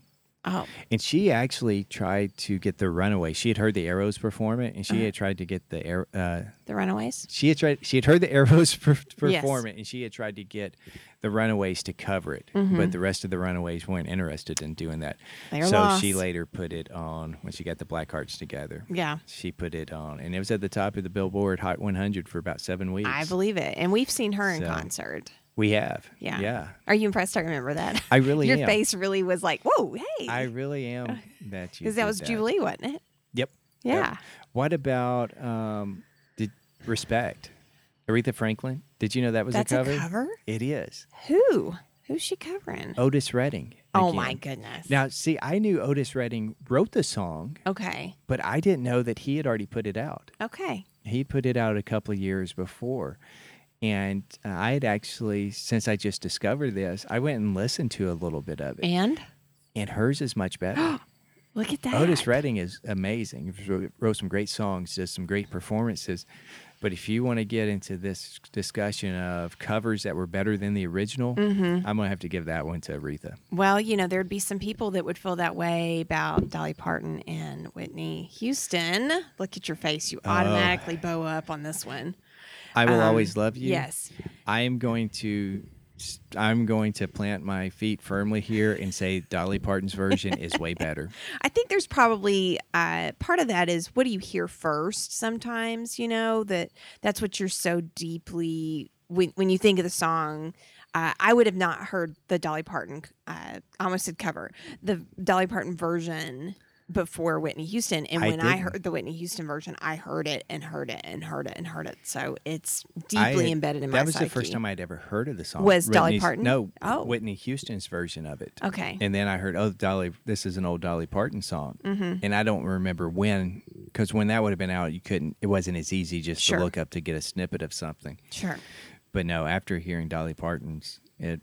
[SPEAKER 3] Oh.
[SPEAKER 1] And she actually tried to get the Runaway. She had heard the Arrows perform it, and she
[SPEAKER 3] Uh-huh.
[SPEAKER 1] had tried to get the Ar- uh,
[SPEAKER 3] The Runaways?
[SPEAKER 1] she had tried she had heard the Arrows per-
[SPEAKER 3] Yes.
[SPEAKER 1] perform it, and she had tried to get the Runaways to cover it. But the rest of the Runaways weren't interested in doing that.
[SPEAKER 3] Mm-hmm. They are
[SPEAKER 1] so
[SPEAKER 3] lost.
[SPEAKER 1] she later put it on when she got the Blackhearts together.
[SPEAKER 3] Yeah.
[SPEAKER 1] She put it on, and it was at the top of the Billboard Hot 100 for about seven weeks.
[SPEAKER 3] I believe it. And we've seen her in
[SPEAKER 1] So-
[SPEAKER 3] concert.
[SPEAKER 1] we have.
[SPEAKER 3] Yeah.
[SPEAKER 1] Yeah.
[SPEAKER 3] Are you impressed? I remember that.
[SPEAKER 1] I really
[SPEAKER 3] Your
[SPEAKER 1] am.
[SPEAKER 3] face really was like, whoa, hey.
[SPEAKER 1] I really am that you.
[SPEAKER 3] Because that
[SPEAKER 1] did
[SPEAKER 3] was Jubilee, wasn't it?
[SPEAKER 1] Yep.
[SPEAKER 3] Yeah.
[SPEAKER 1] What about um, did respect? Aretha Franklin. Did you know that was
[SPEAKER 3] That's
[SPEAKER 1] a cover?
[SPEAKER 3] a cover?
[SPEAKER 1] It is
[SPEAKER 3] Who? Who's she covering?
[SPEAKER 1] Otis Redding.
[SPEAKER 3] oh
[SPEAKER 1] again.
[SPEAKER 3] my goodness.
[SPEAKER 1] Now, see, I knew Otis Redding wrote the song,
[SPEAKER 3] okay.
[SPEAKER 1] but I didn't know that he had already put it out.
[SPEAKER 3] Okay.
[SPEAKER 1] He put it out a couple of years before. And uh, I had actually, since I just discovered this, I went and listened to a little bit of it.
[SPEAKER 3] And
[SPEAKER 1] And hers is much better.
[SPEAKER 3] look at that.
[SPEAKER 1] Otis Redding is amazing. He wrote- Wrote some great songs, does some great performances. But if you want to get into this discussion of covers that were better than the original,
[SPEAKER 3] Mm-hmm.
[SPEAKER 1] I'm going to have to give that one to Aretha.
[SPEAKER 3] Well, you know, there'd be some people that would feel that way about Dolly Parton and Whitney Houston. Look at your face. You automatically bow up on this one.
[SPEAKER 1] Oh. I will
[SPEAKER 3] Um,
[SPEAKER 1] always love you.
[SPEAKER 3] Yes.
[SPEAKER 1] I am going to. I'm going to plant my feet firmly here and say Dolly Parton's version is way better.
[SPEAKER 3] I think there's probably uh, part of that is what do you hear first sometimes, you know, that that's what you're so deeply when, when you think of the song. uh, I would have not heard the Dolly Parton. Uh, I almost said cover the Dolly Parton version before Whitney Houston, and
[SPEAKER 1] I
[SPEAKER 3] when I
[SPEAKER 1] didn't.
[SPEAKER 3] heard the Whitney Houston version, I heard it and heard it and heard it and heard it. So it's
[SPEAKER 1] I
[SPEAKER 3] deeply
[SPEAKER 1] had-
[SPEAKER 3] embedded in my
[SPEAKER 1] That was
[SPEAKER 3] psyche.
[SPEAKER 1] the first time I'd ever heard of the song.
[SPEAKER 3] Was Dolly
[SPEAKER 1] Whitney's-
[SPEAKER 3] Parton?
[SPEAKER 1] No,
[SPEAKER 3] Oh.
[SPEAKER 1] Whitney Houston's version of it.
[SPEAKER 3] Okay.
[SPEAKER 1] And then I heard, oh, Dolly, this is an old Dolly Parton song.
[SPEAKER 3] Mm-hmm.
[SPEAKER 1] And I don't remember when, because when that would have been out, you couldn't, it wasn't as easy just
[SPEAKER 3] Sure.
[SPEAKER 1] to look up to get a snippet of something.
[SPEAKER 3] Sure.
[SPEAKER 1] But no, after hearing Dolly Parton's, it,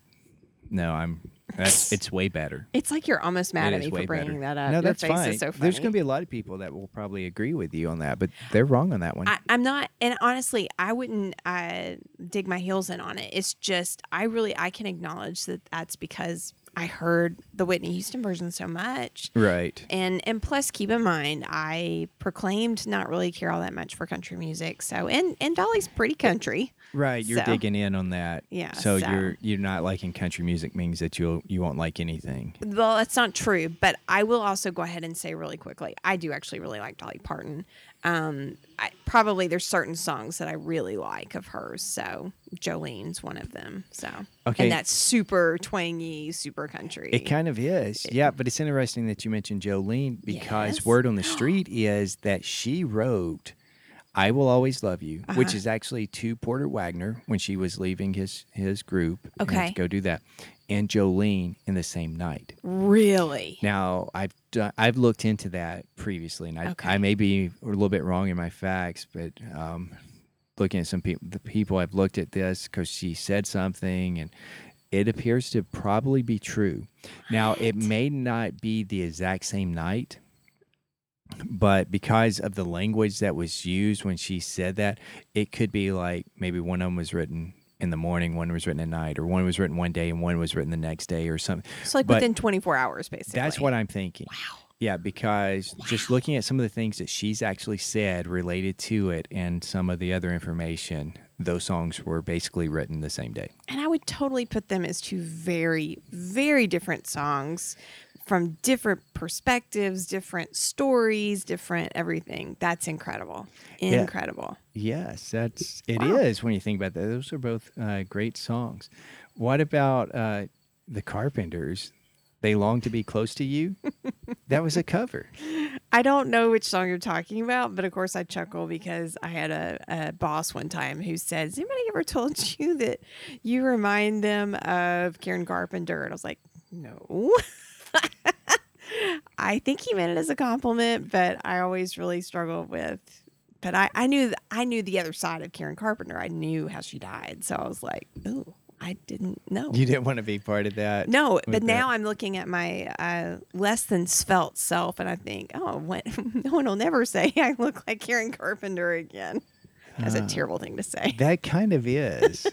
[SPEAKER 1] no, I'm, that's, it's way better.
[SPEAKER 3] It's like you're almost mad
[SPEAKER 1] It
[SPEAKER 3] at
[SPEAKER 1] is
[SPEAKER 3] me for
[SPEAKER 1] way
[SPEAKER 3] bringing
[SPEAKER 1] better.
[SPEAKER 3] that up.
[SPEAKER 1] No,
[SPEAKER 3] Your
[SPEAKER 1] that's
[SPEAKER 3] face
[SPEAKER 1] fine.
[SPEAKER 3] is so funny.
[SPEAKER 1] There's going to be a lot of people that will probably agree with you on that, but they're wrong on that one.
[SPEAKER 3] I, I'm not, and honestly, I wouldn't uh, dig my heels in on it. It's just, I really, I can acknowledge that that's because I heard the Whitney Houston version so much.
[SPEAKER 1] right.
[SPEAKER 3] And and plus, keep in mind, I proclaimed not really care all that much for country music. So, and and Dolly's pretty country.
[SPEAKER 1] Right, you're
[SPEAKER 3] So-
[SPEAKER 1] digging in on that.
[SPEAKER 3] Yeah,
[SPEAKER 1] So,
[SPEAKER 3] so-
[SPEAKER 1] you're you're not liking country music means that you'll you won't like anything.
[SPEAKER 3] Well, that's not true, but I will also go ahead and say really quickly, I do actually really like Dolly Parton. Um, I, probably there's certain songs that I really like of hers. So Jolene's one of them. So
[SPEAKER 1] Okay.
[SPEAKER 3] and that's super twangy, super country.
[SPEAKER 1] It kind of is. Yeah, but it's interesting that you mentioned Jolene because
[SPEAKER 3] Yes.
[SPEAKER 1] word on the street is that she wrote I Will Always Love You,
[SPEAKER 3] Uh-huh.
[SPEAKER 1] which is actually to Porter Wagner when she was leaving his his group and had
[SPEAKER 3] Okay.
[SPEAKER 1] to go do that. And Jolene in the same night.
[SPEAKER 3] really.
[SPEAKER 1] Now I've done, I've looked into that previously, and I,
[SPEAKER 3] Okay.
[SPEAKER 1] I may be a little bit wrong in my facts, but um, looking at some people, the people I've looked at this because she said something, and it appears to probably be true. Now it may not be the exact same night, but because of the language that was used when she said that, it could be like maybe one of them was written in the morning, one was written at night, or one was written one day and one was written the next day, or something.
[SPEAKER 3] It's like
[SPEAKER 1] But-
[SPEAKER 3] within 24 hours, basically.
[SPEAKER 1] That's what I'm thinking. Wow. Yeah, because just looking at some of the things that she's actually said related to it and some of the other information, those songs were basically written the same day.
[SPEAKER 3] and I would totally put them as two very, very different songs from different perspectives, different stories, different everything. That's incredible.
[SPEAKER 1] Yeah.
[SPEAKER 3] Incredible.
[SPEAKER 1] Yes, that's it is
[SPEAKER 3] Wow.
[SPEAKER 1] when you think about that. Those are both uh, great songs. What about uh, the Carpenters? They long to be close to you. that was a cover.
[SPEAKER 3] I don't know which song you're talking about, but of course I chuckle because I had a, a boss one time who said, Has anybody ever told you that you remind them of Karen Carpenter? And I was like, No. I think he meant it as a compliment, but I always really struggle with but I, I knew I knew the other side of Karen Carpenter. I knew how she died. So I was like, Oh, I didn't know.
[SPEAKER 1] You didn't want to be part of that.
[SPEAKER 3] No, but
[SPEAKER 1] that.
[SPEAKER 3] now I'm looking at my uh, less than svelte self, and I think, oh, what? No one will never say I look like Karen Carpenter again. That's a terrible thing to say.
[SPEAKER 1] Ah. That kind of is.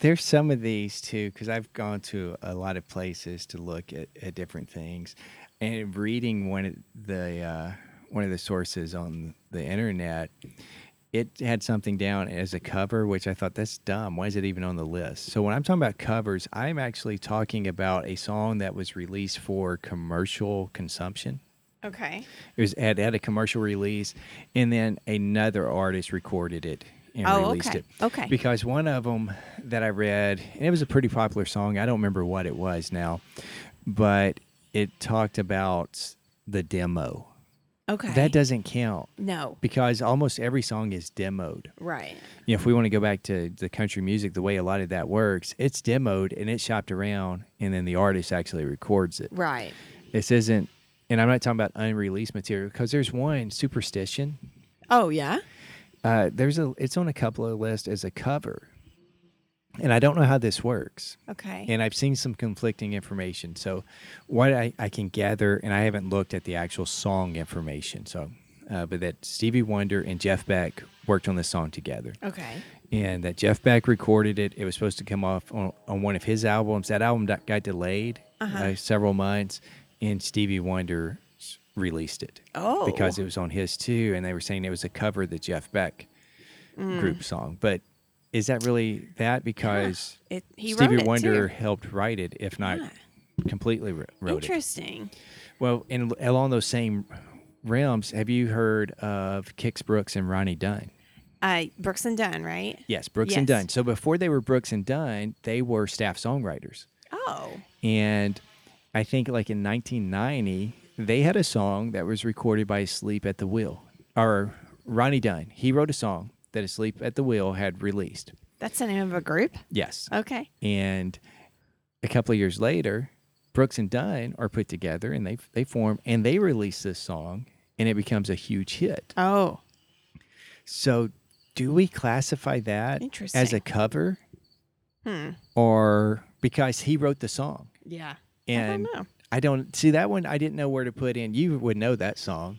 [SPEAKER 1] There's some of these too, because I've gone to a lot of places to look at, at different things, and reading one of the uh, one of the sources on the internet, it had something down as a cover, which I thought that's dumb. Why is it even on the list? So when I'm talking about covers, I'm actually talking about a song that was released for commercial consumption.
[SPEAKER 3] Okay.
[SPEAKER 1] It was at, at a commercial release, and then another artist recorded it and
[SPEAKER 3] Oh,
[SPEAKER 1] released
[SPEAKER 3] okay.
[SPEAKER 1] it.
[SPEAKER 3] Okay.
[SPEAKER 1] Because one of them that I read, and it was a pretty popular song. I don't remember what it was now, but it talked about the demo.
[SPEAKER 3] Okay.
[SPEAKER 1] That doesn't count
[SPEAKER 3] no.
[SPEAKER 1] because almost every song is demoed.
[SPEAKER 3] Right.
[SPEAKER 1] You know, if we want to go back to the country music, the way a lot of that works, it's demoed and it's shopped around, and then the artist actually records it
[SPEAKER 3] Right.
[SPEAKER 1] this isn't and i'm not talking about unreleased material because there's one superstition
[SPEAKER 3] Oh yeah.
[SPEAKER 1] uh, there's a it's on a couple of lists as a cover and i don't know how this works
[SPEAKER 3] Okay.
[SPEAKER 1] and i've seen some conflicting information so what i, I can gather and i haven't looked at the actual song information so uh, but that stevie wonder and jeff beck worked on this song together
[SPEAKER 3] okay.
[SPEAKER 1] and that Jeff Beck recorded it. It was supposed to come off on, on one of his albums. That album got got delayed uh, several months, and Stevie Wonder s- released it.
[SPEAKER 3] Oh.
[SPEAKER 1] because it was on his too, and they were saying it was a cover of the Jeff Beck group song. But is that really that? Because
[SPEAKER 3] It, he wrote
[SPEAKER 1] Stevie
[SPEAKER 3] it
[SPEAKER 1] Wonder
[SPEAKER 3] too.
[SPEAKER 1] helped write it, if not
[SPEAKER 3] Yeah.
[SPEAKER 1] completely wr- wrote it.
[SPEAKER 3] Interesting.
[SPEAKER 1] Well, and along those same realms, have you heard of Kix Brooks and Ronnie Dunn?
[SPEAKER 3] Uh, Brooks and Dunn, right?
[SPEAKER 1] Yes, Brooks and
[SPEAKER 3] Yes.
[SPEAKER 1] Dunn. So before they were Brooks and Dunn, they were staff songwriters.
[SPEAKER 3] Oh,
[SPEAKER 1] And I think like in 1990, they had a song that was recorded by Sleep at the Wheel or Ronnie Dunn. He wrote a song that Sleep at the Wheel had released.
[SPEAKER 3] that's the name of a group.
[SPEAKER 1] Yes.
[SPEAKER 3] Okay.
[SPEAKER 1] And a couple of years later, Brooks and Dunn are put together and they they form and they release this song and it becomes a huge hit.
[SPEAKER 3] Oh,
[SPEAKER 1] So do we classify that as a
[SPEAKER 3] Interesting.
[SPEAKER 1] cover
[SPEAKER 3] hmm.
[SPEAKER 1] or because he wrote the song?
[SPEAKER 3] Yeah. I
[SPEAKER 1] And
[SPEAKER 3] don't know.
[SPEAKER 1] I don't see that one. I didn't know where to put in. You would know that song,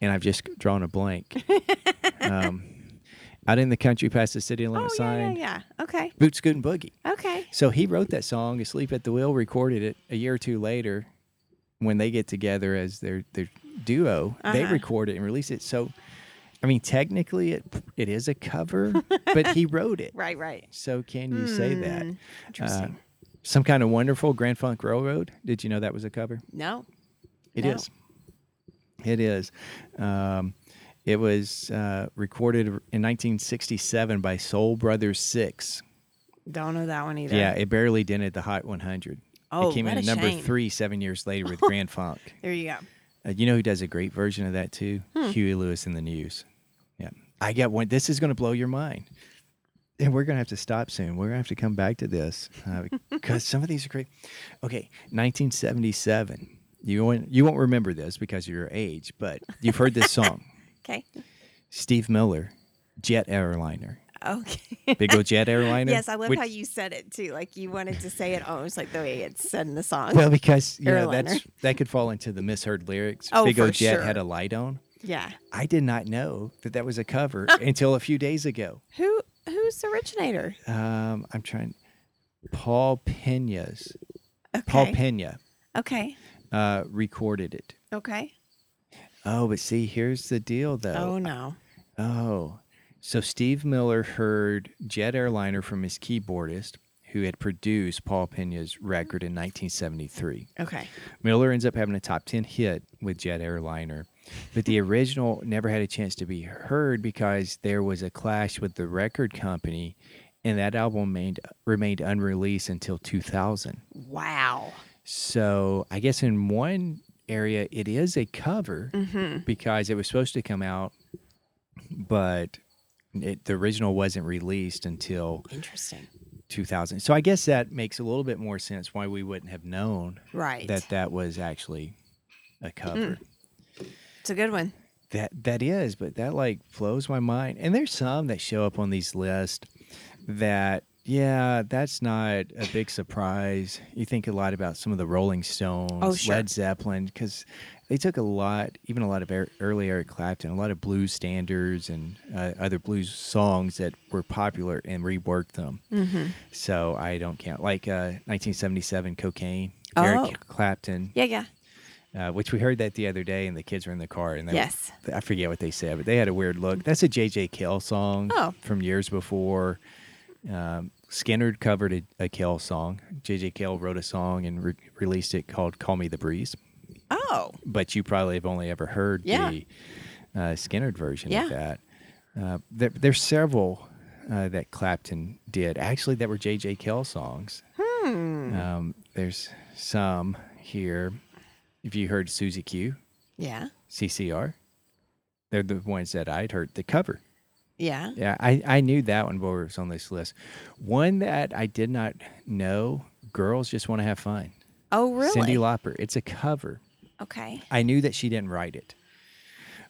[SPEAKER 1] and I've just drawn a blank. um, out in the country, past the city
[SPEAKER 3] Oh,
[SPEAKER 1] limit
[SPEAKER 3] yeah, yeah,
[SPEAKER 1] sign,
[SPEAKER 3] yeah. Okay.
[SPEAKER 1] Boot Scoot and Boogie.
[SPEAKER 3] Okay.
[SPEAKER 1] So he wrote that song. Asleep at the Wheel recorded it a year or two later. When they get together as their their duo, they
[SPEAKER 3] Uh-huh.
[SPEAKER 1] record it and release it. So, I mean, technically, it it is a cover, but he wrote it.
[SPEAKER 3] Right, right.
[SPEAKER 1] So can you say that?
[SPEAKER 3] Hmm. Interesting.
[SPEAKER 1] Some kind of wonderful Grand Funk Railroad. Did you know that was a cover?
[SPEAKER 3] no.
[SPEAKER 1] It
[SPEAKER 3] No.
[SPEAKER 1] is. It is. Um, it was uh, recorded in 1967 by Soul Brothers Six.
[SPEAKER 3] Don't know that one either.
[SPEAKER 1] Yeah, it barely dented the Hot 100.
[SPEAKER 3] Oh,
[SPEAKER 1] it came
[SPEAKER 3] what
[SPEAKER 1] in
[SPEAKER 3] a
[SPEAKER 1] at number
[SPEAKER 3] shame.
[SPEAKER 1] three seven years later with Grand Funk.
[SPEAKER 3] There you go.
[SPEAKER 1] Uh, you know who does a great version of that too?
[SPEAKER 3] Hmm.
[SPEAKER 1] Huey Lewis in the News. Yeah, I got one. This is going to blow your mind, and we're going to have to stop soon. We're going to have to come back to this uh, because some of these are great. Okay, 1977. You won't you won't remember this because of your age, but you've heard this song.
[SPEAKER 3] Okay.
[SPEAKER 1] Steve Miller, Jet Airliner,
[SPEAKER 3] Okay.
[SPEAKER 1] Big Ol' Jet Airliner.
[SPEAKER 3] yes, I love
[SPEAKER 1] which-
[SPEAKER 3] how you said it too. Like you wanted to say it almost like the way it's said in the song.
[SPEAKER 1] Well, because you know,
[SPEAKER 3] Airliner.
[SPEAKER 1] that's that could fall into the misheard lyrics.
[SPEAKER 3] Oh,
[SPEAKER 1] Big Ol'
[SPEAKER 3] for
[SPEAKER 1] Jet
[SPEAKER 3] sure.
[SPEAKER 1] had a light on.
[SPEAKER 3] yeah.
[SPEAKER 1] I did not know that that was a cover until a few days ago.
[SPEAKER 3] Who who's the originator?
[SPEAKER 1] Um, I'm trying. Paul Pena's Paul Pena
[SPEAKER 3] okay.
[SPEAKER 1] uh, recorded it.
[SPEAKER 3] Okay.
[SPEAKER 1] Oh, but see, here's the deal,
[SPEAKER 3] Oh
[SPEAKER 1] though.
[SPEAKER 3] no.
[SPEAKER 1] Oh. so Steve Miller heard Jet Airliner from his keyboardist, who had produced Paul Pena's record in 1973.
[SPEAKER 3] Okay.
[SPEAKER 1] Miller ends up having a top 10 hit with Jet Airliner, but the original never had a chance to be heard because there was a clash with the record company, and that album remained, remained unreleased until 2000.
[SPEAKER 3] Wow.
[SPEAKER 1] So I guess in one area, it is a cover because it was supposed to come out, but it, the original wasn't released until
[SPEAKER 3] Interesting.
[SPEAKER 1] 2000. So I guess that makes a little bit more sense why we wouldn't have known
[SPEAKER 3] Right.
[SPEAKER 1] that that was actually a cover.
[SPEAKER 3] it's a good one.
[SPEAKER 1] That that is, but that like blows my mind. And there's some that show up on these lists that yeah, that's not a big surprise. You think a lot about some of the Rolling Stones,
[SPEAKER 3] Oh, sure.
[SPEAKER 1] Led Zeppelin, because they took a lot, even a lot of er- early Eric Clapton, a lot of blues standards and uh, other blues songs that were popular and reworked them.
[SPEAKER 3] Mm-hmm.
[SPEAKER 1] So I don't count like uh, 1977 Cocaine,
[SPEAKER 3] Oh.
[SPEAKER 1] Eric Clapton,
[SPEAKER 3] Yeah, yeah.
[SPEAKER 1] uh, which we heard that the other day, and the kids were in the car, and they,
[SPEAKER 3] Yes.
[SPEAKER 1] I forget what they said, but they had a weird look. That's a JJ Kell song
[SPEAKER 3] Oh.
[SPEAKER 1] from years before. Um, Skinner covered a, a Kell song. JJ Kell wrote a song and re- released it called "Call Me the Breeze,"
[SPEAKER 3] Oh.
[SPEAKER 1] but you probably have only ever heard
[SPEAKER 3] Yeah.
[SPEAKER 1] the uh, Skinner version
[SPEAKER 3] Yeah.
[SPEAKER 1] of that. Uh, there, there's several uh, that Clapton did actually that were JJ Kell songs.
[SPEAKER 3] Hmm.
[SPEAKER 1] Um, there's some here. If you heard Susie Q,
[SPEAKER 3] Yeah.
[SPEAKER 1] CCR, they're the ones that I'd heard the cover.
[SPEAKER 3] Yeah.
[SPEAKER 1] Yeah, I, I knew that one before it was on this list. One that I did not know, Girls Just Want to Have Fun.
[SPEAKER 3] Oh really?
[SPEAKER 1] Cindy Lauper. It's a cover.
[SPEAKER 3] okay.
[SPEAKER 1] I knew that she didn't write it,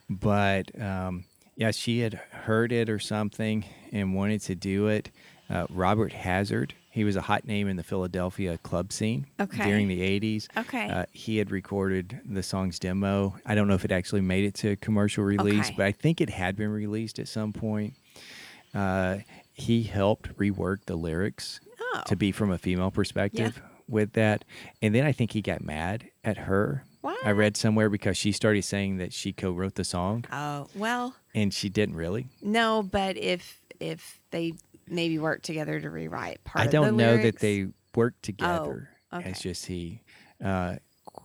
[SPEAKER 1] but um, yeah, she had heard it or something and wanted to do it. Uh, Robert Hazard, he was a hot name in the Philadelphia club scene
[SPEAKER 3] Okay.
[SPEAKER 1] during the 80s.
[SPEAKER 3] Okay.
[SPEAKER 1] Uh, he had recorded the song's demo. I don't know if it actually made it to commercial release,
[SPEAKER 3] Okay.
[SPEAKER 1] but I think it had been released at some point. Uh, he helped rework the lyrics
[SPEAKER 3] Oh.
[SPEAKER 1] to be from a female perspective with that. And then I think he got mad at her. I
[SPEAKER 3] What?
[SPEAKER 1] read somewhere because she started saying that she co-wrote the song
[SPEAKER 3] Oh well,
[SPEAKER 1] and she didn't really.
[SPEAKER 3] no, but if if they maybe work together to rewrite part
[SPEAKER 1] I
[SPEAKER 3] of the
[SPEAKER 1] don't know
[SPEAKER 3] lyrics- Oh,
[SPEAKER 1] that they worked together.
[SPEAKER 3] okay.
[SPEAKER 1] It's just he uh,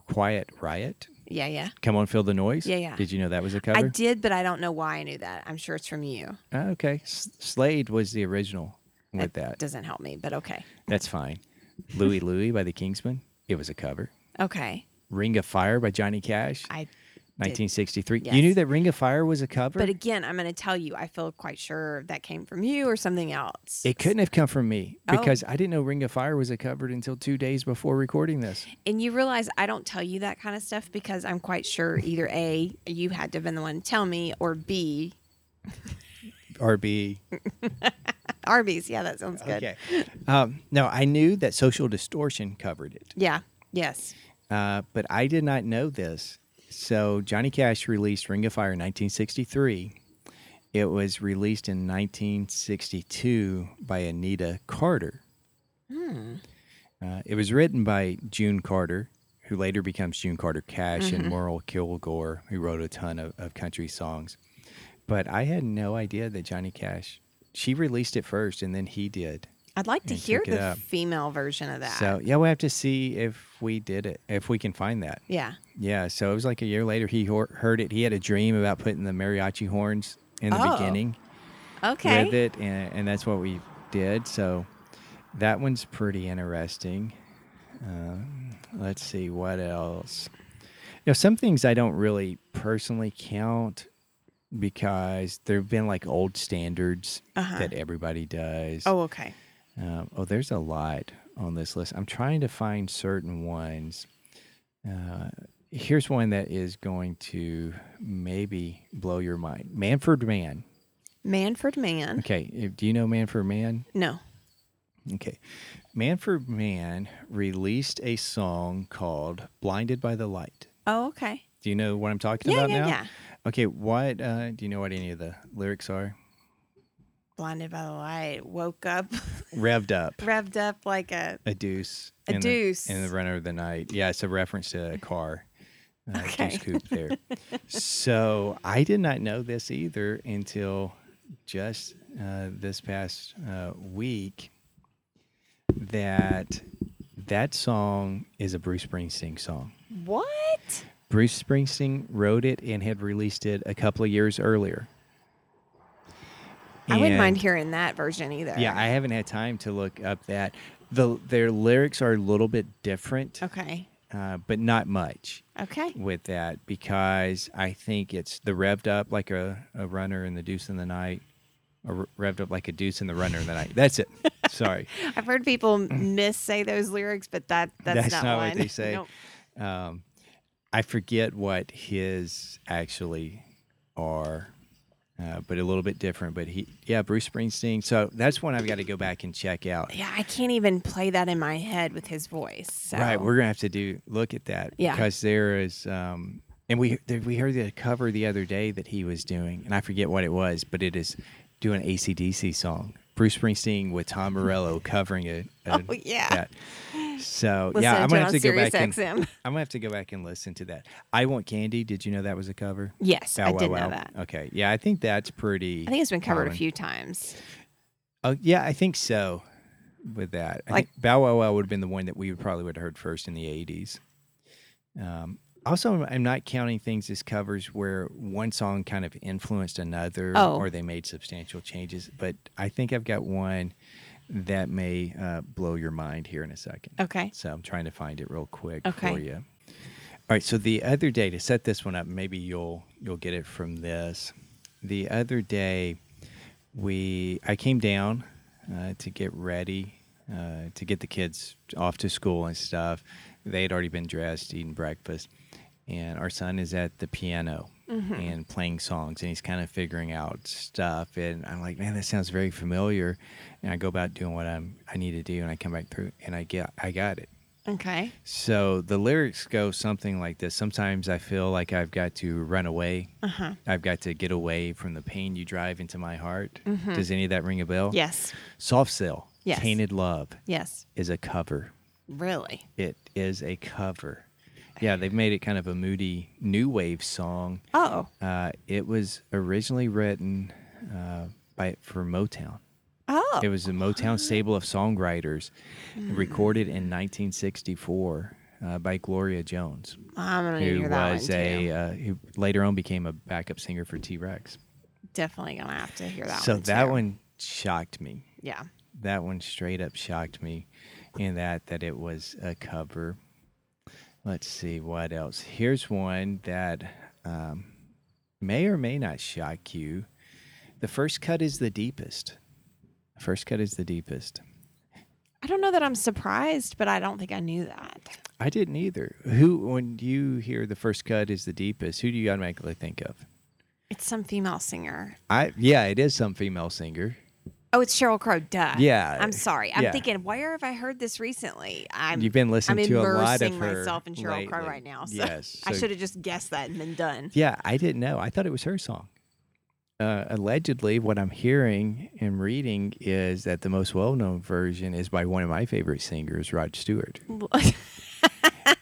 [SPEAKER 1] Quiet Riot
[SPEAKER 3] Yeah, yeah.
[SPEAKER 1] Come on, feel the noise.
[SPEAKER 3] Yeah, yeah.
[SPEAKER 1] Did you know that was a
[SPEAKER 3] I
[SPEAKER 1] cover?
[SPEAKER 3] did, but I don't know why I knew that. I'm sure it's from you.
[SPEAKER 1] Ah, okay, S- Slade was the original with that.
[SPEAKER 3] Doesn't help me, but okay.
[SPEAKER 1] That's fine. Louie Louie by the Kingsmen. It was a cover.
[SPEAKER 3] Okay.
[SPEAKER 1] Ring of Fire by Johnny Cash.
[SPEAKER 3] I
[SPEAKER 1] 1963.
[SPEAKER 3] Yes.
[SPEAKER 1] You knew that Ring of Fire was a cover?
[SPEAKER 3] but again, I'm going to tell you I feel quite sure that came from you or something else.
[SPEAKER 1] It couldn't have come from me
[SPEAKER 3] Oh.
[SPEAKER 1] because I didn't know Ring of Fire was a covered until two days before recording this.
[SPEAKER 3] and you realize I don't tell you that kind of stuff because I'm quite sure either A, you had to have been the one to tell me, or B,
[SPEAKER 1] RB.
[SPEAKER 3] Arby's. Yeah, that sounds good.
[SPEAKER 1] Okay. Um, no, I knew that Social Distortion covered it,
[SPEAKER 3] Yeah. Yes.
[SPEAKER 1] uh, but I did not know this. So Johnny Cash released Ring of Fire in 1963. It was released in 1962 by Anita Carter.
[SPEAKER 3] Hmm.
[SPEAKER 1] Uh, it was written by June Carter, who later becomes June Carter Cash and Merle Kilgore, who wrote a ton of, of country songs. But I had no idea that Johnny Cash, she released it first and then he did.
[SPEAKER 3] I'd like to
[SPEAKER 1] And
[SPEAKER 3] hear
[SPEAKER 1] check it
[SPEAKER 3] the
[SPEAKER 1] out.
[SPEAKER 3] female version of that.
[SPEAKER 1] So, yeah, we'll have to see if we did it, if we can find that.
[SPEAKER 3] yeah.
[SPEAKER 1] Yeah. So it was like a year later, he hor- heard it. He had a dream about putting the mariachi horns in the
[SPEAKER 3] Oh,
[SPEAKER 1] beginning
[SPEAKER 3] Okay.
[SPEAKER 1] with it. And, and that's what we did. So that one's pretty interesting. Um, let's see what else. You know, some things I don't really personally count because there have been like old standards
[SPEAKER 3] Uh-huh.
[SPEAKER 1] that everybody does.
[SPEAKER 3] oh, okay.
[SPEAKER 1] Um, oh, there's a lot on this list. I'm trying to find certain ones. Uh, here's one that is going to maybe blow your mind. Manford Man.
[SPEAKER 3] Manfred Man.
[SPEAKER 1] Okay, if- do you know Manford Man?
[SPEAKER 3] No.
[SPEAKER 1] Okay, Manford Man released a song called "Blinded by the Light."
[SPEAKER 3] Oh, okay.
[SPEAKER 1] Do you know what I'm talking
[SPEAKER 3] Yeah,
[SPEAKER 1] about
[SPEAKER 3] yeah,
[SPEAKER 1] now?
[SPEAKER 3] yeah.
[SPEAKER 1] Okay, what uh, do you know? What any of the lyrics are?
[SPEAKER 3] Blinded by the light, woke up,
[SPEAKER 1] Revved up,
[SPEAKER 3] revved up like a.
[SPEAKER 1] a deuce,
[SPEAKER 3] A
[SPEAKER 1] and the-
[SPEAKER 3] deuce.
[SPEAKER 1] and the runner of the night. Yeah, it's a reference to a car. uh,
[SPEAKER 3] Okay.
[SPEAKER 1] Deuce coupe there. so I did not know this either until just uh, this past uh, week that that song is a Bruce Springsteen song.
[SPEAKER 3] What?
[SPEAKER 1] Bruce Springsteen wrote it and had released it a couple of years earlier.
[SPEAKER 3] I wouldn't mind
[SPEAKER 1] And-
[SPEAKER 3] hearing that version either.
[SPEAKER 1] Yeah, I haven't had time to look up that. The their lyrics are a little bit different,
[SPEAKER 3] okay.
[SPEAKER 1] uh, but not much
[SPEAKER 3] Okay.
[SPEAKER 1] with that because I think it's the revved up like a, a runner in the deuce in the night, or revved up like a deuce in the runner in the night. That's it. Sorry.
[SPEAKER 3] I've heard people miss say those lyrics, but that that's,
[SPEAKER 1] Mm. That's not what
[SPEAKER 3] one.
[SPEAKER 1] they say.
[SPEAKER 3] Nope.
[SPEAKER 1] Um, I forget what his actually are, uh, but a little bit different. But he, yeah, Bruce Springsteen. So that's one I've got to go back and check out.
[SPEAKER 3] Yeah, I can't even play that in my head with his voice. So.
[SPEAKER 1] Right, we're gonna have to do look at that
[SPEAKER 3] Yeah.
[SPEAKER 1] because there is, um, and we there, we heard the cover the other day that he was doing, and I forget what it was, but it is doing an ACDC song, Bruce Springsteen with Tom Morello covering it.
[SPEAKER 3] Oh, yeah.
[SPEAKER 1] that. So
[SPEAKER 3] Listen
[SPEAKER 1] yeah,
[SPEAKER 3] to
[SPEAKER 1] I'm
[SPEAKER 3] it
[SPEAKER 1] gonna have
[SPEAKER 3] on
[SPEAKER 1] to go
[SPEAKER 3] Sirius
[SPEAKER 1] back and
[SPEAKER 3] XM.
[SPEAKER 1] I'm gonna have to go back and listen to that. I want candy. Did you know that was a cover?
[SPEAKER 3] Yes, I
[SPEAKER 1] Bow
[SPEAKER 3] did
[SPEAKER 1] Wow
[SPEAKER 3] know
[SPEAKER 1] Wow.
[SPEAKER 3] that.
[SPEAKER 1] Okay, yeah, I think that's pretty.
[SPEAKER 3] I think it's been covered a
[SPEAKER 1] common.
[SPEAKER 3] few times.
[SPEAKER 1] Oh yeah, I think so. With that, I
[SPEAKER 3] Like-
[SPEAKER 1] think Bow Wow Wow would have been the one that we would probably would have heard first in the '80s. Um, also, I'm not counting things as covers where one song kind of influenced another,
[SPEAKER 3] Oh.
[SPEAKER 1] or they made substantial changes. But I think I've got one that may uh, blow your mind here in a second.
[SPEAKER 3] Okay.
[SPEAKER 1] So I'm trying to find it real quick for
[SPEAKER 3] Okay.
[SPEAKER 1] you. All right. So the other day to set this one up, maybe you'll you'll get it from this. The other day, we I came down uh, to get ready uh, to get the kids off to school and stuff. They had already been dressed, eating breakfast, and our son is at the piano and playing songs, and he's kind of figuring out stuff. And I'm like, man, that sounds very familiar. And I go about doing what I'm I need to do, and I come back through, and I get I got it.
[SPEAKER 3] Okay.
[SPEAKER 1] So the lyrics go something like this. Sometimes I feel like I've got to run away.
[SPEAKER 3] Uh-huh.
[SPEAKER 1] I've got to get away from the pain you drive into my heart. Does any of that ring a bell?
[SPEAKER 3] Yes.
[SPEAKER 1] Soft Cell,
[SPEAKER 3] Mm-hmm. Yes.
[SPEAKER 1] Tainted Love
[SPEAKER 3] Yes.
[SPEAKER 1] is a cover.
[SPEAKER 3] Really.
[SPEAKER 1] It is a cover. Yeah, they've made it kind of a moody new wave song.
[SPEAKER 3] Oh.
[SPEAKER 1] Uh, it was originally written uh, by for Motown.
[SPEAKER 3] Oh. Mm.
[SPEAKER 1] It was a Motown stable of songwriters, recorded in 1964. uh, by Gloria Jones,
[SPEAKER 3] I'm gonna
[SPEAKER 1] who
[SPEAKER 3] hear that
[SPEAKER 1] was
[SPEAKER 3] one
[SPEAKER 1] a
[SPEAKER 3] too.
[SPEAKER 1] uh, who later on became a backup singer for T Rex.
[SPEAKER 3] Definitely gonna have to hear that
[SPEAKER 1] So
[SPEAKER 3] one.
[SPEAKER 1] that
[SPEAKER 3] too.
[SPEAKER 1] one shocked me.
[SPEAKER 3] yeah,
[SPEAKER 1] That one straight up shocked me, in that that it was a cover. Let's see what else. Here's one that um, may or may not shock you. The first cut is the deepest. The first cut is the deepest.
[SPEAKER 3] I don't know that I'm surprised, but I don't think I knew that.
[SPEAKER 1] I didn't either. Who, when you hear the first cut is the deepest, who do you automatically think of?
[SPEAKER 3] It's some female singer.
[SPEAKER 1] I yeah, it is some female singer.
[SPEAKER 3] Oh, it's Cheryl Crow. Duh.
[SPEAKER 1] Yeah.
[SPEAKER 3] I'm sorry. I'm
[SPEAKER 1] Yeah.
[SPEAKER 3] thinking, where have I heard this recently? I'm
[SPEAKER 1] You've been listening
[SPEAKER 3] I'm
[SPEAKER 1] to a lot of
[SPEAKER 3] immersing
[SPEAKER 1] her
[SPEAKER 3] myself in Cheryl Crow
[SPEAKER 1] lately.
[SPEAKER 3] right now. So
[SPEAKER 1] Yes,
[SPEAKER 3] I
[SPEAKER 1] so-
[SPEAKER 3] should have just guessed that and been done.
[SPEAKER 1] Yeah, I didn't know. I thought it was her song. Uh, allegedly, what I'm hearing and reading is that the most well-known version is by one of my favorite singers, Rod Stewart.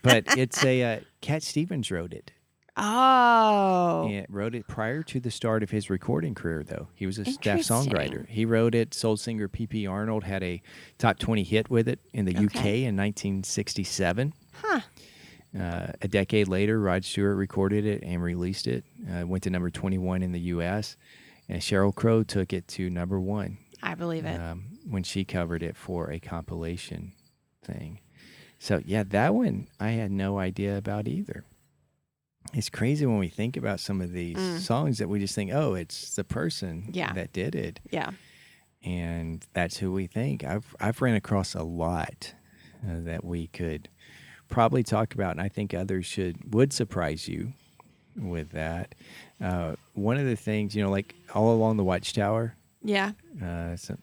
[SPEAKER 1] But it's a uh, Cat Stevens wrote it.
[SPEAKER 3] oh.
[SPEAKER 1] and wrote it prior to the start of his recording career though he was a staff songwriter he wrote it soul singer pp arnold had a top 20 hit with it in the uk
[SPEAKER 3] Okay.
[SPEAKER 1] in 1967
[SPEAKER 3] Huh.
[SPEAKER 1] uh, a decade later rod stewart recorded it and released it uh, went to number 21 in the us and cheryl crow took it to number one
[SPEAKER 3] I believe it.
[SPEAKER 1] um, when she covered it for a compilation thing. So yeah, that one I had no idea about either. It's crazy when we think about some of these
[SPEAKER 3] Mm.
[SPEAKER 1] songs that we just think, oh, it's the person
[SPEAKER 3] Yeah.
[SPEAKER 1] that did it,
[SPEAKER 3] yeah.
[SPEAKER 1] and that's who we think. I've I've ran across a lot uh, that we could probably talk about, and I think others should would surprise you with that. Uh, one of the things, you know, like all along the Watchtower,
[SPEAKER 3] Yeah.
[SPEAKER 1] uh, so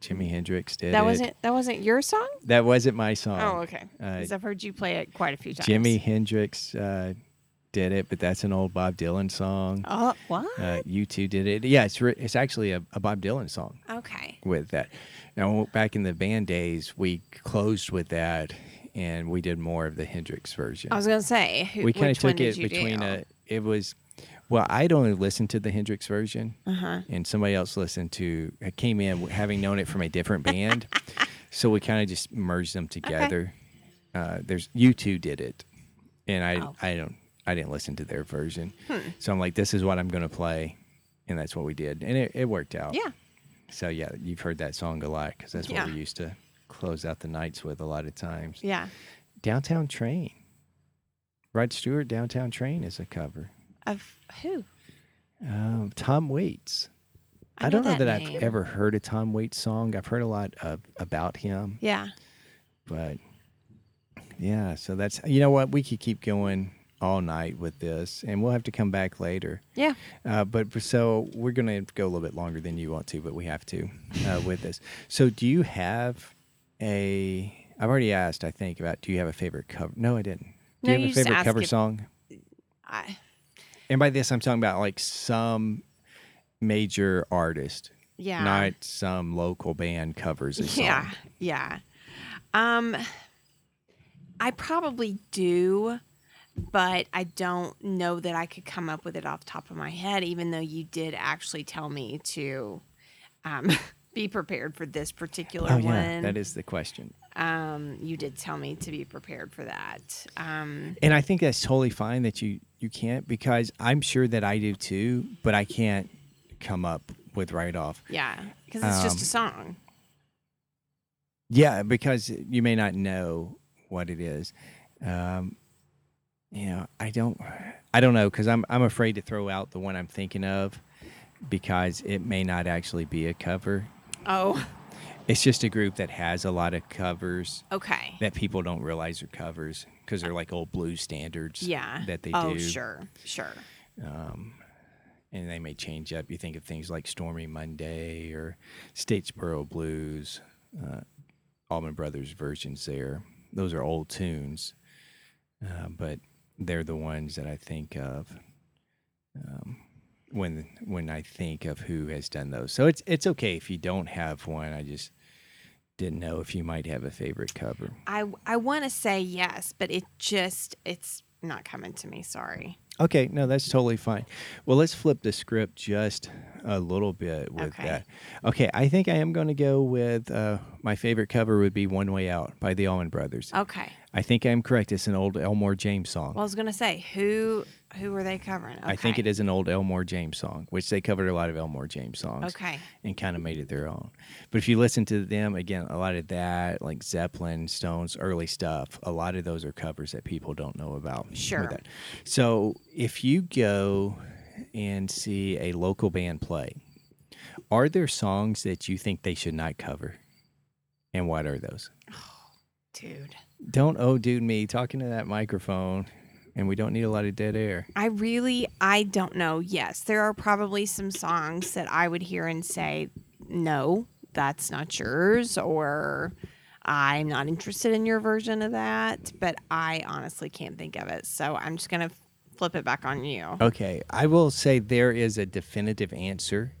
[SPEAKER 1] Jimi Hendrix did.
[SPEAKER 3] That
[SPEAKER 1] it.
[SPEAKER 3] wasn't that wasn't your song?
[SPEAKER 1] That wasn't my song.
[SPEAKER 3] Oh, okay.
[SPEAKER 1] Uh,
[SPEAKER 3] 'Cause I've heard you play it quite a few times.
[SPEAKER 1] Jimi Hendrix uh, did it, but that's an old Bob Dylan song.
[SPEAKER 3] Oh, what?
[SPEAKER 1] Uh, you two did it. Yeah, it's re- it's actually a, a Bob Dylan song
[SPEAKER 3] okay.
[SPEAKER 1] with that. Now back in the band days, we closed with that, and we did more of the Hendrix version.
[SPEAKER 3] I was gonna say who,
[SPEAKER 1] we kind of
[SPEAKER 3] which one
[SPEAKER 1] took it
[SPEAKER 3] did you
[SPEAKER 1] between
[SPEAKER 3] do?
[SPEAKER 1] a. It was, well, I'd only listened to the Hendrix version,
[SPEAKER 3] Uh-huh.
[SPEAKER 1] and somebody else listened to I came in having known it from a different band so we kind of just merged them together uh, there's you two did it and i
[SPEAKER 3] Oh. Hmm.
[SPEAKER 1] i don't i didn't listen to their version so i'm like this is what i'm gonna play and that's what we did and it, it worked out
[SPEAKER 3] Yeah.
[SPEAKER 1] so yeah you've heard that song a lot because that's
[SPEAKER 3] Yeah.
[SPEAKER 1] what we used to close out the nights with a lot of times
[SPEAKER 3] Yeah.
[SPEAKER 1] downtown train rod stewart downtown train is a cover
[SPEAKER 3] Of who?
[SPEAKER 1] um, tom waits I,
[SPEAKER 3] know
[SPEAKER 1] don't know that,
[SPEAKER 3] name.
[SPEAKER 1] I've ever heard a Tom Waits song. I've heard a lot of, about him,
[SPEAKER 3] Yeah.
[SPEAKER 1] but yeah, so that's you know what we could keep going all night with this, and we'll have to come back later.
[SPEAKER 3] Yeah.
[SPEAKER 1] Uh, but for- so we're gonna go a little bit longer than you want to, but we have to uh, with this. So do you have a? I've already asked, I think, about do you have a favorite cover? No, I didn't. Do
[SPEAKER 3] No,
[SPEAKER 1] you have a
[SPEAKER 3] you just
[SPEAKER 1] favorite
[SPEAKER 3] ask
[SPEAKER 1] cover
[SPEAKER 3] if-
[SPEAKER 1] song?
[SPEAKER 3] I,
[SPEAKER 1] And by this, I'm talking about like some major artist
[SPEAKER 3] yeah.
[SPEAKER 1] not some local band covers a song.
[SPEAKER 3] Yeah, yeah. Um, I probably do, but I don't know that I could come up with it off the top of my head. Even though you did actually tell me to um, be prepared for this particular
[SPEAKER 1] Oh
[SPEAKER 3] one,
[SPEAKER 1] yeah, that is the question.
[SPEAKER 3] um, you did tell me to be prepared for that. Um,
[SPEAKER 1] And I think that's totally fine that you you can't because I'm sure that I do too, but I can't come up with right off.
[SPEAKER 3] yeah, because it's just
[SPEAKER 1] Um,
[SPEAKER 3] a song.
[SPEAKER 1] Yeah, because you may not know what it is. Um, you know, I don't I don't know because I'm I'm afraid to throw out the one I'm thinking of because it may not actually be a cover.
[SPEAKER 3] Oh,
[SPEAKER 1] It's just a group that has a lot of covers
[SPEAKER 3] okay.
[SPEAKER 1] that people don't realize are covers because they're like old blues standards.
[SPEAKER 3] Yeah.
[SPEAKER 1] that they
[SPEAKER 3] oh,
[SPEAKER 1] do. Um,
[SPEAKER 3] sure, sure.
[SPEAKER 1] And they may change up. You think of things like Stormy Monday or Statesboro Blues, uh, Allman Brothers versions there. Those are old tunes, uh, but they're the ones that I think of um, when when I think of who has done those. So it's it's okay if you don't have one. I just didn't know if you might have a favorite cover.
[SPEAKER 3] I I want to say yes, but it just it's not coming to me. Sorry.
[SPEAKER 1] Okay, no, that's totally fine. Well, let's flip the script just a little bit with
[SPEAKER 3] Okay.
[SPEAKER 1] that. Okay, I think I am going to go with uh, my favorite cover would be "One Way Out" by the Allman Brothers.
[SPEAKER 3] Okay.
[SPEAKER 1] I think I'm correct. It's an old Elmore James song.
[SPEAKER 3] Oh. Well, I was gonna say who who were they covering? Okay.
[SPEAKER 1] I think it is an old Elmore James song, which they covered a lot of Elmore James songs
[SPEAKER 3] Okay.
[SPEAKER 1] and kind of made it their own. But if you listen to them again, a lot of that, like Zeppelin, Stones, early stuff, a lot of those are covers that people don't know about. with
[SPEAKER 3] Sure.
[SPEAKER 1] that. So if you go and see a local band play, are there songs that you think they should not cover? And what are those?
[SPEAKER 3] Dude,
[SPEAKER 1] Don't oh dude me talking to that microphone and we don't need a lot of dead air.
[SPEAKER 3] I really I don't know. Yes, there are probably some songs that I would hear and say, "No, that's not yours," or "I'm not interested in your version of that." But I honestly can't think of it, so I'm just gonna flip it back on you.
[SPEAKER 1] Okay, I will say there is a definitive answer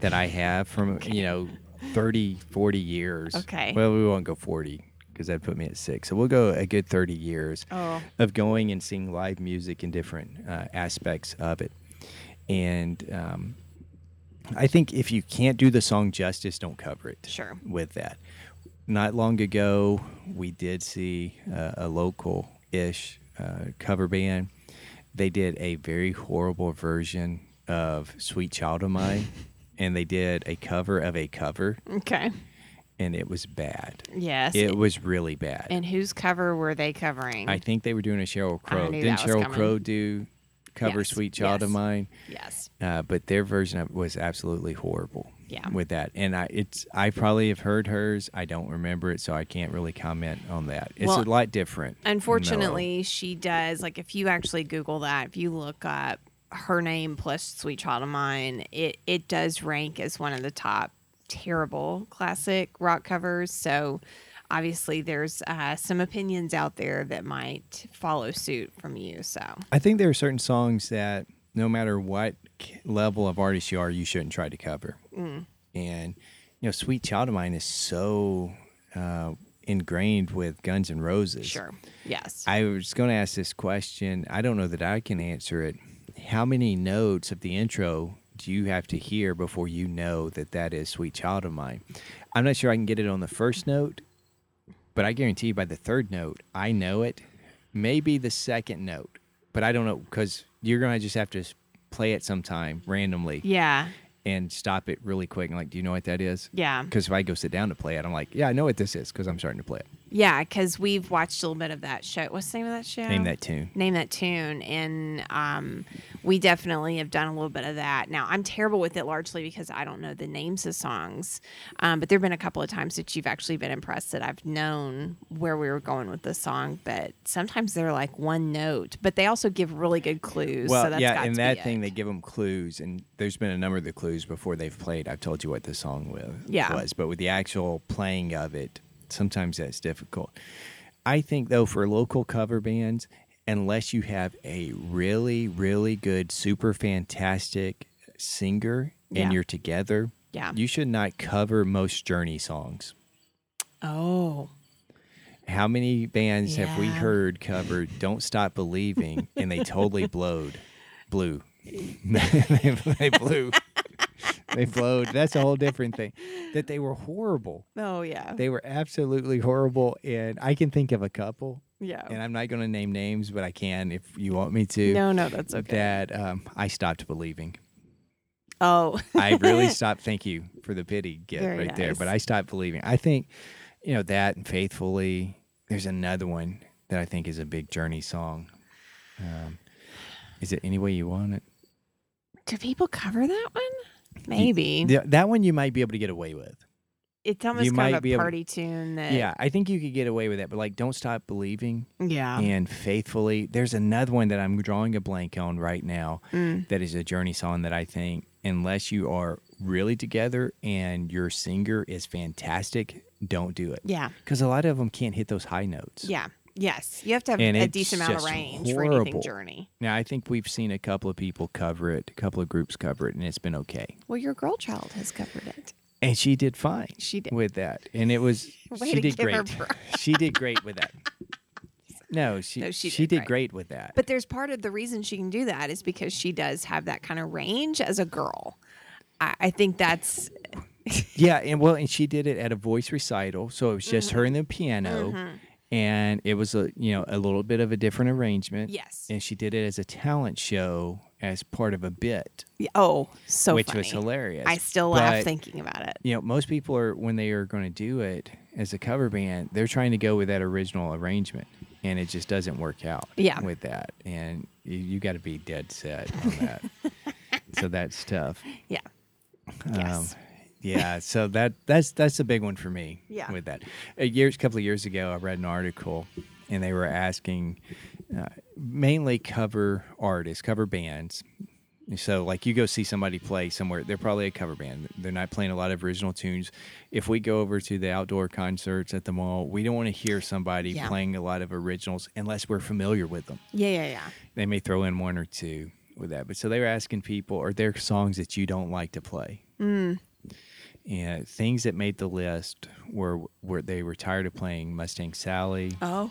[SPEAKER 1] that I have from, you know, 30, 40 years.
[SPEAKER 3] Okay.
[SPEAKER 1] Well, we won't go 40 because that put me at six. So we'll go a good 30 years
[SPEAKER 3] Oh,
[SPEAKER 1] of going and seeing live music and different uh, aspects of it. And um, I think if you can't do the song justice, don't cover it
[SPEAKER 3] Sure.
[SPEAKER 1] with that. Not long ago, we did see uh, a local ish uh, cover band. They did a very horrible version of Sweet Child of Mine, and they did a cover of a cover,
[SPEAKER 3] okay.
[SPEAKER 1] and it was bad.
[SPEAKER 3] Yes.
[SPEAKER 1] It was really bad.
[SPEAKER 3] and whose cover were they covering?
[SPEAKER 1] I think they were doing a Cheryl
[SPEAKER 3] I
[SPEAKER 1] Crow.
[SPEAKER 3] knew
[SPEAKER 1] Didn't
[SPEAKER 3] that was
[SPEAKER 1] Cheryl
[SPEAKER 3] coming.
[SPEAKER 1] Crow do cover
[SPEAKER 3] Yes,
[SPEAKER 1] "Sweet Child of
[SPEAKER 3] yes.
[SPEAKER 1] Mine"?
[SPEAKER 3] yes.
[SPEAKER 1] Uh, but their version of it was absolutely horrible.
[SPEAKER 3] Yeah.
[SPEAKER 1] With that, and I it's I probably have heard hers. I don't remember it, so I can't really comment on that. It's a
[SPEAKER 3] Well,
[SPEAKER 1] lot different. and mellow.
[SPEAKER 3] Unfortunately, she does. Like, if you actually Google that, if you look up her name plus Sweet Child of Mine, it, it does rank as one of the top terrible classic rock covers. So, obviously, there's uh, some opinions out there that might follow suit from you. So,
[SPEAKER 1] I think there are certain songs that no matter what k- level of artist you are, you shouldn't try to cover.
[SPEAKER 3] Mm.
[SPEAKER 1] And you know, "Sweet Child of Mine" is so uh, ingrained with Guns N' Roses.
[SPEAKER 3] sure. Yes.
[SPEAKER 1] I was going to ask this question. I don't know that I can answer it. How many notes of the intro do you have to hear before you know that that is Sweet Child of Mine? I'm not sure I can get it on the first note, but I guarantee you by the third note, I know it. Maybe the second note, but I don't know because you're going to just have to s- play it sometime randomly
[SPEAKER 3] yeah.
[SPEAKER 1] and stop it really quick and like, do you know what that is?
[SPEAKER 3] Yeah.
[SPEAKER 1] Because if I go sit down to play it, I'm like, yeah, I know what this is because I'm starting to play it.
[SPEAKER 3] Yeah. Because we've watched a little bit of that show. What's the name of that show?
[SPEAKER 1] Name that tune.
[SPEAKER 3] name that tune and um, we definitely have done a little bit of that now i'm terrible with it largely because i don't know the names of songs um, but there have been a couple of times that you've actually been impressed that i've known where we were going with the song but sometimes they're like one note but they also give really good clues
[SPEAKER 1] Well,
[SPEAKER 3] so that's
[SPEAKER 1] yeah,
[SPEAKER 3] got
[SPEAKER 1] and
[SPEAKER 3] to
[SPEAKER 1] that
[SPEAKER 3] be
[SPEAKER 1] thing
[SPEAKER 3] it.
[SPEAKER 1] they give them clues, and there's been a number of the clues before they've played. I've told you what the song was,
[SPEAKER 3] Yeah.
[SPEAKER 1] was, but with the actual playing of it, sometimes that's difficult. I think though for local cover bands, unless you have a really, really good, super fantastic singer
[SPEAKER 3] Yeah.
[SPEAKER 1] and you're together,
[SPEAKER 3] Yeah.
[SPEAKER 1] you should not cover most Journey songs.
[SPEAKER 3] oh
[SPEAKER 1] How many bands have we
[SPEAKER 3] Yeah.
[SPEAKER 1] heard covered "Don't Stop Believing" and they totally blowed, blew, they, they blew, they blowed. That's a whole different thing. That they were horrible.
[SPEAKER 3] oh yeah
[SPEAKER 1] They were absolutely horrible, and I can think of a couple. And
[SPEAKER 3] yeah
[SPEAKER 1] I'm not going to name names, but I can if you want me to.
[SPEAKER 3] Oh. no no that's okay
[SPEAKER 1] That um, I stopped believing.
[SPEAKER 3] oh
[SPEAKER 1] I really stopped. Thank you for the pity get
[SPEAKER 3] Very
[SPEAKER 1] right there. But
[SPEAKER 3] nice.
[SPEAKER 1] I stopped believing. I think, you know, that and faithfully. There's another one that I think is a big journey song. Um, is it any way you want it?
[SPEAKER 3] do people cover that one maybe
[SPEAKER 1] Th- that one you might be able to get away with.
[SPEAKER 3] it's almost
[SPEAKER 1] you
[SPEAKER 3] kind
[SPEAKER 1] might
[SPEAKER 3] of
[SPEAKER 1] be
[SPEAKER 3] a
[SPEAKER 1] able-
[SPEAKER 3] party tune that
[SPEAKER 1] Yeah, I think you could get away with that. But like, don't stop believing
[SPEAKER 3] yeah
[SPEAKER 1] and faithfully. There's another one that I'm drawing a blank on right now.
[SPEAKER 3] Mm.
[SPEAKER 1] that is a journey song that I think, unless you are really together and your singer is fantastic, don't do it.
[SPEAKER 3] yeah
[SPEAKER 1] Because a lot of them can't hit those high notes.
[SPEAKER 3] Yeah. Yes. You have to have
[SPEAKER 1] And
[SPEAKER 3] a
[SPEAKER 1] it's
[SPEAKER 3] decent amount of
[SPEAKER 1] just
[SPEAKER 3] range for anything
[SPEAKER 1] horrible.
[SPEAKER 3] journey.
[SPEAKER 1] Now, I think we've seen a couple of people cover it, a couple of groups cover it, and it's been okay.
[SPEAKER 3] Well, your girl child has covered it.
[SPEAKER 1] And she did fine
[SPEAKER 3] She did.
[SPEAKER 1] with that. And it was,
[SPEAKER 3] Way
[SPEAKER 1] she
[SPEAKER 3] to
[SPEAKER 1] did
[SPEAKER 3] give her
[SPEAKER 1] great.
[SPEAKER 3] props.
[SPEAKER 1] she did great with that. No, she
[SPEAKER 3] No, she
[SPEAKER 1] she,
[SPEAKER 3] did
[SPEAKER 1] did,
[SPEAKER 3] great.
[SPEAKER 1] great with that.
[SPEAKER 3] But there's part of the reason she can do that is because she does have that kind of range as a girl. I, I think that's
[SPEAKER 1] yeah, and well, and she did it at a voice recital, so it was just
[SPEAKER 3] Mm-hmm.
[SPEAKER 1] her and the piano, and it was a you know a little bit of a different arrangement.
[SPEAKER 3] yes.
[SPEAKER 1] and she did it as a talent show as part of a bit,
[SPEAKER 3] Yeah, Oh, so
[SPEAKER 1] which
[SPEAKER 3] funny.
[SPEAKER 1] was hilarious.
[SPEAKER 3] I still laugh
[SPEAKER 1] But,
[SPEAKER 3] thinking about it.
[SPEAKER 1] You know, most people are when they are going to do it as a cover band, they're trying to go with that original arrangement, and it just doesn't work out.
[SPEAKER 3] Yeah.
[SPEAKER 1] with that, and you, you got to be dead set on that. so that's tough.
[SPEAKER 3] Yeah.
[SPEAKER 1] Um,
[SPEAKER 3] Yes.
[SPEAKER 1] yeah, so that that's that's a big one for me.
[SPEAKER 3] Yeah.
[SPEAKER 1] With that, a years couple of years ago, I read an article, and they were asking uh, mainly cover artists, cover bands. So like you go see somebody play somewhere, they're probably a cover band. They're not playing a lot of original tunes. If we go over to the outdoor concerts at the mall, we don't want to hear somebody
[SPEAKER 3] Yeah.
[SPEAKER 1] playing a lot of originals unless we're familiar with them
[SPEAKER 3] Yeah, yeah, yeah.
[SPEAKER 1] they may throw in one or two with that. But so they were asking people, are there songs that you don't like to play? Mm. And things that made the list were were they were tired of playing Mustang Sally,
[SPEAKER 3] Oh.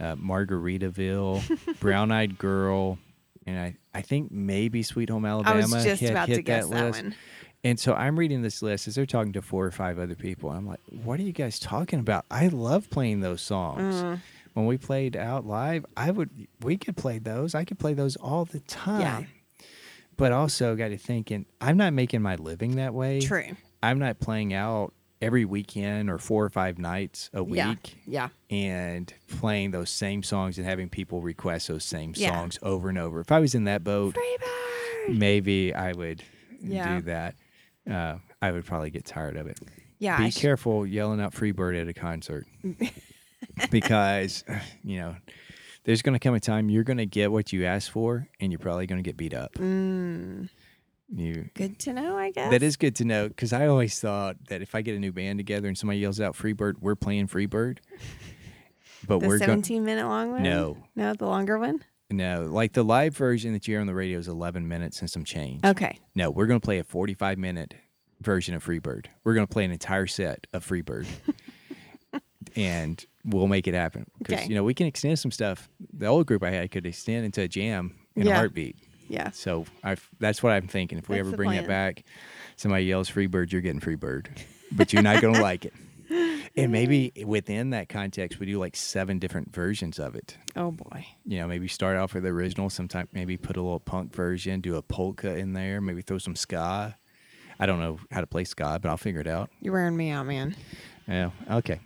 [SPEAKER 1] uh, Margaritaville, Brown Eyed Girl, and I, I think maybe Sweet Home
[SPEAKER 3] I
[SPEAKER 1] Alabama.
[SPEAKER 3] was just
[SPEAKER 1] had
[SPEAKER 3] about
[SPEAKER 1] hit
[SPEAKER 3] to guess that,
[SPEAKER 1] list.
[SPEAKER 3] one.
[SPEAKER 1] And so I'm reading this list as they're talking to four or five other people. I'm like, what are you guys talking about? I love playing those songs.
[SPEAKER 3] Mm-hmm.
[SPEAKER 1] When we played out live, I would we could play those. I could play those all the time. But also got to thinking, I'm not making my living that way.
[SPEAKER 3] True.
[SPEAKER 1] I'm not playing out every weekend or four or five nights a week
[SPEAKER 3] Yeah. Yeah.
[SPEAKER 1] and playing those same songs and having people request those same
[SPEAKER 3] Yeah.
[SPEAKER 1] songs over and over. If I was in that boat, maybe I would
[SPEAKER 3] Yeah.
[SPEAKER 1] do that. Uh, I would probably get tired of it.
[SPEAKER 3] Yeah. I
[SPEAKER 1] Be
[SPEAKER 3] sh-
[SPEAKER 1] careful yelling out Freebird at a concert because, you know, there's going to come a time you're going to get what you asked for and you're probably going to get beat up.
[SPEAKER 3] Mm.
[SPEAKER 1] You.
[SPEAKER 3] Good to know, I guess.
[SPEAKER 1] That is good to know because I always thought that if I get a new band together and somebody yells out Freebird, we're playing Freebird. But
[SPEAKER 3] the
[SPEAKER 1] we're going
[SPEAKER 3] 17 minute long one?
[SPEAKER 1] No.
[SPEAKER 3] No, the longer one?
[SPEAKER 1] no, like the live version that you hear on the radio is 11 minutes and some change.
[SPEAKER 3] Okay.
[SPEAKER 1] No, we're going to play a 45 minute version of Freebird. We're going to play an entire set of Freebird. and we'll make it happen. Because,
[SPEAKER 3] Okay.
[SPEAKER 1] you know, we can extend some stuff. The old group I had could extend into a jam in
[SPEAKER 3] Yeah.
[SPEAKER 1] a heartbeat.
[SPEAKER 3] Yeah.
[SPEAKER 1] So i that's what I'm thinking. If we
[SPEAKER 3] That's
[SPEAKER 1] ever
[SPEAKER 3] the
[SPEAKER 1] bring
[SPEAKER 3] plan.
[SPEAKER 1] it back, somebody yells Freebird, you're getting Freebird. But you're not going to like it. And maybe within that context, we do like seven different versions of it
[SPEAKER 3] Oh, boy.
[SPEAKER 1] you know, maybe start off with the original, sometime maybe put a little punk version, do a polka in there, maybe throw some ska. I don't know how to play ska, but I'll figure it out.
[SPEAKER 3] You're wearing me out, man.
[SPEAKER 1] Yeah. Okay.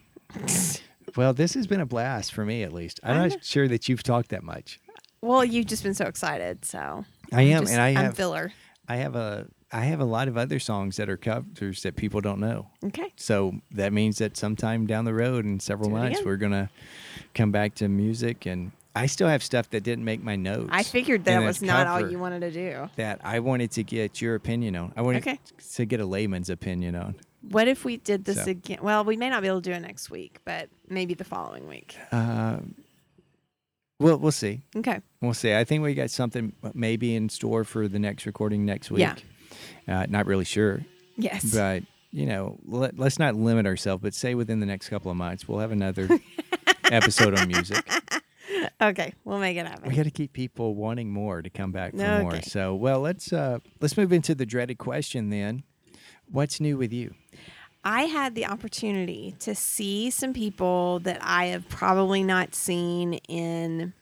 [SPEAKER 1] well, this has been a blast for me at least. I'm not sure that you've talked that much.
[SPEAKER 3] Well, you've just been so excited, so
[SPEAKER 1] I am,
[SPEAKER 3] just-
[SPEAKER 1] and I
[SPEAKER 3] I'm
[SPEAKER 1] have
[SPEAKER 3] filler.
[SPEAKER 1] I have a I have a lot of other songs that are covers that people don't know.
[SPEAKER 3] Okay.
[SPEAKER 1] So that means that sometime down the road in several
[SPEAKER 3] Do it
[SPEAKER 1] months
[SPEAKER 3] again.
[SPEAKER 1] we're gonna come back to music and I still have stuff that didn't make my notes.
[SPEAKER 3] I figured that
[SPEAKER 1] And
[SPEAKER 3] was
[SPEAKER 1] a
[SPEAKER 3] not all
[SPEAKER 1] cover.
[SPEAKER 3] you wanted to do.
[SPEAKER 1] that I wanted to get your opinion on. I wanted
[SPEAKER 3] Okay.
[SPEAKER 1] to get a layman's opinion on.
[SPEAKER 3] What if we did this
[SPEAKER 1] So-
[SPEAKER 3] again? Well, we may not be able to do it next week, but maybe the following week.
[SPEAKER 1] Um, Well, we'll see.
[SPEAKER 3] Okay.
[SPEAKER 1] We'll see. I think we got something maybe in store for the next recording next week.
[SPEAKER 3] Yeah.
[SPEAKER 1] Uh, not really sure,
[SPEAKER 3] Yes.
[SPEAKER 1] but you know, let, let's not limit ourselves. But say within the next couple of months, we'll have another episode on music.
[SPEAKER 3] okay, we'll make it happen.
[SPEAKER 1] We got to keep people wanting more to come back for
[SPEAKER 3] Okay.
[SPEAKER 1] more. So, well, let's uh, let's move into the dreaded question then. What's new with you?
[SPEAKER 3] I had the opportunity to see some people that I have probably not seen in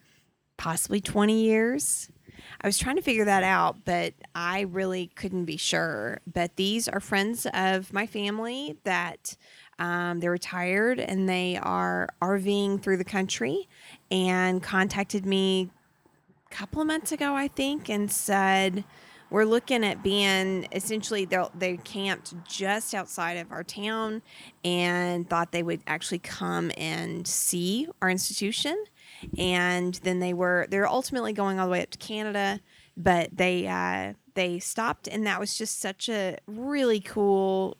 [SPEAKER 3] possibly 20 years. I was trying to figure that out, but I really couldn't be sure. But these are friends of my family that um, they're retired and they are RVing through the country and contacted me couple of months ago, I think, and said we're looking at being essentially they they camped just outside of our town and thought they would actually come and see our institution and then they were they're ultimately going all the way up to Canada but they uh, they stopped and that was just such a really cool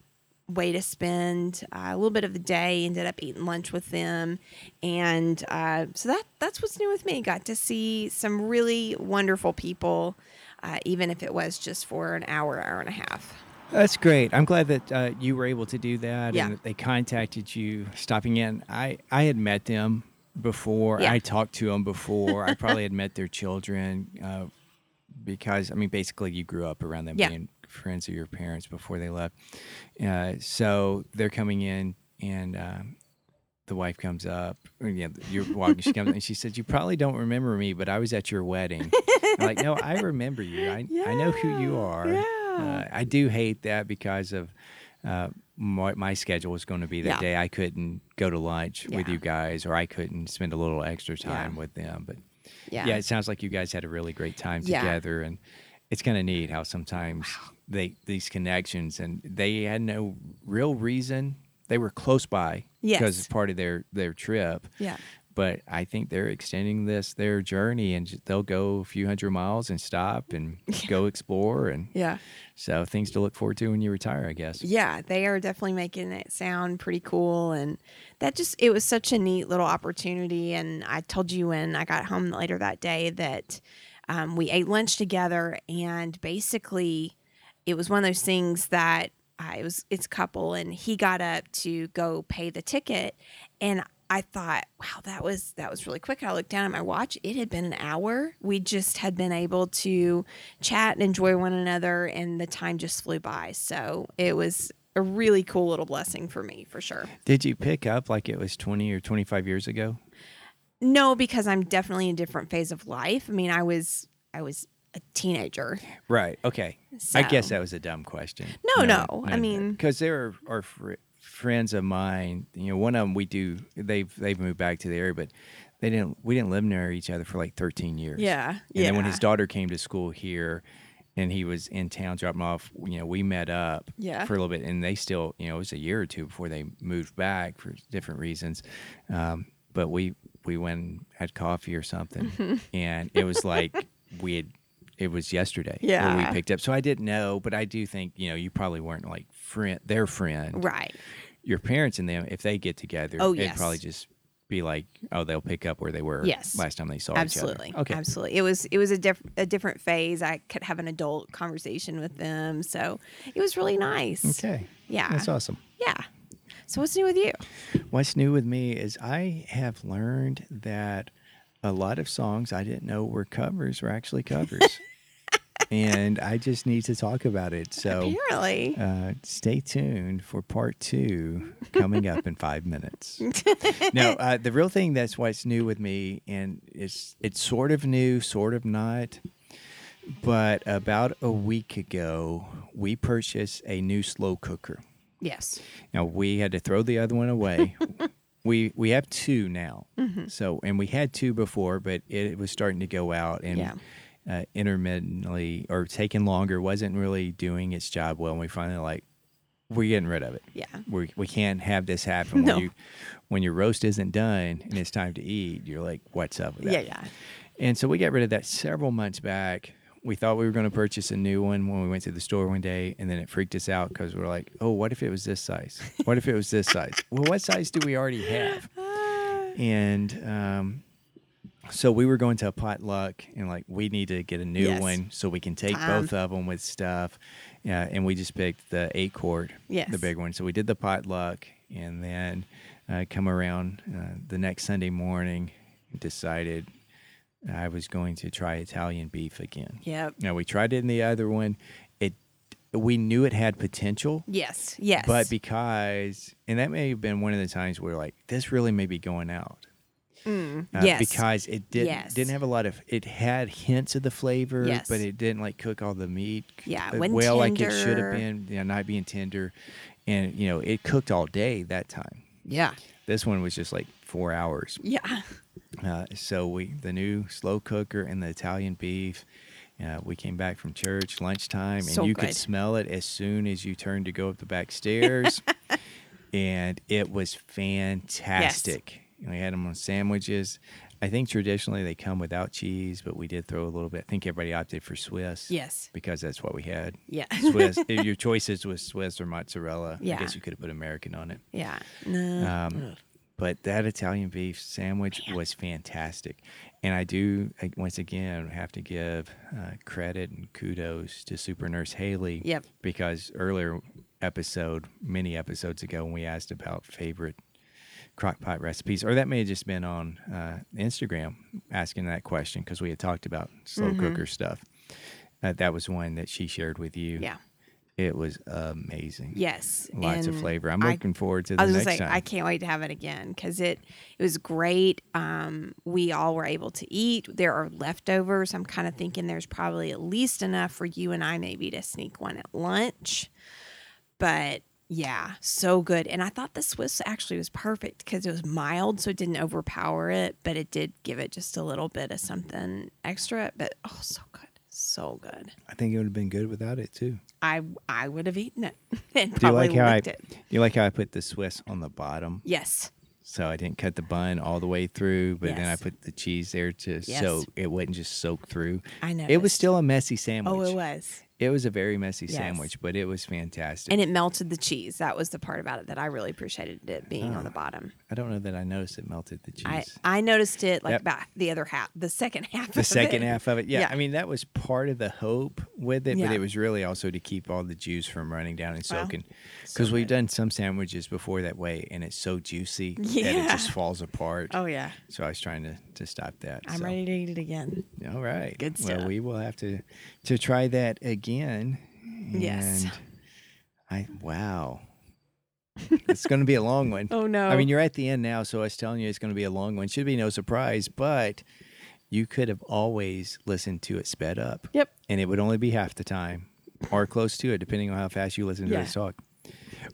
[SPEAKER 3] way to spend uh, a little bit of the day. Ended up eating lunch with them, and uh, so that that's what's new with me. Got to see some really wonderful people, uh, even if it was just for an hour, hour and a half.
[SPEAKER 1] That's great. I'm glad that uh, you were able to do that
[SPEAKER 3] Yeah.
[SPEAKER 1] and that they contacted you stopping in. I, I had met them before.
[SPEAKER 3] Yeah.
[SPEAKER 1] I talked to them before. I probably had met their children uh, because, I mean, basically you grew up around them
[SPEAKER 3] Yeah.
[SPEAKER 1] being friends of your parents before they left. Uh, so they're coming in and um, the wife comes up. or, Yeah, you're walking. She comes and she says, "You probably don't remember me, but I was at your wedding." I'm like, no, I remember you. I I know who you
[SPEAKER 3] Yeah,
[SPEAKER 1] are.
[SPEAKER 3] yeah.
[SPEAKER 1] Uh, I do hate that because of uh, my, my schedule was going to be that
[SPEAKER 3] Yeah.
[SPEAKER 1] day. I couldn't go to lunch with
[SPEAKER 3] Yeah.
[SPEAKER 1] you guys, or I couldn't spend a little extra time with them. But yeah. it sounds like you guys had a really great time
[SPEAKER 3] Yeah.
[SPEAKER 1] together, and it's kind of neat how sometimes they these connections and they had no real reason. They were close by because
[SPEAKER 3] Yes.
[SPEAKER 1] it's part of their their trip.
[SPEAKER 3] Yeah.
[SPEAKER 1] But I think they're extending this their journey, and ju- they'll go a few hundred miles and stop and go explore, and
[SPEAKER 3] Yeah.
[SPEAKER 1] so things to look forward to when you retire, I guess.
[SPEAKER 3] Yeah, they are definitely making it sound pretty cool. And that just, it was such a neat little opportunity. And I told you when I got home later that day that um, we ate lunch together. And basically, it was one of those things that uh, it was, it's a couple, and he got up to go pay the ticket. And I thought, wow, that was that was really quick. I looked down at my watch. It had been an hour. We just had been able to chat and enjoy one another and the time just flew by. So it was a really cool little blessing for me for sure.
[SPEAKER 1] Did you pick up like it was twenty or twenty five years ago?
[SPEAKER 3] No, because I'm definitely in a different phase of life. I mean, I was I was a teenager.
[SPEAKER 1] Right. Okay. I guess
[SPEAKER 3] So-
[SPEAKER 1] that was a dumb question.
[SPEAKER 3] No, no, I mean-
[SPEAKER 1] because there are, are fr- friends of mine. You know, one of them we do. They've they've moved back to the area, but they didn't. We didn't live near each other for like thirteen years.
[SPEAKER 3] Yeah,
[SPEAKER 1] And then when his
[SPEAKER 3] yeah.
[SPEAKER 1] daughter came to school here, and he was in town dropping off, you know, we met up.
[SPEAKER 3] Yeah.
[SPEAKER 1] For a little bit, and they still, you know, it was a year or two before they moved back for different reasons. Um, but we we went and had coffee or something, and it was like we had. It was yesterday when
[SPEAKER 3] Yeah.
[SPEAKER 1] we picked up. So I didn't know, but I do think you know you probably weren't like friend their friend,
[SPEAKER 3] Right.
[SPEAKER 1] your parents and them. If they get together,
[SPEAKER 3] Oh,
[SPEAKER 1] it'd
[SPEAKER 3] yes.
[SPEAKER 1] probably just be like, oh, they'll pick up where they were
[SPEAKER 3] Yes.
[SPEAKER 1] last time they saw
[SPEAKER 3] Absolutely.
[SPEAKER 1] each other. Okay,
[SPEAKER 3] Absolutely. It was it was a diff- a different phase. I could have an adult conversation with them. So it was really nice.
[SPEAKER 1] okay,
[SPEAKER 3] Yeah.
[SPEAKER 1] that's awesome.
[SPEAKER 3] Yeah. So what's new with you?
[SPEAKER 1] What's new with me is I have learned that a lot of songs I didn't know were covers were actually covers. and I just need to talk about it. So
[SPEAKER 3] Apparently.
[SPEAKER 1] uh, stay tuned for part two coming up in five minutes. no, uh, the real thing that's what's new with me, and it's it's sort of new, sort of not. But about a week ago, we purchased a new slow cooker.
[SPEAKER 3] yes.
[SPEAKER 1] Now we had to throw the other one away. we we have two now.
[SPEAKER 3] Mm-hmm.
[SPEAKER 1] So and we had two before, but it, was starting to go out and
[SPEAKER 3] Yeah.
[SPEAKER 1] uh, intermittently or taking longer wasn't really doing its job well. And we finally like we're getting rid of it.
[SPEAKER 3] Yeah.
[SPEAKER 1] We we can't have this happen
[SPEAKER 3] No.
[SPEAKER 1] when you when your roast isn't done and it's time to eat. You're like, what's up with that?
[SPEAKER 3] Yeah, yeah.
[SPEAKER 1] And so we got rid of that several months back. We thought we were going to purchase a new one when we went to the store one day, and then it freaked us out because we are like, oh, what if it was this size? What if it was this size? well, what size do we already have? And um, so we were going to a potluck, and like, we need to get a new
[SPEAKER 3] Yes.
[SPEAKER 1] one so we can take
[SPEAKER 3] Time.
[SPEAKER 1] both of them with stuff. Yeah, and we just picked the eight quart,
[SPEAKER 3] Yes.
[SPEAKER 1] the big one. So we did the potluck, and then uh, come around uh, the next Sunday morning, decided I was going to try Italian beef again.
[SPEAKER 3] Yep.
[SPEAKER 1] Now we tried it in the other one. It we knew it had potential,
[SPEAKER 3] Yes. Yes.
[SPEAKER 1] but because and that may have been one of the times where like this really may be going out. Uh,
[SPEAKER 3] Mm. yes.
[SPEAKER 1] Because it didn't
[SPEAKER 3] Yes.
[SPEAKER 1] didn't have a lot of it had hints of the flavor,
[SPEAKER 3] Yes.
[SPEAKER 1] but it didn't like cook all the meat c-
[SPEAKER 3] Yeah, it
[SPEAKER 1] uh,
[SPEAKER 3] wasn't
[SPEAKER 1] well like it should
[SPEAKER 3] tender.
[SPEAKER 1] have been, you know, not being tender. And you know, it cooked all day that time.
[SPEAKER 3] yeah.
[SPEAKER 1] This one was just like four hours.
[SPEAKER 3] Yeah.
[SPEAKER 1] Uh, so we the new slow cooker and the Italian beef. Uh, we came back from church lunchtime,
[SPEAKER 3] So
[SPEAKER 1] and you
[SPEAKER 3] good.
[SPEAKER 1] could smell it as soon as you turned to go up the back stairs, and it was fantastic. And We had them on sandwiches. I think traditionally they come without cheese, but we did throw a little bit. I think everybody opted for Swiss.
[SPEAKER 3] Yes.
[SPEAKER 1] because that's what we had.
[SPEAKER 3] Yeah.
[SPEAKER 1] Swiss. if your choices was Swiss or mozzarella.
[SPEAKER 3] Yeah.
[SPEAKER 1] I guess you could have put American on it.
[SPEAKER 3] Yeah. No.
[SPEAKER 1] Um, but that Italian beef sandwich was fantastic. And I do, I- once again, have to give uh, credit and kudos to Super Nurse Haley.
[SPEAKER 3] Yep.
[SPEAKER 1] Because earlier episode, many episodes ago, when we asked about favorite crock pot recipes, or that may have just been on uh, Instagram asking that question because we had talked about slow
[SPEAKER 3] Mm-hmm.
[SPEAKER 1] cooker stuff. Uh, that was one that she shared with you.
[SPEAKER 3] Yeah.
[SPEAKER 1] It was amazing.
[SPEAKER 3] Yes.
[SPEAKER 1] Lots of
[SPEAKER 3] and
[SPEAKER 1] flavor. I'm
[SPEAKER 3] I-
[SPEAKER 1] looking forward to the
[SPEAKER 3] I was
[SPEAKER 1] next
[SPEAKER 3] just like,
[SPEAKER 1] time.
[SPEAKER 3] I can't wait to have it again because it it was great. Um, we all were able to eat. There are leftovers. I'm kind of thinking there's probably at least enough for you and I maybe to sneak one at lunch. But yeah, so good. And I thought the Swiss actually was perfect because it was mild, so it didn't overpower it, but it did give it just a little bit of something extra. But oh, so good, so good.
[SPEAKER 1] I think it would have been good without it too.
[SPEAKER 3] I I would have eaten it and
[SPEAKER 1] Do you
[SPEAKER 3] probably
[SPEAKER 1] like how I?
[SPEAKER 3] licked it.
[SPEAKER 1] Do you like how I put the Swiss on the bottom?
[SPEAKER 3] Yes.
[SPEAKER 1] So I didn't cut the bun all the way through, but then I
[SPEAKER 3] Yes.
[SPEAKER 1] put the cheese there to
[SPEAKER 3] Yes.
[SPEAKER 1] so it wouldn't just soak through.
[SPEAKER 3] I know.
[SPEAKER 1] It was still a messy sandwich.
[SPEAKER 3] Oh, it was.
[SPEAKER 1] It was a very messy
[SPEAKER 3] Yes.
[SPEAKER 1] sandwich, but it was fantastic.
[SPEAKER 3] And it melted the cheese. That was the part about it that I really appreciated it being
[SPEAKER 1] Ah,
[SPEAKER 3] on the bottom.
[SPEAKER 1] I don't know that I noticed it melted the cheese.
[SPEAKER 3] I, I noticed it like
[SPEAKER 1] Yep.
[SPEAKER 3] about the other half, the second half.
[SPEAKER 1] the
[SPEAKER 3] of
[SPEAKER 1] second
[SPEAKER 3] it.
[SPEAKER 1] half of it, yeah,
[SPEAKER 3] Yeah.
[SPEAKER 1] I mean, that was part of the hope with it,
[SPEAKER 3] Yeah.
[SPEAKER 1] but it was really also to keep all the juice from running down and soaking. Because we've done some sandwiches before that way, and it's so juicy that it
[SPEAKER 3] Yeah.
[SPEAKER 1] just falls apart.
[SPEAKER 3] Oh yeah,
[SPEAKER 1] So I was trying to, to stop that.
[SPEAKER 3] I'm
[SPEAKER 1] so.
[SPEAKER 3] ready to eat it again.
[SPEAKER 1] All right.
[SPEAKER 3] Good
[SPEAKER 1] Well,
[SPEAKER 3] stuff.
[SPEAKER 1] we will have to to try that again.
[SPEAKER 3] Yes.
[SPEAKER 1] And I wow. it's going to be a long one.
[SPEAKER 3] Oh no.
[SPEAKER 1] I mean, you're at the end now, so I was telling you it's going to be a long one. Should be no surprise, but you could have always listened to it sped up.
[SPEAKER 3] Yep.
[SPEAKER 1] And it would only be half the time or close to it, depending on how fast you listen to
[SPEAKER 3] Yeah.
[SPEAKER 1] us talk.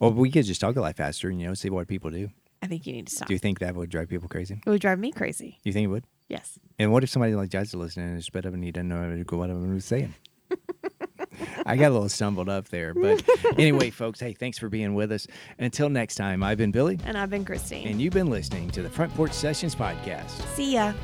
[SPEAKER 1] Or we could just talk a lot faster and, you know, see what people do.
[SPEAKER 3] I think you need to stop.
[SPEAKER 1] Do you think that would drive people crazy?
[SPEAKER 3] It would drive me crazy.
[SPEAKER 1] You think it would?
[SPEAKER 3] Yes.
[SPEAKER 1] And what if somebody like Jazz is listening and it's sped up and he doesn't know what I was saying? I got a little stumbled up there. But anyway, folks, hey, thanks for being with us. Until next time, I've been Billy,
[SPEAKER 3] And I've been Christine.
[SPEAKER 1] and you've been listening to the Front Porch Sessions Podcast.
[SPEAKER 3] See ya.